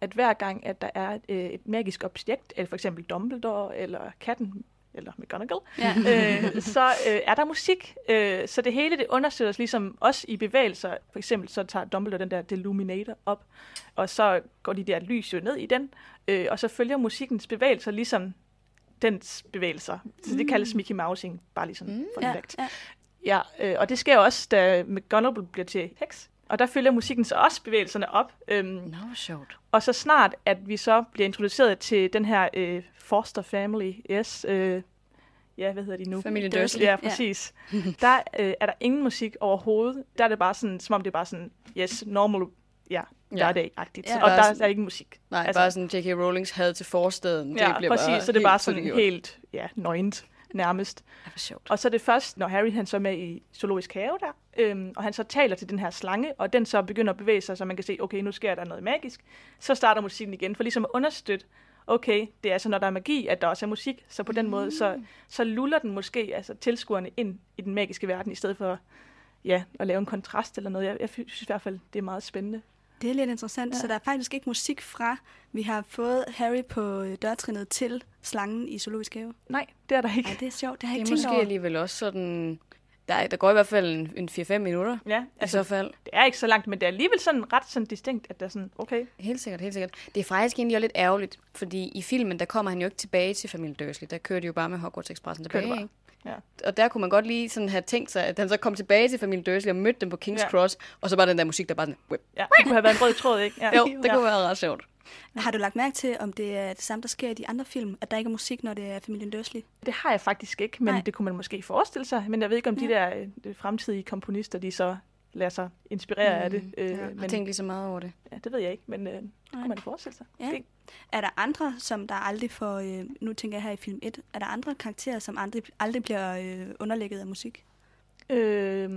[SPEAKER 4] at hver gang, at der er øh, et magisk objekt, eller for eksempel Dumbledore, eller katten, eller McGonagall,
[SPEAKER 2] Ja.
[SPEAKER 4] øh, så øh, er der musik. Øh, så det hele, det undersøges ligesom også i bevægelser. For eksempel så tager Dumbledore den der Deluminator op, og så går de der lys jo ned i den, øh, og så følger musikkens bevægelser ligesom dens bevægelser. Så det kaldes Mickey Mousing, bare lige sådan mm. for
[SPEAKER 2] Ja,
[SPEAKER 4] fact.
[SPEAKER 2] ja.
[SPEAKER 4] Ja, øh, og det sker også, da McGonagall bliver til heks. Og der følger musikken så også bevægelserne op. Øhm,
[SPEAKER 1] Nå, hvor sjovt.
[SPEAKER 4] og så snart, at vi så bliver introduceret til den her øh, foster family, yes, øh, ja, hvad hedder de nu?
[SPEAKER 1] Familien Dursley.
[SPEAKER 4] Ja, præcis. Der øh, er der ingen musik overhovedet. Der er det bare sådan, som om det er bare sådan, yes, normal, ja,
[SPEAKER 1] Ja.
[SPEAKER 4] ja. der er det-agtigt.
[SPEAKER 2] Ja.
[SPEAKER 4] Ja, og
[SPEAKER 1] Bare
[SPEAKER 4] der,
[SPEAKER 1] sådan-
[SPEAKER 4] der er ikke musik.
[SPEAKER 1] Nej,
[SPEAKER 4] Altså-
[SPEAKER 1] altså, bare sådan J.K. Rowlings had til forstaden.
[SPEAKER 4] Ja, det præcis, så det er bare sådan
[SPEAKER 1] tydeliggjort.
[SPEAKER 4] helt, ja, nøgent nærmest.
[SPEAKER 1] Ja, hvor sjovt.
[SPEAKER 4] Og så er det først, når Harry han så er med i zoologisk have der, øhm, og han så taler til den her slange, og den så begynder at bevæge sig, så man kan se, okay, nu sker der noget magisk. Så starter musikken igen, for ligesom at understøtte, okay, det er altså, når der er magi, at der også er musik. Så på den måde, så, så luller den måske altså, tilskuerne ind i den magiske verden, i stedet for ja, at lave en kontrast eller noget. Jeg, jeg synes i hvert fald, det er meget spændende.
[SPEAKER 2] Det er lidt interessant. Ja. Så der er faktisk ikke musik fra, vi har fået Harry på øh, dørtrinnet til slangen i zoologisk have.
[SPEAKER 4] Nej, det er der ikke.
[SPEAKER 2] Ej, det er sjovt. Det har jeg
[SPEAKER 1] Det
[SPEAKER 2] ikke
[SPEAKER 1] er
[SPEAKER 2] tænkt
[SPEAKER 1] måske
[SPEAKER 2] over.
[SPEAKER 1] alligevel også sådan... Der, er- der går i hvert fald en, en 4-5 minutter.
[SPEAKER 4] Ja,
[SPEAKER 1] I
[SPEAKER 4] altså,
[SPEAKER 1] så fald.
[SPEAKER 4] det er ikke så langt, men det er alligevel sådan ret sådan distinkt, at der er sådan, okay,
[SPEAKER 1] Helt sikkert, helt sikkert. Det er faktisk egentlig også lidt ærgerligt, fordi i filmen, der kommer han jo ikke tilbage til familien Dursley. Der kører de jo bare med Hogwarts Expressen
[SPEAKER 4] Kører de
[SPEAKER 1] tilbage, ikke?
[SPEAKER 4] Ja.
[SPEAKER 1] Og der kunne man godt lige sådan have tænkt sig, at han så kom tilbage til familien Dursley og mødte dem på King's
[SPEAKER 4] Ja.
[SPEAKER 1] ja. Cross, og så bare den der musik, der bare sådan... Whip.
[SPEAKER 4] ja, det kunne have været en rød tråd, ikke? Ja.
[SPEAKER 1] Jo, det kunne være ret sjovt.
[SPEAKER 2] Har du lagt mærke til, om det er det samme, der sker i de andre film, at der ikke er musik, når det er familien Dursley?
[SPEAKER 4] Det har jeg faktisk ikke, men
[SPEAKER 2] Nej.
[SPEAKER 4] Nej. det kunne man måske forestille sig. Men jeg ved ikke, om de der øh, fremtidige komponister, de så lader sig inspirere mm, af det.
[SPEAKER 2] ja.
[SPEAKER 4] Øh, ja.
[SPEAKER 1] Men... Jeg
[SPEAKER 4] Men
[SPEAKER 1] tænkte lige så meget over det.
[SPEAKER 4] ja, det ved jeg ikke, men øh, det kunne man forestille sig.
[SPEAKER 2] Ja.
[SPEAKER 4] Det,
[SPEAKER 2] Er der andre, som der aldrig får, øh, nu tænker jeg her i film 1, er der andre karakterer, som aldrig, aldrig bliver øh, underlægget af musik?
[SPEAKER 4] øh,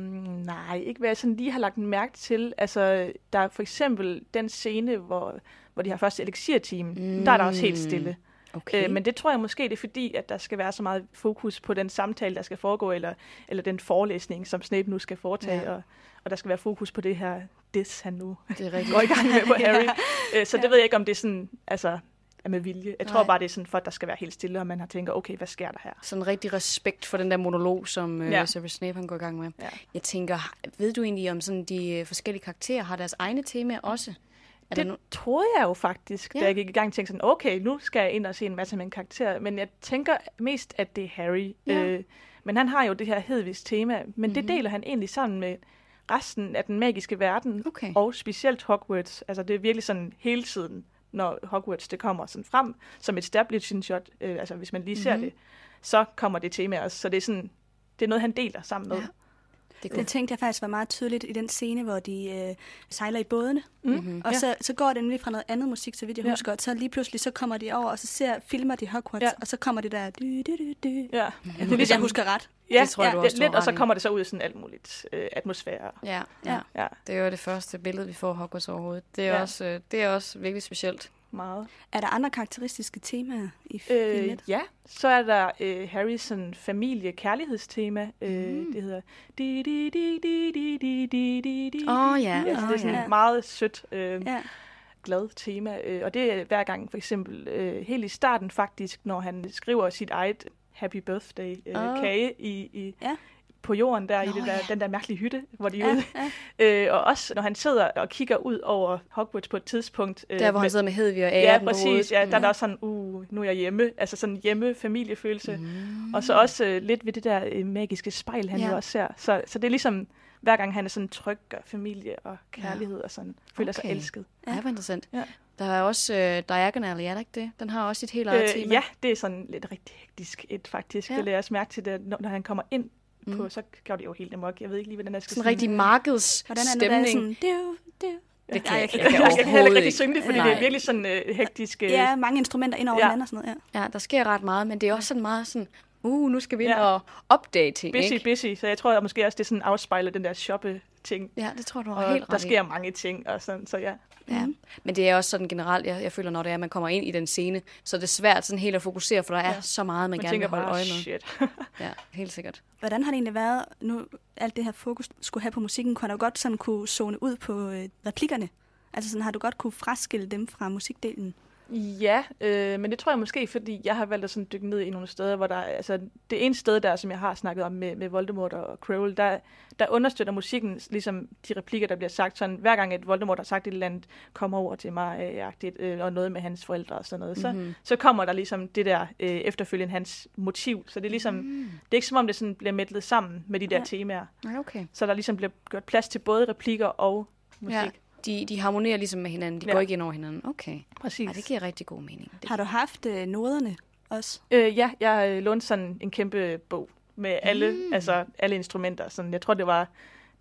[SPEAKER 4] nej, ikke hvad jeg sådan lige har lagt mærke til. Altså, der er for eksempel den scene, hvor, hvor de har første elixir-team. Mm. Der er der også helt stille.
[SPEAKER 1] Okay.
[SPEAKER 4] Okay. Øh, men det tror jeg måske, det er fordi, at der skal være så meget fokus på den samtale, der skal foregå, eller, eller den forelæsning, som Snape nu skal foretage,
[SPEAKER 1] Ja.
[SPEAKER 4] ja. og, og der skal være fokus på det her diss, han nu
[SPEAKER 1] det er rigtigt.
[SPEAKER 4] går i gang med på Harry. ja. Så det ved jeg ikke, om det er sådan, altså, er med vilje. Jeg tror
[SPEAKER 2] Nej.
[SPEAKER 4] bare, det er sådan, for at der skal være helt stille, og man har tænker, okay, hvad sker der her?
[SPEAKER 1] sådan rigtig respekt for den der monolog, som øh,
[SPEAKER 4] Ja.
[SPEAKER 1] ja. Severus Snape han går i gang med.
[SPEAKER 4] Ja.
[SPEAKER 1] Ja. Jeg tænker, har- ved du egentlig om sådan de øh, forskellige karakterer har deres egne temaer også? Er det...
[SPEAKER 4] det
[SPEAKER 1] der no-
[SPEAKER 4] troede jeg jo faktisk, ja. da
[SPEAKER 1] Ja.
[SPEAKER 4] jeg gik i gang tænkte sådan, okay, nu skal jeg ind og se en masse af mine karakterer. Men jeg tænker mest, at det er Harry.
[SPEAKER 1] Ja. Mhm.
[SPEAKER 4] Øh, men han har jo det her hedvis tema, men mm-hmm. det deler han egentlig sammen med resten af den magiske verden,
[SPEAKER 1] Okay.
[SPEAKER 4] og specielt Hogwarts. Altså det er virkelig sådan hele tiden, når Hogwarts det kommer sådan frem, som et establishing shot, øh, altså hvis man lige ser
[SPEAKER 1] Mhm.
[SPEAKER 4] mm-hmm. det, så kommer det tema også. Så det er sådan, det er noget, han deler sammen med.
[SPEAKER 1] Ja. det er
[SPEAKER 2] Det
[SPEAKER 1] godt.
[SPEAKER 2] tænkte jeg faktisk var meget tydeligt i den scene, hvor de øh, sejler i bådene.
[SPEAKER 4] Mm-hmm.
[SPEAKER 2] Og ja. så, så går det nemlig fra noget andet musik, så vidt jeg
[SPEAKER 4] Ja.
[SPEAKER 2] ja. husker. Og så lige pludselig, så kommer de over, og så ser, filmer de Hogwarts,
[SPEAKER 4] Ja.
[SPEAKER 2] ja. og så kommer det der... Du, du, du, du. Ja.
[SPEAKER 4] Ja,
[SPEAKER 1] Mhm.
[SPEAKER 4] det
[SPEAKER 2] Hvis jeg husker ret.
[SPEAKER 4] ja,
[SPEAKER 1] Det tror jeg,
[SPEAKER 4] ja,
[SPEAKER 1] du også, du
[SPEAKER 4] lidt,
[SPEAKER 1] har
[SPEAKER 4] og så
[SPEAKER 1] ret i.
[SPEAKER 4] kommer det så ud i sådan alt muligt øh, atmosfære.
[SPEAKER 1] Ja,
[SPEAKER 2] Ja.
[SPEAKER 1] ja.
[SPEAKER 4] Ja,
[SPEAKER 1] Det er jo det første billede, vi får af Hogwarts overhovedet. Det er,
[SPEAKER 4] Ja.
[SPEAKER 1] ja. også, øh, det er også virkelig specielt.
[SPEAKER 4] meget.
[SPEAKER 2] Er der andre karakteristiske temaer i film 1?
[SPEAKER 4] Øh, ja, så er der øh, Harrys sådan, familie-kærlighedstema. Øh, mm. Det hedder... Di, di, di, di, di, di, di, di, di.
[SPEAKER 1] Åh, ja.
[SPEAKER 4] ja så det er
[SPEAKER 1] Åh,
[SPEAKER 4] sådan
[SPEAKER 2] ja.
[SPEAKER 4] et meget sødt, øh,
[SPEAKER 2] Ja.
[SPEAKER 4] glad tema. Øh, og det er hver gang, for eksempel, øh, helt i starten faktisk, når han skriver sit eget Happy Birthday-kage øh,
[SPEAKER 1] Åh.
[SPEAKER 4] kage i... i
[SPEAKER 2] Ja.
[SPEAKER 4] på jorden der i
[SPEAKER 1] Nå,
[SPEAKER 4] det der,
[SPEAKER 1] ja.
[SPEAKER 4] den der mærkelige hytte, hvor de er
[SPEAKER 2] Ja,
[SPEAKER 4] ude. Ja. Øh, og også når han sidder og kigger ud over Hogwarts på et tidspunkt. Øh,
[SPEAKER 1] Der, hvor
[SPEAKER 4] med-
[SPEAKER 1] han sidder med Hedvig og ærer
[SPEAKER 4] Ja,
[SPEAKER 1] den på
[SPEAKER 4] præcis.
[SPEAKER 1] hovedet.
[SPEAKER 4] Ja, der er der også sådan, uh, nu er jeg hjemme. Altså sådan hjemme familiefølelse. Mm. Og så også øh, lidt ved det der øh, magiske spejl, han ja.
[SPEAKER 1] Ja.
[SPEAKER 4] jo også ser. Så, så det er ligesom, hver gang han er sådan tryg og familie og kærlighed og sådan, føler sig
[SPEAKER 1] Okay.
[SPEAKER 4] elsket.
[SPEAKER 1] Ja, hvor interessant.
[SPEAKER 4] Ja.
[SPEAKER 1] Ja. Der er også øh, Diagonal, ja, er der ikke det? Den har også sit helt eget
[SPEAKER 4] Øh,
[SPEAKER 1] tema.
[SPEAKER 4] ja, det er sådan lidt rigtig hektisk et faktisk. Ja.
[SPEAKER 1] Ja.
[SPEAKER 4] Det lader jeg også mærke til, det, når, når han kommer ind mm. på, så gør det jo helt amok. Jeg ved ikke lige, hvordan jeg skal
[SPEAKER 1] Sådan en rigtig markedsstemning.
[SPEAKER 2] Hvordan er det, der er sådan... Du, du.
[SPEAKER 1] Det kan
[SPEAKER 2] Ej,
[SPEAKER 1] jeg
[SPEAKER 2] jeg kan
[SPEAKER 1] ikke.
[SPEAKER 4] jeg, jeg kan heller ikke
[SPEAKER 1] overhovedet
[SPEAKER 4] rigtig synge det, fordi Nej. det er
[SPEAKER 1] Nej.
[SPEAKER 4] virkelig sådan øh, hektisk. Øh,
[SPEAKER 2] Ja, mange instrumenter ind over
[SPEAKER 4] Ja.
[SPEAKER 2] ja. hinanden og sådan noget. Ja.
[SPEAKER 1] Ja, der sker ret meget, men det er også sådan meget sådan, uh, nu skal vi ind
[SPEAKER 4] Ja.
[SPEAKER 1] ja. og opdage ting,
[SPEAKER 4] Busy,
[SPEAKER 1] ikke?
[SPEAKER 4] busy. Så jeg tror at måske også, det sådan afspejler den der shoppe-ting.
[SPEAKER 1] Ja, det tror du har
[SPEAKER 4] Og
[SPEAKER 1] helt
[SPEAKER 4] der
[SPEAKER 1] ret i.
[SPEAKER 4] sker mange ting og sådan, så ja.
[SPEAKER 1] Ja. Men det er også sådan generelt, jeg, jeg føler, når det er, at man kommer ind i den scene, så er det svært sådan helt at fokusere, for der er ja. så meget, man,
[SPEAKER 4] Man
[SPEAKER 1] gerne vil
[SPEAKER 4] tænker
[SPEAKER 1] holde
[SPEAKER 4] bare,
[SPEAKER 1] øje med.
[SPEAKER 4] shit.
[SPEAKER 1] Ja, helt sikkert.
[SPEAKER 2] Hvordan har det egentlig været, nu alt det her fokus skulle have på musikken, kunne han jo godt sådan kunne zone ud på øh, replikkerne? Altså sådan, har du godt kunne fraskille dem fra musikdelen?
[SPEAKER 4] ja, øh, men det tror jeg måske, fordi jeg har valgt at sådan dykke ned i nogle steder, hvor der, altså det ene sted der, som jeg har snakket om med, med Voldemort og Crowell, der, der understøtter musikken, ligesom de replikker, der bliver sagt sådan, hver gang at Voldemort har sagt et eller andet, kom over til mig, øh, agtigt, øh, og noget med hans forældre og sådan noget, så,
[SPEAKER 1] Mhm.
[SPEAKER 4] mm-hmm. så kommer der ligesom det der øh, efterfølgende hans motiv, så det er ligesom,
[SPEAKER 1] Mhm.
[SPEAKER 4] mm. det er ikke som om det sådan bliver mættet sammen med de der
[SPEAKER 2] Nej.
[SPEAKER 4] temaer.
[SPEAKER 1] Ja, okay.
[SPEAKER 4] så der ligesom bliver gjort plads til både replikker og musik. Ja.
[SPEAKER 1] De, de harmonerer ligesom med hinanden. De ja.
[SPEAKER 4] Ja.
[SPEAKER 1] går ikke ind over hinanden. Okay.
[SPEAKER 4] Præcis.
[SPEAKER 1] Ej, det giver rigtig god mening. Det,
[SPEAKER 2] Har du haft øh, noderne også?
[SPEAKER 4] Øh, ja, jeg øh, lånte sådan en kæmpe bog med alle,
[SPEAKER 1] Hmm.
[SPEAKER 4] mm. altså, alle instrumenter. Sådan, jeg tror, det var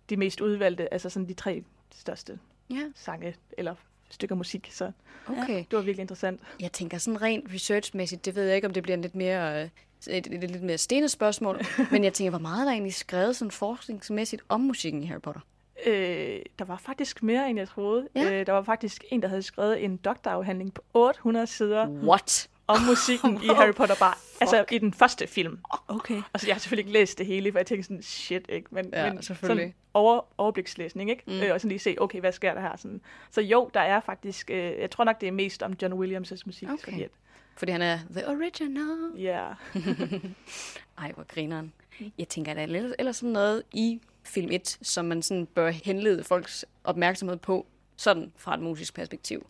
[SPEAKER 4] de mest udvalgte, altså sådan de tre største
[SPEAKER 1] ja,
[SPEAKER 4] sange eller stykker musik. Så
[SPEAKER 1] okay.
[SPEAKER 4] det var virkelig interessant.
[SPEAKER 1] Jeg tænker sådan rent researchmæssigt, det ved jeg ikke, om det bliver en lidt mere, øh, et, et, et lidt mere stenet spørgsmål, men jeg tænker, hvor meget er der egentlig skrevet sådan forskningsmæssigt om musikken i Harry Potter?
[SPEAKER 4] Øh, der var faktisk mere, end jeg troede.
[SPEAKER 1] Ja.
[SPEAKER 4] Øh, der var faktisk en, der havde skrevet en doktorafhandling på 800 sider
[SPEAKER 1] Uh. What?
[SPEAKER 4] om musikken i Harry Potter bare. Altså i den første film.
[SPEAKER 2] Okay.
[SPEAKER 4] Altså, jeg har selvfølgelig ikke læst det hele, for jeg tænkte sådan, shit, ikke? Men,
[SPEAKER 1] Ja,
[SPEAKER 4] men
[SPEAKER 1] selvfølgelig.
[SPEAKER 4] Sådan over, overblikslæsning, ikke? Mm. Øh, og sådan lige se, okay, hvad sker der her? Sådan. Så jo, der er faktisk, øh, jeg tror nok, det er mest om John Williams' musik.
[SPEAKER 1] Okay.
[SPEAKER 4] Fordi, at,
[SPEAKER 1] Fordi han er the original.
[SPEAKER 4] ja,
[SPEAKER 1] Ej, hvor grineren. Jeg tænker, der er lidt- ellers sådan noget i film 1, som man sådan bør henlede folks opmærksomhed på, sådan fra et musisk perspektiv.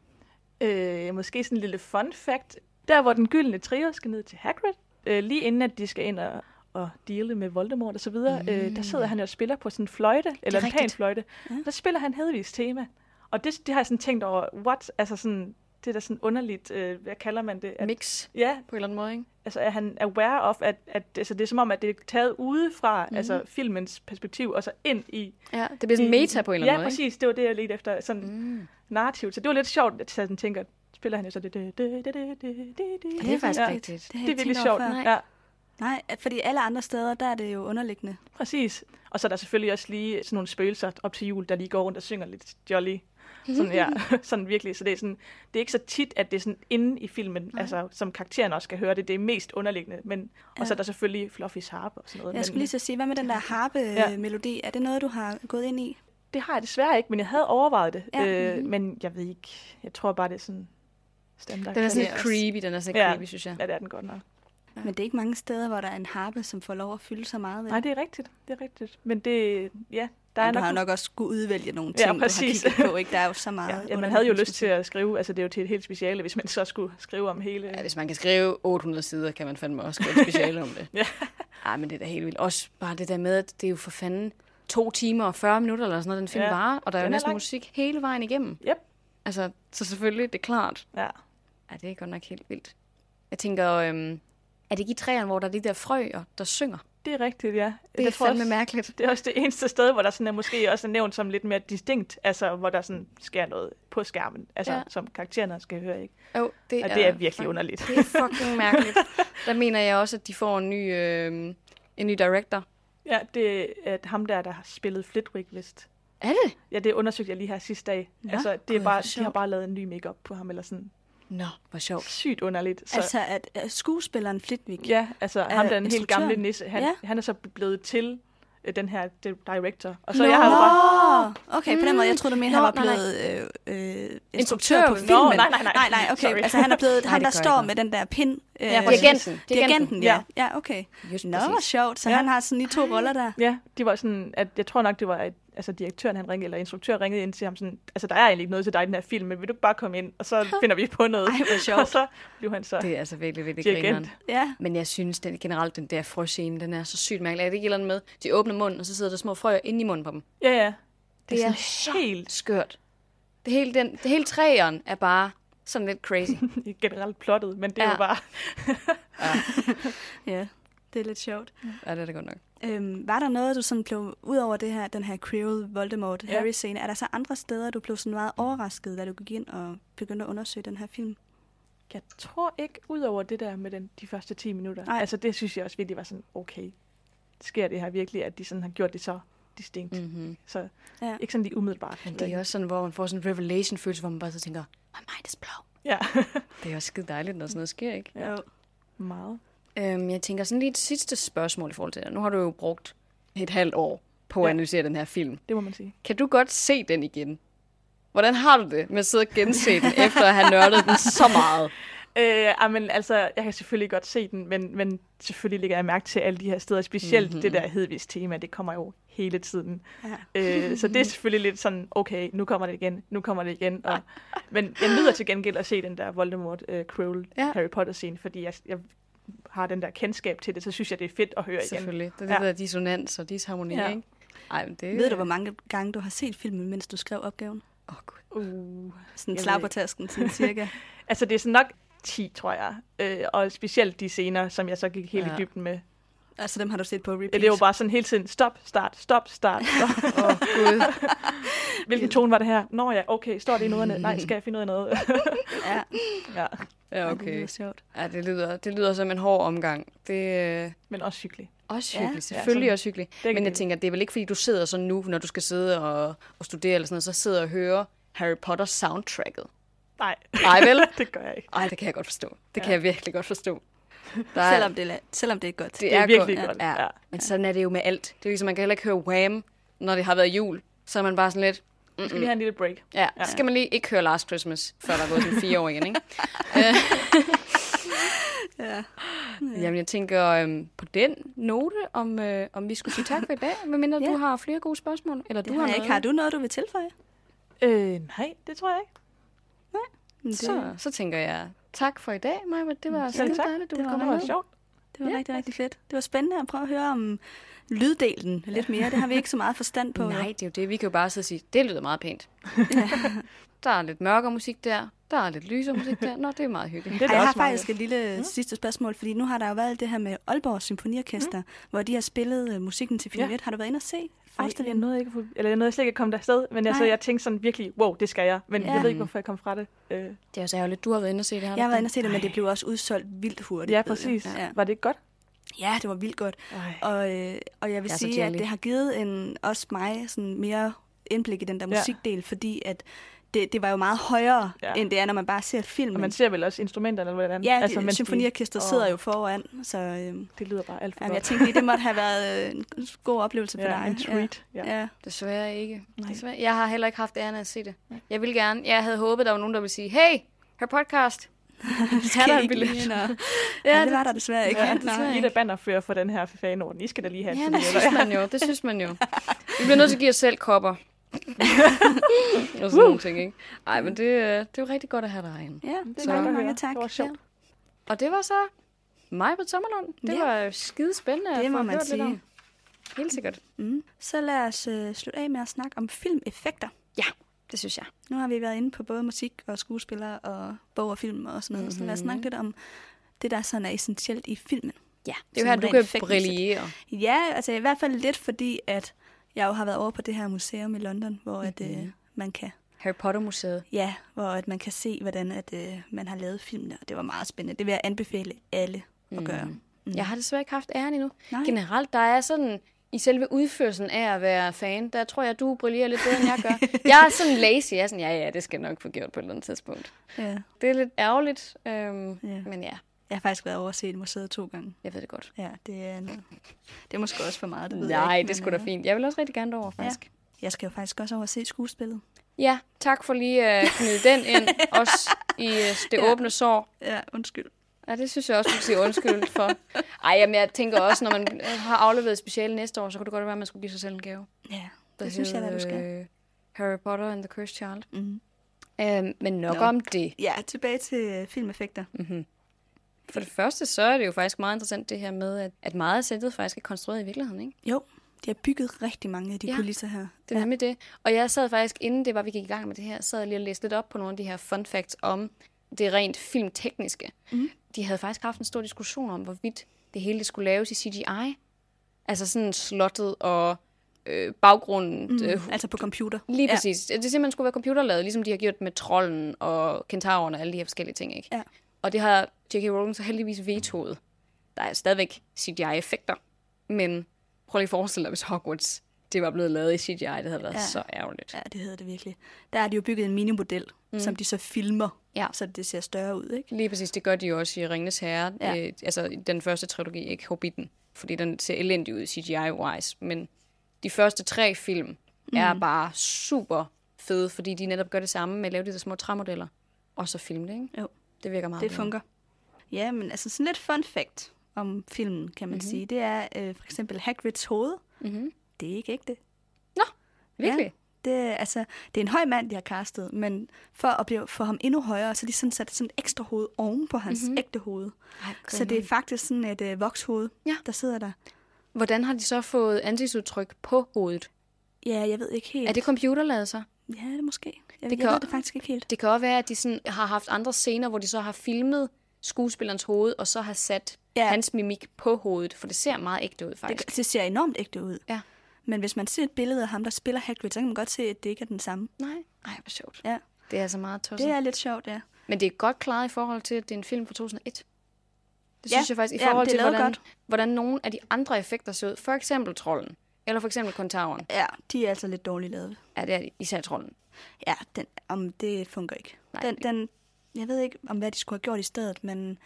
[SPEAKER 4] øh, måske sådan en lille fun fact. Der, hvor den gyldne trio skal ned til Hagrid, øh, lige inden at de skal ind og og deale med Voldemort og så videre, mm. øh, der sidder han og spiller på sådan en fløjte, eller en
[SPEAKER 1] rigtigt.
[SPEAKER 4] pæn fløjte. Ja. Der spiller han Hedvigs tema. Og det, det har jeg sådan tænkt over, what? Altså sådan, det er da sådan underligt, øh, hvad kalder man det? At,
[SPEAKER 1] Mix
[SPEAKER 4] ja,
[SPEAKER 1] på en eller anden måde, ikke?
[SPEAKER 4] altså er han aware of, at, at altså, det er som om, at det er taget udefra, mm. altså filmens perspektiv, og så ind i...
[SPEAKER 1] Ja, Mhm. det bliver sådan
[SPEAKER 4] i-
[SPEAKER 1] meta på en eller anden
[SPEAKER 4] Ja,
[SPEAKER 1] måde, ikke? Mhm.
[SPEAKER 4] præcis. Det var det, jeg ledte efter, sådan mm. narrativt. Så det var lidt sjovt, at jeg sådan tænker, spiller han jo så det... det, det, det, det, det, det.
[SPEAKER 1] Det er faktisk
[SPEAKER 4] ja.
[SPEAKER 1] rigtigt.
[SPEAKER 2] har jeg ikke
[SPEAKER 4] Det er virkelig
[SPEAKER 2] tænkt over
[SPEAKER 4] sjovt.
[SPEAKER 2] før.
[SPEAKER 4] Ja,
[SPEAKER 2] Nej, at- fordi alle andre steder, der er det jo underliggende.
[SPEAKER 4] præcis. Og så er der selvfølgelig også lige sådan nogle spøgelser op til jul, der lige går rundt og synger lidt jolly. Sådan, ja, sådan virkelig. Så det er, sådan, det er ikke så tit, at det er sådan inde i filmen, altså, som karakteren også skal høre det. Det er mest underliggende. Men, og så er der selvfølgelig Fluffy's harp og sådan noget.
[SPEAKER 2] Jeg
[SPEAKER 4] men-
[SPEAKER 2] skulle lige så sige, hvad med den der
[SPEAKER 4] Ja.
[SPEAKER 2] harpe-melodi? Er det noget, du har gået ind i?
[SPEAKER 4] Det har jeg desværre ikke, men jeg havde overvejet det.
[SPEAKER 2] Ja.
[SPEAKER 4] Ja. Øh, men jeg ved ikke. Jeg tror bare, det er sådan standard.
[SPEAKER 1] Den er sådan
[SPEAKER 2] det
[SPEAKER 1] lidt
[SPEAKER 2] også.
[SPEAKER 1] creepy, den er sådan lidt
[SPEAKER 4] Ja.
[SPEAKER 1] creepy, synes jeg.
[SPEAKER 4] Ja, det er den godt nok.
[SPEAKER 2] Men det er ikke mange steder, hvor der er en harpe, som får lov at fylde så meget. Vel?
[SPEAKER 4] Nej, det er rigtigt. Det er rigtigt. Men det, ja, der er
[SPEAKER 2] Men du
[SPEAKER 4] nok...
[SPEAKER 2] har jo nok også skulle udvælge nogle
[SPEAKER 4] Ja,
[SPEAKER 2] ting, du har
[SPEAKER 4] præcis.
[SPEAKER 2] kigget på. Ikke? Der er jo så meget.
[SPEAKER 4] Ja, ja, man
[SPEAKER 2] underligt,
[SPEAKER 4] havde jo
[SPEAKER 2] man
[SPEAKER 4] lyst til
[SPEAKER 2] skulle
[SPEAKER 4] at skrive, altså det er jo til et helt speciale, hvis man så skulle skrive om hele...
[SPEAKER 1] Ja, hvis man kan skrive 800 sider, kan man fandme også skrive et speciale om det.
[SPEAKER 4] Ja.
[SPEAKER 1] Ej, men det er da helt vildt. Også bare det der med, at det er jo for fanden to timer og 40 minutter eller sådan noget, den film ja.
[SPEAKER 4] Ja,
[SPEAKER 1] varer, og der er jo
[SPEAKER 4] den er
[SPEAKER 1] næsten
[SPEAKER 4] lang.
[SPEAKER 1] musik hele vejen igennem.
[SPEAKER 4] Yep.
[SPEAKER 1] Altså, så selvfølgelig, det er klart.
[SPEAKER 4] Ja.
[SPEAKER 1] Ja, det er godt nok helt vildt. Jeg tænker, øhm, er det ikke i træerne, hvor der er de der frøer, der synger?
[SPEAKER 4] Det er rigtigt, ja.
[SPEAKER 1] Det er
[SPEAKER 4] Jeg tror
[SPEAKER 1] fandme
[SPEAKER 4] også,
[SPEAKER 1] mærkeligt.
[SPEAKER 4] Det er også det eneste sted, hvor der sådan er måske også er nævnt som lidt mere distinkt, altså hvor der sådan sker noget på skærmen, altså
[SPEAKER 1] Ja.
[SPEAKER 4] ja. som karaktererne skal høre, ikke?
[SPEAKER 1] Jo, det,
[SPEAKER 4] Og det er virkelig underligt.
[SPEAKER 1] Det er fucking mærkeligt. Der mener jeg også, at de får en ny, øhm, en ny director.
[SPEAKER 4] Ja, det er ham der, der har spillet Flitwick, vist.
[SPEAKER 1] Er det?
[SPEAKER 4] Ja, det undersøgte jeg lige her sidste dag. Ja, altså, det
[SPEAKER 2] gud,
[SPEAKER 4] er bare,
[SPEAKER 2] hvor
[SPEAKER 4] de har
[SPEAKER 2] sjovt.
[SPEAKER 4] bare lavet en ny makeup på ham, eller sådan
[SPEAKER 1] Nå, hvor sjovt.
[SPEAKER 4] sygt underligt. Så, altså,
[SPEAKER 2] Altså, at, at skuespilleren Flitwick,
[SPEAKER 4] ja, altså ham der er den helt
[SPEAKER 2] instruktøren?
[SPEAKER 4] gamle nisse, han,
[SPEAKER 2] Ja.
[SPEAKER 4] ja. han er så blevet til øh, den her di- director. Og så
[SPEAKER 1] Nå.
[SPEAKER 4] jeg har jo bare,
[SPEAKER 2] Åh, okay, på den måde. Jeg troede, du mente, han
[SPEAKER 1] Nå,
[SPEAKER 2] var
[SPEAKER 1] nej, nej.
[SPEAKER 2] blevet øh, øh,
[SPEAKER 1] Instruktør
[SPEAKER 2] instruktør
[SPEAKER 1] på-
[SPEAKER 2] på
[SPEAKER 1] Nå,
[SPEAKER 2] filmen.
[SPEAKER 4] nej, nej, nej.
[SPEAKER 2] nej, nej okay.
[SPEAKER 4] Sorry.
[SPEAKER 2] Altså, han er blevet
[SPEAKER 1] Nej,
[SPEAKER 2] han,
[SPEAKER 1] det
[SPEAKER 2] der
[SPEAKER 1] gør
[SPEAKER 2] står
[SPEAKER 1] ikke
[SPEAKER 2] med den der pind. Øh,
[SPEAKER 4] Ja, præcis.
[SPEAKER 1] Dirigenten.
[SPEAKER 2] Dirigenten, ja.
[SPEAKER 4] Ja.
[SPEAKER 2] Ja, okay.
[SPEAKER 1] Just
[SPEAKER 2] Nå, hvor
[SPEAKER 1] præcis.
[SPEAKER 2] sjovt. Så
[SPEAKER 4] Ja.
[SPEAKER 2] han har sådan lige to roller der.
[SPEAKER 4] ja, de var sådan, at jeg tror nok, det var, at, altså direktøren han ringede, eller instruktøren ringede ind til ham sådan, altså der er egentlig ikke noget til dig i den her film, men vil du ikke bare komme ind, og så finder vi på noget.
[SPEAKER 2] Ej, hvor
[SPEAKER 4] og
[SPEAKER 2] sjovt.
[SPEAKER 4] så blev han så
[SPEAKER 1] Det er altså virkelig, virkelig grineren.
[SPEAKER 4] dirigent.
[SPEAKER 2] Ja.
[SPEAKER 1] Men jeg synes den, generelt, den der frøscene, den er så sygt mærkelig. Er det ikke et eller andet med, de åbner munden, og så sidder der små frøer inde i munden på dem?
[SPEAKER 4] Ja, ja. Det,
[SPEAKER 1] Det
[SPEAKER 4] er,
[SPEAKER 1] er
[SPEAKER 4] sådan helt
[SPEAKER 1] Skørt. Det hele, den, det hele træeren er bare sådan lidt crazy.
[SPEAKER 4] generelt plottet, men det er
[SPEAKER 1] Ja.
[SPEAKER 4] jo bare...
[SPEAKER 2] Ja, det er lidt sjovt.
[SPEAKER 1] ja, det er det godt nok.
[SPEAKER 2] Øhm, var der noget, du sådan blev, ud over det her, den her Creole Voldemort
[SPEAKER 4] Ja.
[SPEAKER 2] Harry scene, er der så andre steder, du blev sådan meget overrasket, da du gik ind og begyndte at undersøge den her film?
[SPEAKER 4] Jeg tror ikke, ud over det der med den, de første 10 minutter.
[SPEAKER 2] Nej.
[SPEAKER 4] Nej. Altså, det synes jeg også virkelig var sådan, okay, sker det her virkelig, at de sådan har gjort det så distinkt? Mm-hmm. Så
[SPEAKER 2] Ja.
[SPEAKER 4] ja. ikke sådan lige umiddelbart.
[SPEAKER 1] Men det er også sådan, hvor man får sådan en revelation-følelse, hvor man bare så tænker, my mind is blown.
[SPEAKER 4] Ja,
[SPEAKER 1] Det er også skide dejligt, når sådan noget sker, ikke?
[SPEAKER 4] Ja. meget.
[SPEAKER 1] Øhm, jeg tænker sådan lige et sidste spørgsmål i forhold til det. Nu har du jo brugt et halvt år på at
[SPEAKER 4] Ja.
[SPEAKER 1] analysere den her film.
[SPEAKER 4] Det må man sige.
[SPEAKER 1] Kan du godt se den igen? Hvordan har du det med at sidde og gense den, efter at have nørdet den så meget?
[SPEAKER 4] Øh, ah, men altså, jeg kan selvfølgelig godt se den, men, men selvfølgelig lægger jeg mærke til alle de her steder. Specielt
[SPEAKER 1] Mhm.
[SPEAKER 4] mm-hmm. det der hedvis tema, det kommer jo hele tiden.
[SPEAKER 2] Ja.
[SPEAKER 4] Øh, så det er selvfølgelig lidt sådan, okay, nu kommer det igen, nu kommer det igen. Og, men jeg nyder til gengæld at se den der Voldemort, øh, Cruel,
[SPEAKER 1] Ja.
[SPEAKER 4] ja. Harry Potter-scene, fordi jeg, jeg har den der kendskab til det, så synes jeg, det er fedt at høre igen.
[SPEAKER 1] Selvfølgelig. Det er det
[SPEAKER 4] Ja.
[SPEAKER 1] der dissonans og disharmoni, ja.
[SPEAKER 4] Ja.
[SPEAKER 1] ikke? Ej, men det...
[SPEAKER 2] Ved du, hvor mange gange du har set filmen, mens du skrev opgaven?
[SPEAKER 1] Åh, oh, gud.
[SPEAKER 4] Uh.
[SPEAKER 2] Sådan
[SPEAKER 4] Jeg ved
[SPEAKER 2] slag på
[SPEAKER 4] ikke.
[SPEAKER 2] tasken, sådan cirka.
[SPEAKER 4] Altså, det er sådan nok 10, tror jeg. Øh, og specielt de scener, som jeg så gik helt
[SPEAKER 1] Ja.
[SPEAKER 4] i dybden med.
[SPEAKER 2] altså dem har du set på repeat.
[SPEAKER 4] Ja, det var bare sådan hele tiden, stop, start, stop, start, stop.
[SPEAKER 1] Åh, oh, gud.
[SPEAKER 4] Hvilken tone var det her? Nå ja, okay, står det i noderne? Nej, skal jeg finde ud af noget?
[SPEAKER 2] Ja,
[SPEAKER 4] ja,
[SPEAKER 1] Ja,
[SPEAKER 2] Det
[SPEAKER 1] okay.
[SPEAKER 2] lyder sjovt.
[SPEAKER 1] Ja, det lyder, det lyder som en hård omgang. Det er øh,
[SPEAKER 4] men også hyggeligt.
[SPEAKER 1] også
[SPEAKER 2] Ja,
[SPEAKER 1] hyggeligt,
[SPEAKER 2] ja,
[SPEAKER 1] ja, selvfølgelig også hyggeligt.
[SPEAKER 4] Begge
[SPEAKER 1] Men jeg
[SPEAKER 4] dele.
[SPEAKER 1] tænker, det er vel ikke, fordi du sidder sådan nu, når du skal sidde og, og studere eller sådan noget, så sidder og hører Harry Potter soundtracket.
[SPEAKER 4] Nej,
[SPEAKER 1] Ej, vel?
[SPEAKER 4] det gør jeg ikke.
[SPEAKER 1] Ej, det kan jeg godt forstå. Det kan jeg virkelig godt forstå. Der er,
[SPEAKER 2] Selvom det, er, la- selvom det er godt.
[SPEAKER 1] det,
[SPEAKER 4] Det er virkelig
[SPEAKER 1] godt.
[SPEAKER 4] godt.
[SPEAKER 1] Ja.
[SPEAKER 4] Ja.
[SPEAKER 1] ja. Men sådan er det jo med alt. Det er ligesom, man kan heller ikke høre Wham, når det har været jul. Så er man bare sådan lidt,
[SPEAKER 4] Vi skal lige have en lille break.
[SPEAKER 1] ja, ja. skal man lige ikke høre Last Christmas, før der er gået sådan fire år igen, ikke?
[SPEAKER 2] Ja.
[SPEAKER 1] Jamen, jeg tænker øhm, på den note, om, øh, om vi skulle sige tak for i dag, medmindre
[SPEAKER 2] Ja.
[SPEAKER 1] ja. du har flere gode spørgsmål, eller
[SPEAKER 2] Det
[SPEAKER 1] du
[SPEAKER 2] har
[SPEAKER 1] har
[SPEAKER 2] jeg ikke. Har du noget, du vil tilføje?
[SPEAKER 4] Øh, nej, det tror jeg ikke.
[SPEAKER 2] Men Det,
[SPEAKER 1] Så, så tænker jeg, tak for i dag, Maja. Det var skide
[SPEAKER 4] tak.
[SPEAKER 1] dejligt, du
[SPEAKER 2] Det
[SPEAKER 1] ville
[SPEAKER 2] var
[SPEAKER 1] komme
[SPEAKER 2] meget
[SPEAKER 1] med.
[SPEAKER 4] Det var sjovt.
[SPEAKER 2] det var rigtig, rigtig fedt. Det var spændende at prøve at høre om lyddelen lidt mere. Det har vi ikke så meget forstand på.
[SPEAKER 1] Nej, det er jo det. Vi kan jo bare sidde og sige, det lyder meget pænt. der er lidt mørkere musik der, der er lidt lysere musik der. Nå, det er meget hyggeligt.
[SPEAKER 4] Det er
[SPEAKER 2] Ej,
[SPEAKER 4] da
[SPEAKER 2] jeg har
[SPEAKER 4] også meget
[SPEAKER 2] faktisk et lille mm. sidste spørgsmål, fordi nu har der jo været alt det her med Aalborg Symfoniorkester, mm. hvor de har spillet øh, musikken til film
[SPEAKER 4] Ja.
[SPEAKER 2] 1. Har du været inde og se
[SPEAKER 4] Ej, jeg
[SPEAKER 2] forestillingen?
[SPEAKER 4] nåede, ikke at få, eller jeg nåede slet ikke at komme afsted, men altså,
[SPEAKER 2] Nej.
[SPEAKER 4] jeg tænkte sådan virkelig, wow, det skal jeg. Men
[SPEAKER 2] Ja.
[SPEAKER 4] jeg ved ikke, hvorfor jeg kom fra det. Øh,
[SPEAKER 1] Det er også ærgerligt. Du har været inde og se det her.
[SPEAKER 2] Jeg har været inde og se det, men det blev også udsolgt vildt hurtigt.
[SPEAKER 4] ja,
[SPEAKER 2] ved jeg.
[SPEAKER 4] præcis.
[SPEAKER 2] Ja.
[SPEAKER 4] Var det ikke godt?
[SPEAKER 2] ja, det var vildt godt.
[SPEAKER 4] Ej.
[SPEAKER 2] Og, øh, og jeg vil
[SPEAKER 1] Jeg er så
[SPEAKER 2] sige, at
[SPEAKER 1] jelly.
[SPEAKER 2] det har givet en, også mig sådan mere indblik i den der
[SPEAKER 4] Ja.
[SPEAKER 2] musikdel, fordi at det, det var jo meget højere, ja.
[SPEAKER 4] Ja.
[SPEAKER 2] end det er, når man bare ser filmen.
[SPEAKER 4] Og man ser vel også instrumenterne, eller hvordan?
[SPEAKER 2] ja, altså,
[SPEAKER 4] mens
[SPEAKER 2] det, symfoniorkestret
[SPEAKER 4] Åh,
[SPEAKER 2] sidder jo foran, så øh, jamen,
[SPEAKER 4] Det lyder bare alt for
[SPEAKER 2] jeg
[SPEAKER 4] godt.
[SPEAKER 2] tænkte lige, det måtte have været øh, en god oplevelse for
[SPEAKER 4] ja,
[SPEAKER 2] dig.
[SPEAKER 4] en treat. Ja.
[SPEAKER 2] Ja. Ja.
[SPEAKER 1] Desværre ikke. Desværre. Jeg har heller ikke haft æren af at se det. Jeg ville gerne. Jeg havde håbet, der var nogen, der ville sige, hey, hør podcast. Skal
[SPEAKER 2] Kan
[SPEAKER 1] der
[SPEAKER 2] I
[SPEAKER 1] en
[SPEAKER 2] ikke
[SPEAKER 1] billet?
[SPEAKER 2] lige ind og-
[SPEAKER 1] Ja,
[SPEAKER 2] Ja, det
[SPEAKER 1] det-
[SPEAKER 2] var der desværre ikke.
[SPEAKER 4] Ja,
[SPEAKER 1] desværre
[SPEAKER 2] Nej.
[SPEAKER 4] I er da bannerfører for den her fanorden. I skal da lige have
[SPEAKER 1] Ja,
[SPEAKER 4] sådan
[SPEAKER 1] det
[SPEAKER 4] noget,
[SPEAKER 1] synes
[SPEAKER 4] eller-
[SPEAKER 1] man jo. Det synes man jo. Vi bliver nødt til at give os selv kopper. og sådan nogle ting, ikke? Ej, men det, øh, det er jo rigtig godt at have dig herinde.
[SPEAKER 2] Ja,
[SPEAKER 4] Det
[SPEAKER 2] det
[SPEAKER 4] er godt
[SPEAKER 2] mange,
[SPEAKER 4] at
[SPEAKER 2] mange
[SPEAKER 4] høre.
[SPEAKER 2] tak.
[SPEAKER 4] Det var sjovt.
[SPEAKER 1] Og det var så mig på Sommerlund. Det
[SPEAKER 2] Ja.
[SPEAKER 1] ja. var skide spændende
[SPEAKER 2] Det
[SPEAKER 1] at
[SPEAKER 2] må
[SPEAKER 1] få
[SPEAKER 2] man
[SPEAKER 1] hørt lidt
[SPEAKER 2] sige.
[SPEAKER 1] om. Helt sikkert.
[SPEAKER 2] Ja. Mm. Så lad os øh, slutte af med at snakke om filmeffekter.
[SPEAKER 1] Ja, det synes jeg.
[SPEAKER 2] Nu har vi været inde på både musik og skuespillere og bog og film og sådan noget. Mm-hmm. Så
[SPEAKER 1] Mhm.
[SPEAKER 2] lad os snakke lidt om det, der sådan er essentielt i filmen.
[SPEAKER 1] Ja, det er jo
[SPEAKER 2] Sådan
[SPEAKER 1] her, du
[SPEAKER 2] rent
[SPEAKER 1] kan
[SPEAKER 2] effektmæssigt.
[SPEAKER 1] brillere.
[SPEAKER 2] Ja, altså i hvert fald lidt, fordi at jeg jo har været over på det her museum i London, hvor
[SPEAKER 1] Mhm.
[SPEAKER 2] at, mm-hmm. øh, man kan
[SPEAKER 1] Harry Potter-museet.
[SPEAKER 2] ja, hvor at man kan se, hvordan at, øh, man har lavet filmene, og det var meget spændende. Det vil jeg anbefale alle at gøre.
[SPEAKER 1] Mm. Jeg har desværre ikke haft æren endnu.
[SPEAKER 2] Nej.
[SPEAKER 1] Nej. Generelt, der er sådan... I selve udførelsen af at være fan, der tror jeg, du brillerer lidt bedre, end jeg gør. Jeg er sådan lazy. Jeg er sådan, ja, ja, det skal jeg nok få gjort på et eller andet tidspunkt.
[SPEAKER 2] Ja.
[SPEAKER 1] Det er lidt ærgerligt, øhm,
[SPEAKER 2] Ja.
[SPEAKER 1] ja. men ja,
[SPEAKER 2] Jeg har faktisk været over at se museet to gange.
[SPEAKER 1] jeg ved det godt.
[SPEAKER 2] Ja, det er, noget. det er måske også for meget, det ved jeg
[SPEAKER 1] Nej,
[SPEAKER 2] ikke,
[SPEAKER 1] det
[SPEAKER 2] men,
[SPEAKER 1] skulle da
[SPEAKER 2] øh,
[SPEAKER 1] fint. Jeg vil også rigtig gerne derover,
[SPEAKER 2] Ja.
[SPEAKER 1] faktisk.
[SPEAKER 2] Jeg skal jo faktisk også over at se skuespillet.
[SPEAKER 1] Ja, ja tak for lige at uh, knyde den ind, også i uh, det
[SPEAKER 2] Ja.
[SPEAKER 1] ja. åbne sår.
[SPEAKER 2] Ja, undskyld.
[SPEAKER 1] Ja, det synes jeg også, du kan sige undskyld for. Ej, jamen, jeg tænker også, når man øh, har afleveret speciale næste år, så kunne det godt være, at man skulle give sig selv en gave.
[SPEAKER 2] Ja,
[SPEAKER 1] der
[SPEAKER 2] det synes jeg,
[SPEAKER 1] hed,
[SPEAKER 2] at du skal.
[SPEAKER 1] øh, Harry Potter and the Cursed Child.
[SPEAKER 2] Mhm.
[SPEAKER 1] Øhm, men nok
[SPEAKER 2] Nå.
[SPEAKER 1] no. om det.
[SPEAKER 2] Ja, tilbage til øh, filmeffekter.
[SPEAKER 1] For det første, så er det jo faktisk meget interessant det her med, at, at meget af sættet faktisk er konstrueret i virkeligheden, ikke?
[SPEAKER 2] Jo, de har bygget rigtig mange af de ja.
[SPEAKER 1] Ja.
[SPEAKER 2] kulisser her.
[SPEAKER 1] Det er ja. nemlig det. Og jeg sad faktisk, inden det var, vi gik i gang med det her, sad jeg lige og læste lidt op på nogle af de her fun facts om det rent filmtekniske. Mm. De havde faktisk haft en stor diskussion om, hvorvidt det hele det skulle laves i CGI. Altså sådan slottet og øh, baggrunden. Mm. Øh,
[SPEAKER 2] Altså på computer.
[SPEAKER 1] lige
[SPEAKER 2] ja.
[SPEAKER 1] præcis. Det simpelthen skulle være computerlavet, ligesom de har gjort med trolden og kentauren og alle de her forskellige ting. Ikke?
[SPEAKER 2] Ja.
[SPEAKER 1] Og det har J.K. Rowling så heldigvis vetoet. Der er stadigvæk CGI-effekter, men prøv lige at forestille dig, hvis Hogwarts det var blevet lavet i CGI, det havde været
[SPEAKER 2] Ja.
[SPEAKER 1] ja. så ærgerligt.
[SPEAKER 2] Ja, det hedder det virkelig. Der har de jo bygget en minimodel, mm. som de så filmer,
[SPEAKER 1] Ja.
[SPEAKER 2] så det ser større ud, ikke?
[SPEAKER 1] Lige præcis, det gør de jo også i Ringnes Herre.
[SPEAKER 2] Ja.
[SPEAKER 1] Ja. Øh, altså i den første trilogi, ikke Hobbiten, fordi den ser elendig ud CGI-wise, men de første tre film mm.
[SPEAKER 2] Mhm.
[SPEAKER 1] er bare super fede, fordi de netop gør det samme med at lave de der små træmodeller, og så filme det, ikke?
[SPEAKER 2] Jo,
[SPEAKER 1] Det virker meget
[SPEAKER 2] det
[SPEAKER 1] bedre.
[SPEAKER 2] fungerer. Ja, men altså sådan lidt fun fact om filmen, kan man mm-hmm. sige, det er øh, for eksempel Hagrids hoved.
[SPEAKER 1] Mhm.
[SPEAKER 2] Det er ikke ægte.
[SPEAKER 1] Nå, virkelig? Ja.
[SPEAKER 2] Det, er, altså, det er en høj mand, de har castet, men for at blive, få ham endnu højere, så har de sådan sat sådan et ekstra hoved oven på hans mm-hmm. ægte hoved.
[SPEAKER 1] Mhm. Ej,
[SPEAKER 2] Så det er faktisk sådan et øh, vokshoved,
[SPEAKER 1] Ja.
[SPEAKER 2] der sidder der.
[SPEAKER 1] Hvordan har de så fået ansigtsudtryk på hovedet?
[SPEAKER 2] Ja, jeg ved ikke helt.
[SPEAKER 1] Er det computerlavet så?
[SPEAKER 2] Ja, det er måske. Jeg,
[SPEAKER 1] Det
[SPEAKER 2] det
[SPEAKER 1] kan
[SPEAKER 2] jeg ved
[SPEAKER 1] også-
[SPEAKER 2] det faktisk ikke helt.
[SPEAKER 1] Det kan også være, at de sådan har haft andre scener, hvor de så har filmet skuespillerens hoved, og så har sat ja.
[SPEAKER 2] Ja.
[SPEAKER 1] hans mimik på hovedet, for det ser meget ægte ud, faktisk.
[SPEAKER 2] Det, det ser enormt ægte ud.
[SPEAKER 1] Ja.
[SPEAKER 2] Men hvis man ser et billede af ham, der spiller Hagrid, så kan man godt se, at det ikke er den samme.
[SPEAKER 1] Nej, nej, hvor sjovt.
[SPEAKER 2] Ja.
[SPEAKER 1] Det er altså meget tosset.
[SPEAKER 2] Det er lidt sjovt, ja.
[SPEAKER 1] Men det er godt klaret i forhold til, at det er en film fra 2001. Det
[SPEAKER 2] Ja,
[SPEAKER 1] synes jeg faktisk, i
[SPEAKER 2] ja,
[SPEAKER 1] forhold
[SPEAKER 2] det
[SPEAKER 1] til,
[SPEAKER 2] er lavet
[SPEAKER 1] hvordan,
[SPEAKER 2] godt.
[SPEAKER 1] hvordan nogle af de andre effekter ser ud. For eksempel trolden. Eller for eksempel kontaveren.
[SPEAKER 2] Ja, de er altså lidt dårligt lavet.
[SPEAKER 1] Ja, det er de. især trolden.
[SPEAKER 2] Ja, den, om det fungerer ikke.
[SPEAKER 1] Nej,
[SPEAKER 2] den,
[SPEAKER 1] det-
[SPEAKER 2] den, jeg ved ikke, om hvad de skulle have gjort i stedet, men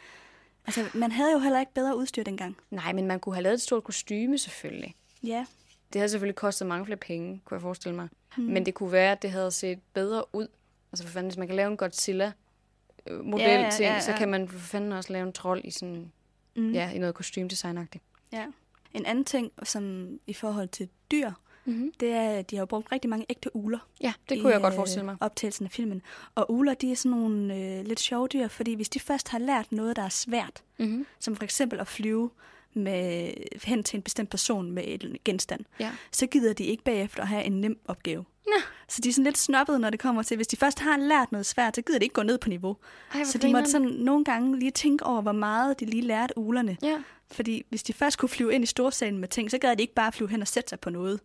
[SPEAKER 2] altså, man havde jo heller ikke bedre udstyr dengang.
[SPEAKER 1] Nej, men man kunne have lavet et stort kostyme selvfølgelig.
[SPEAKER 2] Ja,
[SPEAKER 1] Det havde selvfølgelig kostet mange flere penge, kunne jeg forestille mig.
[SPEAKER 2] Mm.
[SPEAKER 1] Hmm. Men det kunne være, at det havde set bedre ud. Altså for fanden, hvis man kan lave en Godzilla-model
[SPEAKER 2] Ja, ja,
[SPEAKER 1] til,
[SPEAKER 2] ja,
[SPEAKER 1] så
[SPEAKER 2] ja.
[SPEAKER 1] kan man for fanden også lave en trold i sådan, mm. ja, i noget kostymdesignagtigt.
[SPEAKER 2] ja. En anden ting, som i forhold til dyr,
[SPEAKER 1] Mhm.
[SPEAKER 2] mm-hmm. det er, at de har jo brugt rigtig mange ægte uler.
[SPEAKER 1] Ja, det kunne
[SPEAKER 2] i,
[SPEAKER 1] jeg godt
[SPEAKER 2] øh,
[SPEAKER 1] forestille mig.
[SPEAKER 2] optagelsen af filmen. Og uler, de er sådan nogle øh, lidt sjove dyr, fordi hvis de først har lært noget, der er svært,
[SPEAKER 1] Mm-hmm.
[SPEAKER 2] som for eksempel at flyve med, hen til en bestemt person med et genstand,
[SPEAKER 1] Ja.
[SPEAKER 2] så gider de ikke bagefter at have en nem opgave.
[SPEAKER 1] Nå.
[SPEAKER 2] Så de er sådan lidt snobbede, når det kommer til, hvis de først har lært noget svært, så gider de ikke gå ned på niveau.
[SPEAKER 1] Ej, hvor
[SPEAKER 2] så de
[SPEAKER 1] grineren.
[SPEAKER 2] måtte sådan nogle gange lige tænke over, hvor meget de lige lærte ulerne.
[SPEAKER 1] Ja.
[SPEAKER 2] Fordi hvis de først kunne flyve ind i storsalen med ting, så gad de ikke bare flyve hen og sætte sig på noget.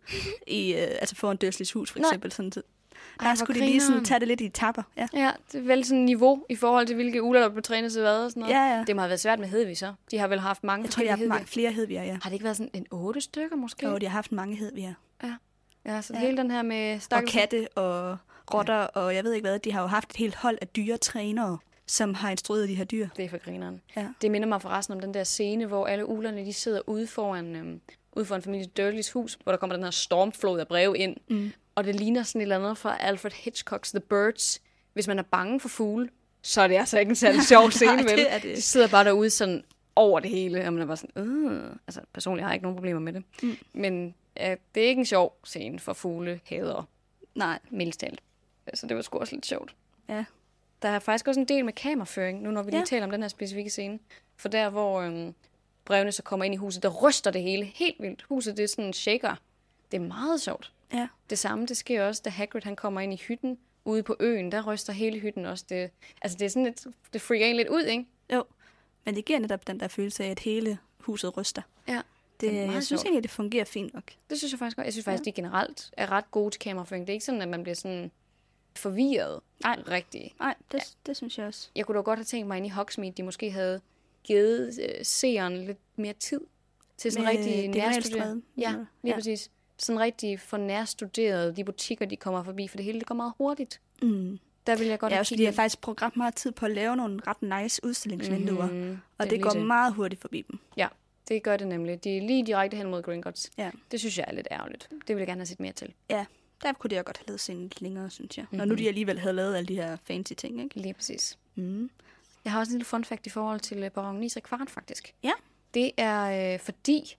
[SPEAKER 2] I, øh, altså foran Dørslis hus for
[SPEAKER 1] Nej.
[SPEAKER 2] eksempel. Sådan, så der
[SPEAKER 1] hvor
[SPEAKER 2] skulle de lige sådan
[SPEAKER 1] grineren.
[SPEAKER 2] tage det lidt i tapper. Ja.
[SPEAKER 1] Ja, det er vel sådan niveau i forhold til, hvilke uler, der blev trænet til hvad og sådan noget.
[SPEAKER 2] Ja, ja.
[SPEAKER 1] Det må have været svært med Hedvig så. De har vel haft mange
[SPEAKER 2] Jeg tror, de har haft
[SPEAKER 1] forskellige
[SPEAKER 2] mange,
[SPEAKER 1] Hedviger.
[SPEAKER 2] flere hedviger, ja.
[SPEAKER 1] Har det ikke været sådan en otte stykker måske?
[SPEAKER 2] Jo, de har haft mange hedviger.
[SPEAKER 1] Ja, så ja. hele den her med
[SPEAKER 2] og
[SPEAKER 1] stakkels...
[SPEAKER 2] katte og rotter, ja. og jeg ved ikke hvad. De har jo haft et helt hold af dyretrænere, som har instrueret de her dyr.
[SPEAKER 1] Det er for grineren.
[SPEAKER 2] Ja.
[SPEAKER 1] Det minder mig forresten om den der scene, hvor alle ulerne de sidder ude foran, øhm, ude foran familie Dudleys hus, hvor der kommer den her stormflod af breve ind. Mm. Og det ligner sådan et eller andet fra Alfred Hitchcocks The Birds. Hvis man er bange for fugle, så er det altså ikke en særlig sjov scene,
[SPEAKER 2] Nej,
[SPEAKER 1] vel?
[SPEAKER 2] det er det.
[SPEAKER 1] De sidder bare derude sådan over det hele, og man er bare sådan, øh. altså personligt har jeg ikke nogen problemer med det. Mm. Men øh, det er ikke en sjov scene for fugle, hader,
[SPEAKER 2] Nej.
[SPEAKER 1] mildest talt. Så det var sgu også lidt sjovt.
[SPEAKER 2] Ja.
[SPEAKER 1] Der er faktisk også en del med kameraføring, nu når vi lige ja.
[SPEAKER 2] Ja.
[SPEAKER 1] taler om den her specifikke scene. For der, hvor øhm, brevene så kommer ind i huset, der ryster det hele helt vildt. Huset, det er sådan en shaker. Det er meget sjovt.
[SPEAKER 2] Ja.
[SPEAKER 1] Det samme, det sker også, da Hagrid han kommer ind i hytten ude på øen. Der ryster hele hytten også. Det, altså, det er sådan lidt, det freaker en lidt ud, ikke?
[SPEAKER 2] Jo. Men det giver netop den der følelse af, at hele huset ryster.
[SPEAKER 1] Ja.
[SPEAKER 2] Det,
[SPEAKER 1] Det er meget
[SPEAKER 2] jeg synes
[SPEAKER 1] sjovt.
[SPEAKER 2] egentlig, det fungerer fint nok.
[SPEAKER 1] Det synes jeg faktisk godt. Jeg synes faktisk, ja. de generelt er ret gode til kameraføring. Det er ikke sådan, at man bliver sådan forvirret. Nej. Rigtigt.
[SPEAKER 2] Nej, det, ja. det synes jeg også.
[SPEAKER 1] Jeg kunne da godt have tænkt mig ind i Hogsmeade, de måske havde givet øh, seeren lidt mere tid til sådan
[SPEAKER 2] Med
[SPEAKER 1] rigtig
[SPEAKER 2] det
[SPEAKER 1] nærstuderet.
[SPEAKER 2] nærstuderet,
[SPEAKER 1] Ja,
[SPEAKER 2] mener du?
[SPEAKER 1] lige ja.
[SPEAKER 2] Ja.
[SPEAKER 1] præcis. Sådan rigtig for nærstuderet de butikker, de kommer forbi, for det hele det går meget hurtigt.
[SPEAKER 2] Mm.
[SPEAKER 1] Der vil jeg godt
[SPEAKER 2] Ja,
[SPEAKER 1] have
[SPEAKER 2] også fordi jeg
[SPEAKER 1] kigget.
[SPEAKER 2] faktisk brugt ret meget tid på at lave nogle ret nice udstillingsvinduer. Mm-hmm. Og
[SPEAKER 1] er
[SPEAKER 2] det, det
[SPEAKER 1] lige
[SPEAKER 2] går
[SPEAKER 1] det.
[SPEAKER 2] meget hurtigt forbi dem.
[SPEAKER 1] Ja, det gør det nemlig. De er lige direkte hen mod Gringotts.
[SPEAKER 2] Ja.
[SPEAKER 1] Det synes jeg er lidt ærgerligt. Det vil jeg gerne have set mere til.
[SPEAKER 2] Ja, der kunne det jo godt have lavet scenen lidt længere, synes jeg. Mm-hmm. Når nu de alligevel havde lavet alle de her fancy ting, ikke?
[SPEAKER 1] Lige præcis.
[SPEAKER 2] Mm.
[SPEAKER 1] Jeg har også en lille fun fact i forhold til øh, Baron 9 kvart, faktisk.
[SPEAKER 2] Ja.
[SPEAKER 1] Det er øh, fordi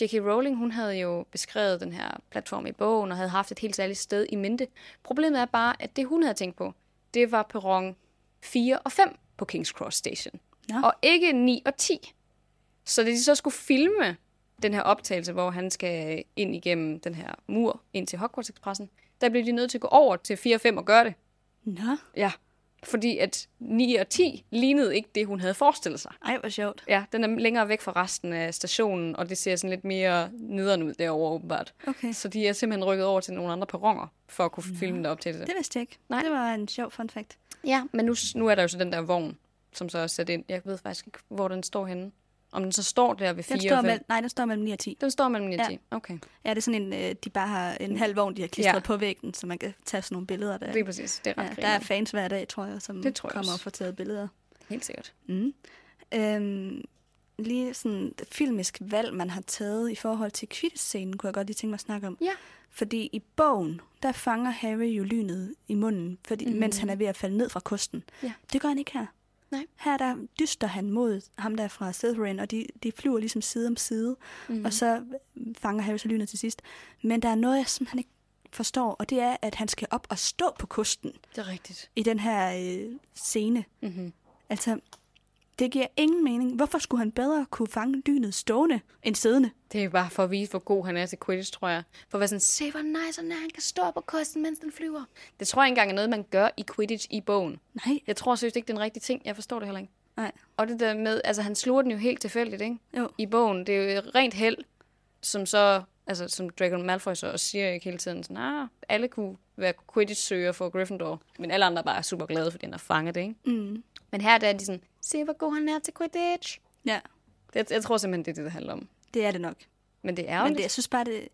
[SPEAKER 1] J.K. Rowling, hun havde jo beskrevet den her platform i bogen, og havde haft et helt særligt sted i mente. Problemet er bare, at det hun havde tænkt på, det var perron 4 og 5 på King's Cross Station.
[SPEAKER 2] Nå.
[SPEAKER 1] Og ikke 9 og 10. Så da de så skulle filme den her optagelse, hvor han skal ind igennem den her mur ind til Hogwarts Expressen, der blev de nødt til at gå over til 4 og 5 og gøre det.
[SPEAKER 2] Nå,
[SPEAKER 1] Ja, fordi at 9 og 10 lignede ikke det, hun havde forestillet sig.
[SPEAKER 2] ej, hvor sjovt.
[SPEAKER 1] Ja, den er længere væk fra resten af stationen, og det ser sådan lidt mere nederen ud derovre åbenbart.
[SPEAKER 2] Okay.
[SPEAKER 1] Så de er simpelthen rykket over til nogle andre perroner, for at kunne filme det op til det.
[SPEAKER 2] Det vidste jeg ikke.
[SPEAKER 1] Nej.
[SPEAKER 2] Nej. Det var en sjov fun fact.
[SPEAKER 1] Ja, men nu, nu er der jo så den der vogn, som så er sat ind. Jeg ved faktisk ikke, hvor den står henne. Om den så står der ved 4
[SPEAKER 2] Den står,
[SPEAKER 1] og 5.
[SPEAKER 2] mellem, nej, den står mellem 9 og 10.
[SPEAKER 1] Den står mellem 9 og
[SPEAKER 2] Ja.
[SPEAKER 1] 10. Okay,
[SPEAKER 2] Ja, det er sådan en, øh, de bare har en halv vogn, de har klistret
[SPEAKER 1] Ja.
[SPEAKER 2] ja. på væggen, så man kan tage sådan nogle billeder der.
[SPEAKER 1] lige præcis. Det er ret
[SPEAKER 2] ja, der er fans hver dag, tror jeg, som
[SPEAKER 1] Det tror jeg
[SPEAKER 2] kommer
[SPEAKER 1] også.
[SPEAKER 2] og får taget billeder.
[SPEAKER 1] Helt sikkert.
[SPEAKER 2] Mm. Øhm, lige sådan et filmisk valg, man har taget i forhold til Quidditch-scenen, kunne jeg godt lige tænke mig at snakke om.
[SPEAKER 1] Ja.
[SPEAKER 2] Fordi i bogen, der fanger Harry jo lynet i munden, fordi, mm. mens han er ved at falde ned fra kosten.
[SPEAKER 1] Mhm. Ja.
[SPEAKER 2] Det gør han ikke her.
[SPEAKER 1] Nej.
[SPEAKER 2] Her der dyster han mod ham der fra Slytherin, og de, de flyver ligesom side om side,
[SPEAKER 1] Mhm.
[SPEAKER 2] mm. og så fanger Harry så lynet til sidst. Men der er noget, jeg simpelthen ikke forstår, og det er, at han skal op og stå på kosten
[SPEAKER 1] Det er rigtigt.
[SPEAKER 2] i den her øh, scene.
[SPEAKER 1] Mm-hmm.
[SPEAKER 2] Altså, Det giver ingen mening. Hvorfor skulle han bedre kunne fange dynet stående end siddende?
[SPEAKER 1] Det er bare for at vise, hvor god han er til Quidditch, tror jeg. For at være sådan, se hvor nice han er, han kan stå på kosten, mens den flyver. Det tror jeg ikke engang er noget, man gør i Quidditch i bogen.
[SPEAKER 2] Nej,
[SPEAKER 1] Jeg tror seriøst ikke, det er en rigtig ting. Jeg forstår det heller ikke.
[SPEAKER 2] nej.
[SPEAKER 1] Og det der med, altså han sluger den jo helt tilfældigt, ikke?
[SPEAKER 2] Jo.
[SPEAKER 1] I bogen, det er jo rent held, som så, altså som Draco Malfoy så også siger ikke hele tiden, sådan, ah, alle kunne være Quidditch-søger for Gryffindor, men alle andre er bare super glade, fordi han har fanget det, ikke?
[SPEAKER 2] Mm.
[SPEAKER 1] Men her der er de sådan, se hvor god han er til Quidditch.
[SPEAKER 2] Ja,
[SPEAKER 1] Jeg, jeg tror simpelthen, det er det, det handler om.
[SPEAKER 2] det er det nok.
[SPEAKER 1] Men det er jo
[SPEAKER 2] Men det, jeg synes bare, det...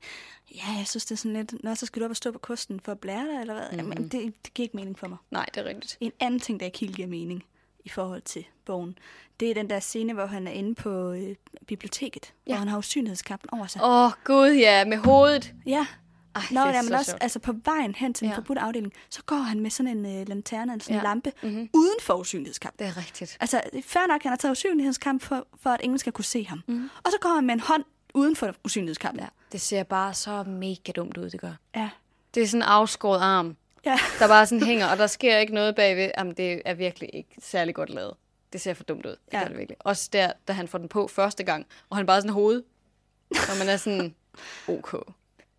[SPEAKER 2] Ja, jeg synes, det er sådan lidt... Nå, så skal du op og stå på kosten for at blære dig, eller hvad?
[SPEAKER 1] Mm-hmm.
[SPEAKER 2] Mm. Jamen, det, det giver ikke mening for mig.
[SPEAKER 1] Nej, det er rigtigt.
[SPEAKER 2] En anden ting, der ikke helt giver mening i forhold til bogen, det er den der scene, hvor han er inde på øh, biblioteket, ja.
[SPEAKER 1] Ja.
[SPEAKER 2] hvor han har usynlighedskapten over sig.
[SPEAKER 1] Åh, oh, gud ja, med hovedet.
[SPEAKER 2] Ja.
[SPEAKER 1] Ej,
[SPEAKER 2] Nå,
[SPEAKER 1] det er
[SPEAKER 2] ja,
[SPEAKER 1] så
[SPEAKER 2] men også
[SPEAKER 1] sjovt.
[SPEAKER 2] altså, på vejen hen til den ja.
[SPEAKER 1] Ja.
[SPEAKER 2] forbudte afdeling, så går han med sådan en øh, lanterne, eller sådan ja. en
[SPEAKER 1] Ja.
[SPEAKER 2] lampe, mm-hmm. uden for usynlighedskapten.
[SPEAKER 1] Det er rigtigt.
[SPEAKER 2] Altså, det er fair nok, han har taget usynlighedskamp for, for at ingen skal kunne se ham. Mm-hmm. Og så går han med en hånd uden for usynlighedskampen. Ja.
[SPEAKER 1] Det ser bare så mega dumt ud, det gør.
[SPEAKER 2] Ja.
[SPEAKER 1] Det er sådan en afskåret arm,
[SPEAKER 2] ja.
[SPEAKER 1] der bare sådan hænger, og der sker ikke noget bagved. Jamen, det er virkelig ikke særlig godt lavet. Det ser for dumt ud. Det
[SPEAKER 2] Ja.
[SPEAKER 1] ja. gør det virkelig. Også der, da han får den på første gang, og han bare sådan hoved. Og man er sådan, ok.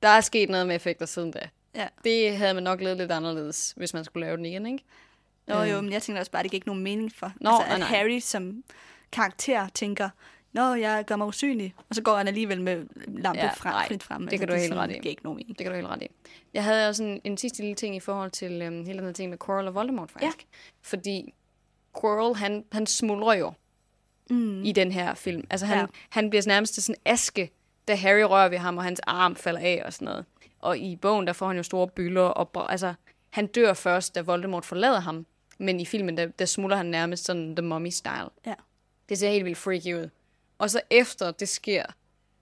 [SPEAKER 1] Der er sket noget med effekter siden da.
[SPEAKER 2] ja.
[SPEAKER 1] Det havde man nok lavet lidt anderledes, hvis man skulle lave den igen, ikke?
[SPEAKER 2] Nå jo, men jeg tænker også bare, at det giver ikke nogen mening for.
[SPEAKER 1] Nå,
[SPEAKER 2] altså,
[SPEAKER 1] nej,
[SPEAKER 2] at
[SPEAKER 1] nej.
[SPEAKER 2] Harry som karakter tænker, Nå, jeg gør mig usynlig, og så går han alligevel med lampe ja,
[SPEAKER 1] Ja,
[SPEAKER 2] frem,
[SPEAKER 1] nej,
[SPEAKER 2] frit frem.
[SPEAKER 1] det kan du helt
[SPEAKER 2] sådan,
[SPEAKER 1] ret i.
[SPEAKER 2] Det giver ikke nogen mening.
[SPEAKER 1] Det kan du helt ret i. Jeg havde også en, en sidste lille ting i forhold til øhm, hele den her ting med Quirrell og Voldemort, faktisk. Ja. Fordi Quirrell, han, han smuldrer jo mm. i den her film. Altså, han,
[SPEAKER 2] Ja.
[SPEAKER 1] ja. han bliver nærmest til sådan aske, da Harry rører ved ham, og hans arm falder af og sådan noget. Og i bogen, der får han jo store bylder, og bra- altså, han dør først, da Voldemort forlader ham. Men i filmen, der, der smuldrer han nærmest sådan The Mummy-style.
[SPEAKER 2] Ja.
[SPEAKER 1] Det ser helt vildt freaky ud. Og så efter det sker,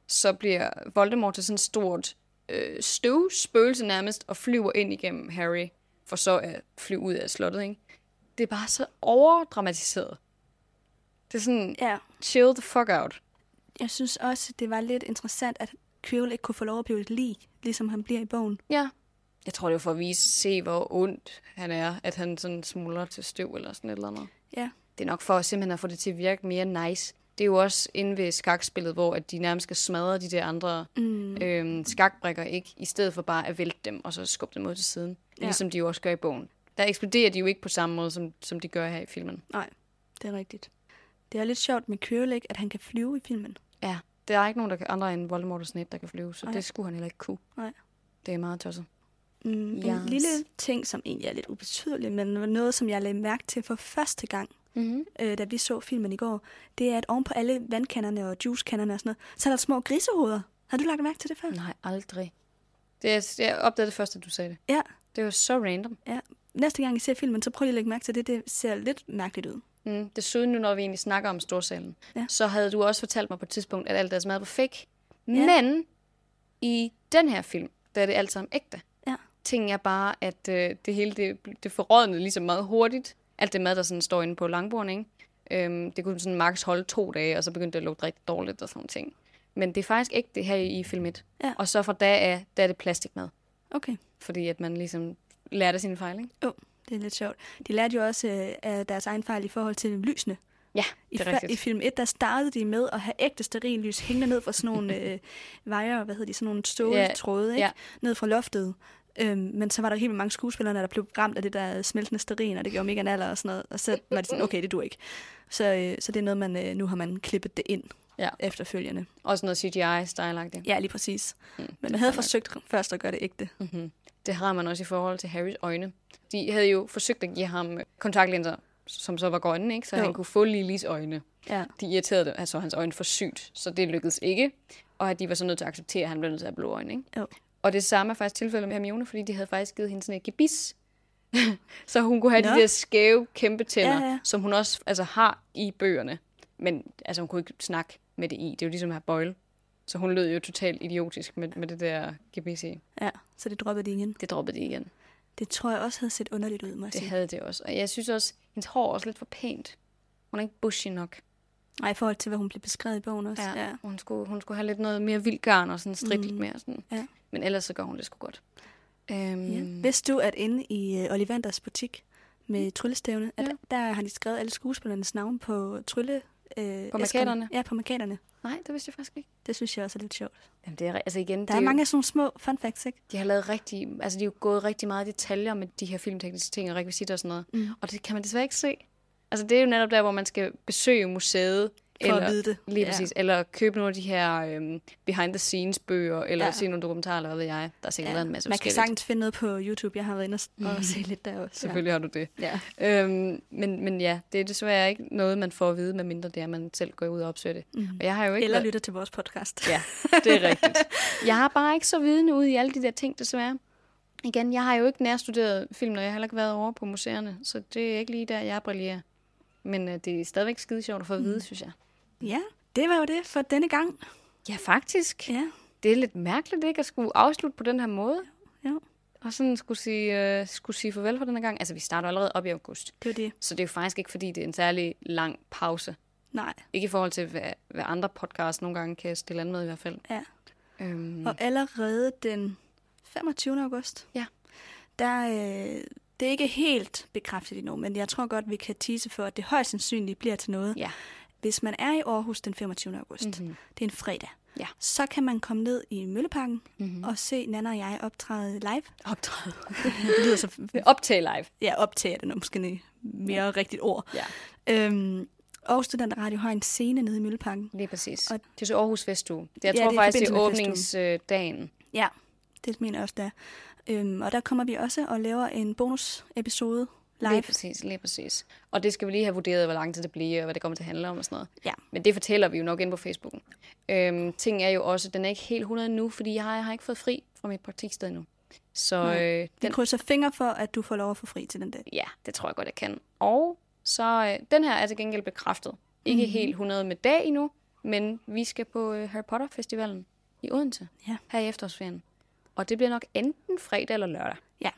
[SPEAKER 1] så bliver Voldemort til sådan et stort øh, støvspøgelse nærmest, og flyver ind igennem Harry, for så at flyve ud af slottet, ikke? Det er bare så overdramatiseret. Det er sådan,
[SPEAKER 2] Ja,
[SPEAKER 1] chill the fuck out.
[SPEAKER 2] jeg synes også, det var lidt interessant, at Quirrell ikke kunne få lov at blive et lig, ligesom han bliver i bogen.
[SPEAKER 1] Ja. Jeg tror, det var for at vise, se hvor ondt han er, at han sådan smuldrer til støv eller sådan et eller andet.
[SPEAKER 2] Ja,
[SPEAKER 1] Det er nok for simpelthen at få det til at virke mere nice. Det er jo også inde ved skakspillet, hvor at de nærmest skal smadre de der andre mm. øhm, skakbrikker, ikke? I stedet for bare at vælte dem, og så skubbe dem ud til siden.
[SPEAKER 2] Ja.
[SPEAKER 1] Ja. Ligesom de jo også gør i bogen. Der eksploderer de jo ikke på samme måde, som, som de gør her i filmen.
[SPEAKER 2] nej, det er rigtigt. Det er lidt sjovt med Quirrell, ikke, at han kan flyve i filmen.
[SPEAKER 1] Ja, der er ikke nogen der kan, andre end Voldemort og Snape, der kan flyve, så
[SPEAKER 2] Nej.
[SPEAKER 1] Nej. det skulle han heller ikke kunne.
[SPEAKER 2] Nej.
[SPEAKER 1] Det er meget tosset.
[SPEAKER 2] Mm, yes. En
[SPEAKER 1] Yes.
[SPEAKER 2] lille ting, som egentlig er lidt ubetydelig, men noget, som jeg lagde mærke til for første gang,
[SPEAKER 1] Mm-hmm.
[SPEAKER 2] øh, da vi så filmen i går, det er, at oven på alle vandkanderne og juicekanderne og sådan noget, så er der små grisehoveder. Har du lagt mærke til det før?
[SPEAKER 1] Nej, aldrig. Det er, jeg opdagede det første, du sagde det.
[SPEAKER 2] Ja,
[SPEAKER 1] Det var så random.
[SPEAKER 2] ja. Næste gang I ser filmen, så prøv lige at lægge mærke til det. Det ser lidt mærkeligt ud.
[SPEAKER 1] Mm. Desuden nu, når vi egentlig snakker om storsalen,
[SPEAKER 2] Ja.
[SPEAKER 1] ja. så havde du også fortalt mig på et tidspunkt, at alt deres mad var fake.
[SPEAKER 2] Ja.
[SPEAKER 1] Ja. Men i den her film, der er det alt sammen ægte.
[SPEAKER 2] Ja.
[SPEAKER 1] Ting er bare, at øh, det hele det, det forrådnede ligesom meget hurtigt. Alt det mad, der sådan står inde på langbordet, ikke? Øhm, det kunne sådan max holde to dage, og så begyndte det at lugte rigtig dårligt og sådan nogle ting. Men det er faktisk ægte her i, i film 1.
[SPEAKER 2] Ja.
[SPEAKER 1] Og så fra da af, der er det plastikmad.
[SPEAKER 2] Okay.
[SPEAKER 1] Fordi at man ligesom lærte sine fejl, ikke?
[SPEAKER 2] Jo, oh, det er lidt sjovt. De lærte jo også øh, af deres egen fejl i forhold til lysene.
[SPEAKER 1] Ja,
[SPEAKER 2] I,
[SPEAKER 1] det er
[SPEAKER 2] fa- I
[SPEAKER 1] rigtigt.
[SPEAKER 2] film 1, der startede de med at have ægte sterillys hængende ned fra sådan nogle øh, vejer, hvad hedder de, sådan nogle ståletråde,
[SPEAKER 1] Ja,
[SPEAKER 2] ikke?
[SPEAKER 1] ja.
[SPEAKER 2] Ned fra loftet. Øhm, men så var der helt vildt mange skuespillere, der blev ramt af det der smeltende sterin, og det gjorde mega naller og sådan noget. Og så var det sådan, okay, det dur ikke. Så, øh, så det er noget, man øh, nu har man klippet det ind
[SPEAKER 1] Ja.
[SPEAKER 2] efterfølgende.
[SPEAKER 1] Også noget CGI-style-agtigt.
[SPEAKER 2] Ja, lige præcis. Mm, men man havde forsøgt først at gøre det ægte. Mm.
[SPEAKER 1] Det har man også i forhold til Harrys øjne. De havde jo forsøgt at give ham kontaktlinser, som så var grønne, ikke? så
[SPEAKER 2] Jo.
[SPEAKER 1] jo. han kunne få Lillys øjne.
[SPEAKER 2] Ja.
[SPEAKER 1] De irriterede dem, altså hans øjne for sygt, så det lykkedes ikke. Og at de var så nødt til at acceptere, at han blev nødt til at have blå øjne. Ikke?
[SPEAKER 2] Jo.
[SPEAKER 1] Og det samme er faktisk tilfældet med Hermione, fordi de havde faktisk givet hende sådan et gebis, så hun kunne have
[SPEAKER 2] Nå.
[SPEAKER 1] de der skæve, kæmpe tænder,
[SPEAKER 2] Ja,
[SPEAKER 1] ja,
[SPEAKER 2] ja.
[SPEAKER 1] ja. som hun også altså, har i bøgerne. Men altså, hun kunne ikke snakke med det i. Det er jo ligesom at have bøjle. Så hun lød jo totalt idiotisk med, med det der gebis i.
[SPEAKER 2] ja, så det droppede de igen.
[SPEAKER 1] Det droppede de igen.
[SPEAKER 2] Det tror jeg også havde set underligt ud, må jeg
[SPEAKER 1] Det
[SPEAKER 2] sige.
[SPEAKER 1] havde det også. Og jeg synes også, hendes hår er også lidt for pænt. Hun er ikke bushy nok.
[SPEAKER 2] Nej, i forhold til, hvad hun blev beskrevet i bogen også. ja.
[SPEAKER 1] Hun, skulle, hun skulle have lidt noget mere vildt garn og sådan stridt mm. lidt mere. Sådan.
[SPEAKER 2] Ja.
[SPEAKER 1] Men ellers så gør hun det sgu godt. Øhm,
[SPEAKER 2] Ja. Vidste du, at inde i øh, Ollivanders butik, med tryllestævne, at
[SPEAKER 1] Mm. Ja.
[SPEAKER 2] der har de skrevet alle skuespillernes navn på trylle... Øh,
[SPEAKER 1] På
[SPEAKER 2] æskerne.
[SPEAKER 1] markaterne?
[SPEAKER 2] Ja, på markaterne.
[SPEAKER 1] Nej, det vidste jeg faktisk ikke.
[SPEAKER 2] Det synes jeg også er lidt sjovt.
[SPEAKER 1] Jamen, det er, altså igen, det
[SPEAKER 2] Der er
[SPEAKER 1] jo-
[SPEAKER 2] mange af sådan nogle små fun facts, ikke?
[SPEAKER 1] De har lavet rigtig, altså de er jo gået rigtig meget i detaljer med de her filmtekniske ting og rekvisitter og sådan noget.
[SPEAKER 2] Mm.
[SPEAKER 1] Og det kan man desværre ikke se. Altså det er jo netop der, hvor man skal besøge museet.
[SPEAKER 2] For at vide det.
[SPEAKER 1] Lige
[SPEAKER 2] Ja.
[SPEAKER 1] præcis. Eller købe nogle af de her øhm, behind-the-scenes-bøger, eller
[SPEAKER 2] Ja.
[SPEAKER 1] ja. se nogle dokumentarer, eller hvad ved jeg. Der er sikkert ja. lavet en masse
[SPEAKER 2] Man kan
[SPEAKER 1] forskelligt. Mm.
[SPEAKER 2] sagtens finde noget på YouTube. Jeg har været inde og, og se lidt der også.
[SPEAKER 1] Selvfølgelig har du det.
[SPEAKER 2] Ja.
[SPEAKER 1] Øhm, men, men ja, det er desværre ikke noget, man får at vide, medmindre det er, at man selv går ud og opsøger det. Mm. Og jeg har jo ikke
[SPEAKER 2] Mhm. Eller
[SPEAKER 1] været-
[SPEAKER 2] lytter til vores podcast.
[SPEAKER 1] Ja, det er rigtigt. Jeg er bare ikke så vidende ud i alle de der ting, desværre. Igen, jeg har jo ikke nærstuderet film, og jeg har heller ikke været over på museerne, så det er ikke lige der, jeg brillerer. Men øh, det er stadigvæk skide sjovt at få
[SPEAKER 2] Mhm.
[SPEAKER 1] at vide, synes jeg.
[SPEAKER 2] ja, det var jo det for denne gang.
[SPEAKER 1] Ja, faktisk.
[SPEAKER 2] Ja,
[SPEAKER 1] Det er lidt mærkeligt, ikke, at skulle afslutte på den her måde.
[SPEAKER 2] jo,
[SPEAKER 1] Og sådan skulle sige, øh, skulle sige farvel for den her gang. Altså, vi starter allerede op i august.
[SPEAKER 2] det var det.
[SPEAKER 1] Så det er jo faktisk ikke, fordi det er en særlig lang pause.
[SPEAKER 2] Nej,
[SPEAKER 1] Ikke i forhold til, hvad, hvad andre podcasts nogle gange kan stille an med i hvert fald.
[SPEAKER 2] ja.
[SPEAKER 1] Øhm,
[SPEAKER 2] Og allerede den 25. august,
[SPEAKER 1] Ja.
[SPEAKER 2] der øh, det er ikke helt bekræftet endnu, men jeg tror godt, vi kan tease for, at det højst sandsynligt bliver til noget.
[SPEAKER 1] ja. Mhm.
[SPEAKER 2] Hvis man er i Aarhus den 25. august, mm-hmm. det er en fredag,
[SPEAKER 1] Ja. Mhm.
[SPEAKER 2] så kan man komme ned i Mølleparken mm-hmm. og se Nana og jeg optræde live.
[SPEAKER 1] Optræde.
[SPEAKER 2] Det lyder så
[SPEAKER 1] Optag live.
[SPEAKER 2] ja, optager den måske mere rigtigt ord.
[SPEAKER 1] Ja.
[SPEAKER 2] Øhm, Aarhus Studenter Radio har en scene nede i Mølleparken.
[SPEAKER 1] Lige præcis.
[SPEAKER 2] Og-
[SPEAKER 1] Og det er så Aarhus Festuge. Jeg
[SPEAKER 2] Ja,
[SPEAKER 1] ja, tror
[SPEAKER 2] det er i
[SPEAKER 1] faktisk, det er
[SPEAKER 2] forbindelse med
[SPEAKER 1] åbningsdagen.
[SPEAKER 2] Ja, det mener jeg også, der. Øhm, og der kommer vi også og laver en bonusepisode
[SPEAKER 1] Lige
[SPEAKER 2] live.
[SPEAKER 1] præcis, lige præcis. Og det skal vi lige have vurderet, hvor lang tid det bliver, og hvad det kommer til at handle om og sådan noget.
[SPEAKER 2] Ja.
[SPEAKER 1] Men det fortæller vi jo nok ind på Facebooken. Øhm, ting er jo også, den er ikke helt 100 nu, fordi jeg har, jeg har ikke fået fri fra mit praktiksted endnu. Så øh,
[SPEAKER 2] Vi
[SPEAKER 1] den,
[SPEAKER 2] krydser fingre for, at du får lov at få fri til den dag.
[SPEAKER 1] ja, det tror jeg godt, jeg kan. Og så øh, den her er til gengæld bekræftet. Ikke
[SPEAKER 2] Mhm.
[SPEAKER 1] mm-hmm. helt 100 med dag endnu, men vi skal på øh, Harry Potter Festivalen i Odense
[SPEAKER 2] Ja.
[SPEAKER 1] her i efterårsferien. Og det bliver nok enten fredag eller lørdag.
[SPEAKER 2] Ja,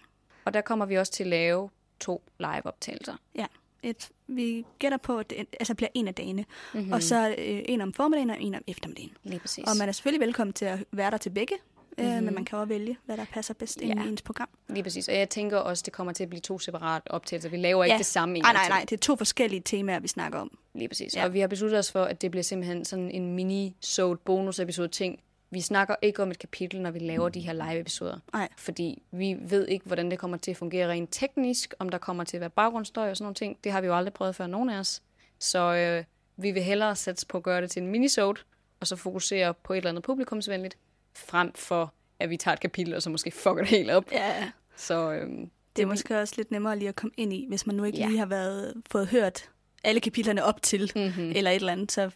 [SPEAKER 1] Og der kommer vi også til at lave to live-optagelser.
[SPEAKER 2] ja. Et, vi gætter på, at det en- altså bliver en af dagene.
[SPEAKER 1] Mhm.
[SPEAKER 2] Mm-hmm. Og så øh, en om formiddagen og en om eftermiddagen.
[SPEAKER 1] Lige præcis.
[SPEAKER 2] Og man er selvfølgelig velkommen til at være der til begge, mm-hmm. øh, men man kan også vælge, hvad der passer bedst ind
[SPEAKER 1] Mhm. Ja.
[SPEAKER 2] i ens program.
[SPEAKER 1] Lige præcis. Og jeg tænker også, det kommer til at blive to separate optagelser. Vi laver ikke det samme. i
[SPEAKER 2] nej,
[SPEAKER 1] en
[SPEAKER 2] nej,
[SPEAKER 1] optagelse.
[SPEAKER 2] nej. Det er to forskellige temaer, vi snakker om.
[SPEAKER 1] Lige præcis.
[SPEAKER 2] Ja.
[SPEAKER 1] Ja. Og vi har besluttet os for, at det bliver simpelthen sådan en mini sode bonus episode ting. Vi snakker ikke om et kapitel, når vi laver de her live-episoder.
[SPEAKER 2] Nej.
[SPEAKER 1] Fordi vi ved ikke, hvordan det kommer til at fungere rent teknisk, om der kommer til at være baggrundsstøj og sådan nogle ting. Det har vi jo aldrig prøvet før, nogen af os. Så øh, vi vil hellere satse på at gøre det til en minisode, og så fokusere på et eller andet publikumsvenligt, frem for, at vi tager et kapitel, og så måske fucker det helt op.
[SPEAKER 2] Ja.
[SPEAKER 1] Så øh,
[SPEAKER 2] Det er måske også lidt nemmere lige at komme ind i, hvis man nu ikke ja.
[SPEAKER 1] Ja.
[SPEAKER 2] lige har været, fået hørt alle kapitlerne op til,
[SPEAKER 1] Mhm.
[SPEAKER 2] mm-hmm. eller et eller andet, så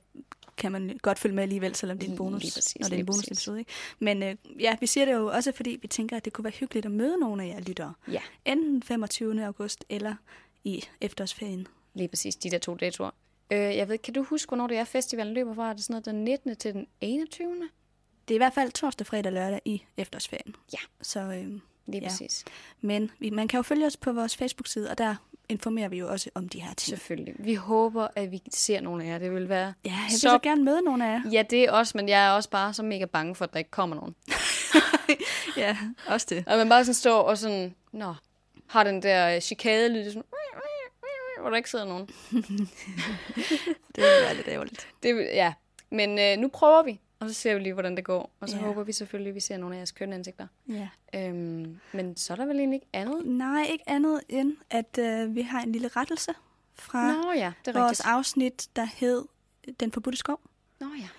[SPEAKER 2] kan man godt følge med alligevel, selvom det er en
[SPEAKER 1] Lige
[SPEAKER 2] bonus,
[SPEAKER 1] præcis,
[SPEAKER 2] når det er en
[SPEAKER 1] lige præcis.
[SPEAKER 2] bonusepisode. Ikke? Men øh, ja, vi siger det jo også, fordi vi tænker, at det kunne være hyggeligt at møde nogle af jer lyttere.
[SPEAKER 1] ja.
[SPEAKER 2] Enten 25. august eller i efterårsferien.
[SPEAKER 1] Lige præcis, de der to datoer. Øh, jeg ved, kan du huske, hvornår det er, festivalen løber fra? Er det sådan noget den 19. til den 21.
[SPEAKER 2] Det er i hvert fald torsdag, fredag og lørdag i efterårsferien.
[SPEAKER 1] Ja.
[SPEAKER 2] Så, øh,
[SPEAKER 1] Lige
[SPEAKER 2] Ja.
[SPEAKER 1] ja. præcis.
[SPEAKER 2] men vi, man kan jo følge os på vores Facebook-side, og der informerer vi jo også om de her ting.
[SPEAKER 1] Selvfølgelig. Vi håber, at vi ser nogle af jer. Det vil være...
[SPEAKER 2] Ja, jeg vil så,
[SPEAKER 1] så...
[SPEAKER 2] så gerne møde nogle af jer.
[SPEAKER 1] Ja, det er også, men jeg er også bare så mega bange for, at der ikke kommer nogen.
[SPEAKER 2] ja, også det.
[SPEAKER 1] Og man bare sådan står og sådan... Nå, har den der øh, chikade-lyd, sådan... Hvor der ikke sidder nogen.
[SPEAKER 2] Det er lidt ærgerligt.
[SPEAKER 1] Det, vil- ja. Men øh, nu prøver vi, og så ser vi lige, hvordan det går. Og så
[SPEAKER 2] Ja.
[SPEAKER 1] ja. håber vi selvfølgelig, at vi ser nogle af jeres kønne ansigter.
[SPEAKER 2] Ja.
[SPEAKER 1] Øhm, men så er der vel egentlig ikke andet?
[SPEAKER 2] Nej, ikke andet end, at øh, vi har en lille rettelse fra
[SPEAKER 1] Nå ja, det er
[SPEAKER 2] vores
[SPEAKER 1] rigtigt.
[SPEAKER 2] afsnit, der hed Den Forbudte Skov.
[SPEAKER 1] Nå ja.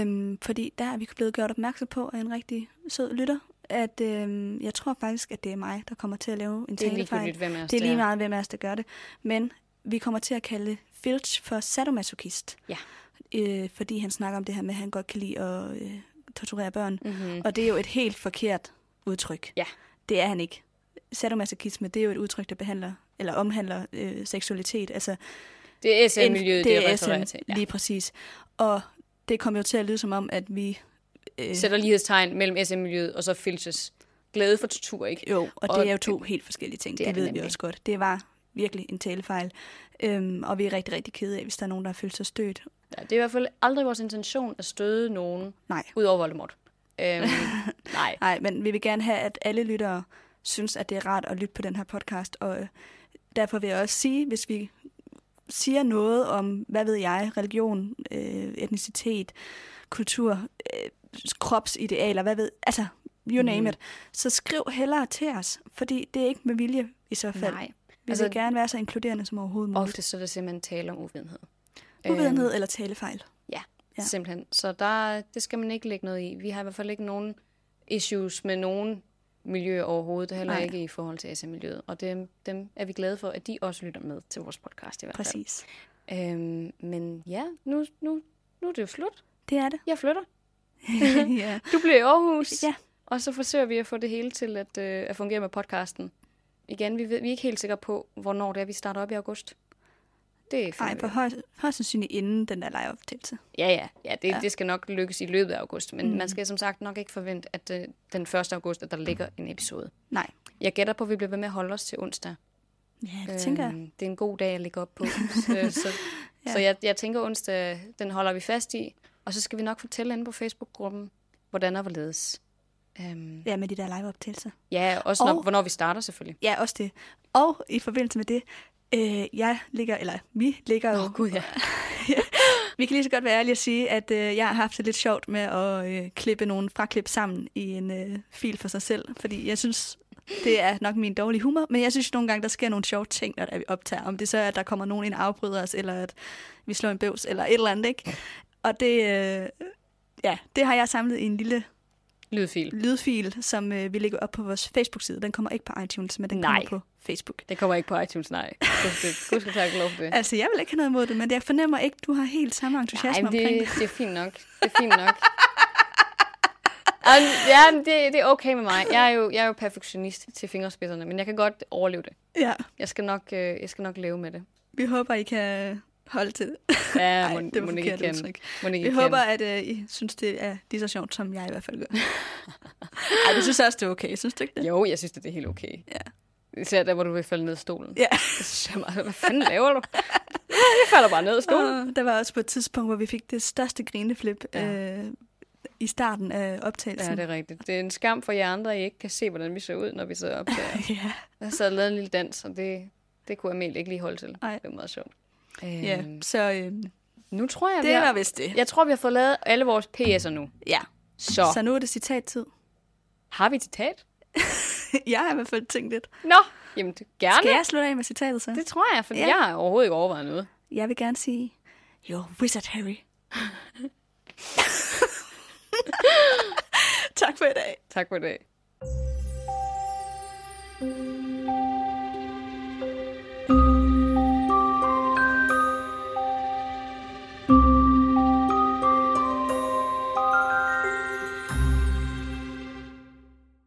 [SPEAKER 2] Øhm, fordi der er vi blevet gjort opmærksom på af en rigtig sød lytter, at øhm, jeg tror faktisk, at det er mig, der kommer til at lave en
[SPEAKER 1] Det er
[SPEAKER 2] talefejl.
[SPEAKER 1] ligegyldigt, hvem af os
[SPEAKER 2] det er
[SPEAKER 1] det
[SPEAKER 2] lige
[SPEAKER 1] er.
[SPEAKER 2] meget, hvem af os, der gør det. Men vi kommer til at kalde Filch for sadomasochist.
[SPEAKER 1] Ja.
[SPEAKER 2] Øh, fordi han snakker om det her med, at han godt kan lide at øh, torturere børn. Mm-hmm. Og det er jo et helt forkert udtryk.
[SPEAKER 1] Mhm. Ja.
[SPEAKER 2] Det er han ikke. Sadomasochisme, det er jo et udtryk, der behandler eller omhandler øh, seksualitet. Altså,
[SPEAKER 1] Det er SM-miljøet, det, jeg
[SPEAKER 2] SM,
[SPEAKER 1] refererer til. Ja.
[SPEAKER 2] Lige præcis. Og det kom jo til at lyde som om, at vi... Øh,
[SPEAKER 1] Sætter lighedstegn mellem SM-miljøet og så Filches glæde for tortur, ikke?
[SPEAKER 2] jo, og, og
[SPEAKER 1] og
[SPEAKER 2] det er jo to helt forskellige ting. Det,
[SPEAKER 1] er
[SPEAKER 2] det
[SPEAKER 1] det
[SPEAKER 2] ved vi
[SPEAKER 1] nemlig.
[SPEAKER 2] også godt. Det var virkelig en talefejl. Øhm, og vi er rigtig, rigtig kede af, hvis der er nogen, der har følt sig stødt.
[SPEAKER 1] Ja, det er i hvert fald aldrig vores intention at støde nogen,
[SPEAKER 2] Nej.
[SPEAKER 1] udover Voldemort. Øhm, nej,
[SPEAKER 2] Nej, men vi vil gerne have, at alle lyttere synes, at det er rart at lytte på den her podcast, og øh, derfor vil jeg også sige, hvis vi siger noget om, hvad ved jeg, religion, øh, etnicitet, kultur, øh, kropsidealer, hvad ved, altså, you name
[SPEAKER 1] Mm.
[SPEAKER 2] it, så skriv hellere til os, fordi det er ikke med vilje i så fald.
[SPEAKER 1] Nej.
[SPEAKER 2] Vi altså,
[SPEAKER 1] altså-
[SPEAKER 2] vil gerne være så inkluderende som overhovedet muligt.
[SPEAKER 1] Ofte så er det simpelthen tale om uvidenhed.
[SPEAKER 2] Uvidenhed
[SPEAKER 1] øh,
[SPEAKER 2] eller talefejl. Ja.
[SPEAKER 1] Ja. Simpelthen. Så der, det skal man ikke lægge noget i. Vi har i hvert fald ikke nogen issues med nogen miljø overhovedet, heller
[SPEAKER 2] Nej.
[SPEAKER 1] Nej. ikke i forhold til SM-miljøet. Og dem, dem er vi glade for, at de også lytter med til vores podcast i hvert fald.
[SPEAKER 2] Præcis.
[SPEAKER 1] Øhm, men ja, nu, nu, nu er det jo slut.
[SPEAKER 2] Det er det.
[SPEAKER 1] Jeg flytter.
[SPEAKER 2] ja.
[SPEAKER 1] Du bliver i Aarhus.
[SPEAKER 2] Ja.
[SPEAKER 1] Og så forsøger vi at få det hele til at, øh, at fungere med podcasten. Igen, vi, ved, vi er ikke helt sikre på, hvornår det er, vi starter op i august. Det er
[SPEAKER 2] Ej, for højst, højst sandsynligt inden den der live-optagelse.
[SPEAKER 1] Ja, ja. ja, det,
[SPEAKER 2] Ja.
[SPEAKER 1] ja. det skal nok lykkes i løbet af august, men
[SPEAKER 2] Mm.
[SPEAKER 1] mm. man skal som sagt nok ikke forvente, at øh, den 1. august, at der ligger en episode.
[SPEAKER 2] Nej.
[SPEAKER 1] Jeg gætter på, at vi bliver ved med at holde os til onsdag.
[SPEAKER 2] Ja, det tænker jeg.
[SPEAKER 1] Øhm, Det er en god dag at ligge op på. så så,
[SPEAKER 2] Ja.
[SPEAKER 1] ja. så jeg, jeg tænker, onsdag, den holder vi fast i. Og så skal vi nok fortælle inde på Facebook-gruppen, hvordan og hvorledes. Øhm,
[SPEAKER 2] Ja, med de der live-optagelser.
[SPEAKER 1] ja, også når,
[SPEAKER 2] Og-
[SPEAKER 1] og... hvornår vi starter selvfølgelig.
[SPEAKER 2] Ja, også det. Og i forbindelse med det, øh, jeg ligger, eller vi ligger jo...
[SPEAKER 1] Åh oh, gud, ja.
[SPEAKER 2] Vi kan lige så godt være ærlige og sige, at øh, jeg har haft det lidt sjovt med at øh, klippe nogle fraklip sammen i en øh, fil for sig selv, fordi jeg synes, det er nok min dårlige humor, men jeg synes nogle gange, der sker nogle sjove ting, når vi optager. Om det så er, at der kommer nogen ind og afbryder os, eller at vi slår en bøvs, eller et eller andet, ikke? Og det, øh, ja, det har jeg samlet i en lille
[SPEAKER 1] Lydfil.
[SPEAKER 2] lydfil, som øh, vi lægger op på vores Facebook-side. Den kommer ikke på iTunes, men den
[SPEAKER 1] Nej.
[SPEAKER 2] kommer på Facebook.
[SPEAKER 1] Det kommer ikke på iTunes, nej. Gud skal tak lov for det.
[SPEAKER 2] Altså, jeg vil ikke have noget imod det, men jeg fornemmer ikke, du har helt samme entusiasme
[SPEAKER 1] men
[SPEAKER 2] omkring
[SPEAKER 1] det, det er fint nok. Det er fint nok. Jamen, ja, men det, det er okay med mig. Jeg er, jo, jeg er jo perfektionist til fingerspidserne, men jeg kan godt overleve det.
[SPEAKER 2] Ja,
[SPEAKER 1] Jeg skal nok, øh, jeg skal nok leve med det.
[SPEAKER 2] vi håber, I kan holde til det.
[SPEAKER 1] Ja,
[SPEAKER 2] Ej,
[SPEAKER 1] må,
[SPEAKER 2] det var
[SPEAKER 1] må ikke
[SPEAKER 2] forkert
[SPEAKER 1] kende.
[SPEAKER 2] udtryk.
[SPEAKER 1] Må ikke
[SPEAKER 2] Vi
[SPEAKER 1] kende.
[SPEAKER 2] håber, at øh, I synes, det er lige så sjovt, som jeg i hvert fald gør. Ej, du synes også, det er okay. Synes du ikke det?
[SPEAKER 1] Jo, jeg synes, det er helt okay.
[SPEAKER 2] Ja.
[SPEAKER 1] Især der, hvor du vil falde ned af stolen.
[SPEAKER 2] Ja.
[SPEAKER 1] Det synes jeg meget. Hvad fanden laver du? Jeg falder bare ned af stolen.
[SPEAKER 2] Åh, der var også på et tidspunkt, hvor vi fik det største grineflip
[SPEAKER 1] Ja.
[SPEAKER 2] øh, i starten af
[SPEAKER 1] Ja,
[SPEAKER 2] optagelsen.
[SPEAKER 1] det er rigtigt. Det er en skam for jer andre, at I ikke kan se, hvordan vi ser ud, når vi sidder op der.
[SPEAKER 2] ja.
[SPEAKER 1] Jeg sad og lavede en lille dans, og det, det kunne Amelie ikke lige holde til.
[SPEAKER 2] Ej.
[SPEAKER 1] Det var meget sjovt.
[SPEAKER 2] ja,
[SPEAKER 1] Øhm,
[SPEAKER 2] så øh,
[SPEAKER 1] Nu tror jeg,
[SPEAKER 2] det
[SPEAKER 1] vi har...
[SPEAKER 2] var vist det.
[SPEAKER 1] Jeg tror, vi har fået lavet alle vores PS'er nu.
[SPEAKER 2] Ja.
[SPEAKER 1] Så
[SPEAKER 2] Så nu er det citattid.
[SPEAKER 1] har vi et citat?
[SPEAKER 2] jeg har i hvert fald tænkt lidt.
[SPEAKER 1] Nå, jamen det, gerne.
[SPEAKER 2] Skal jeg slutte af med citatet så?
[SPEAKER 1] Det tror jeg, for
[SPEAKER 2] Ja.
[SPEAKER 1] ja. jeg har overhovedet ikke overvejet noget.
[SPEAKER 2] Jeg vil gerne sige, you're wizard, Harry. tak for i dag.
[SPEAKER 1] Tak for i dag.
[SPEAKER 2] Thank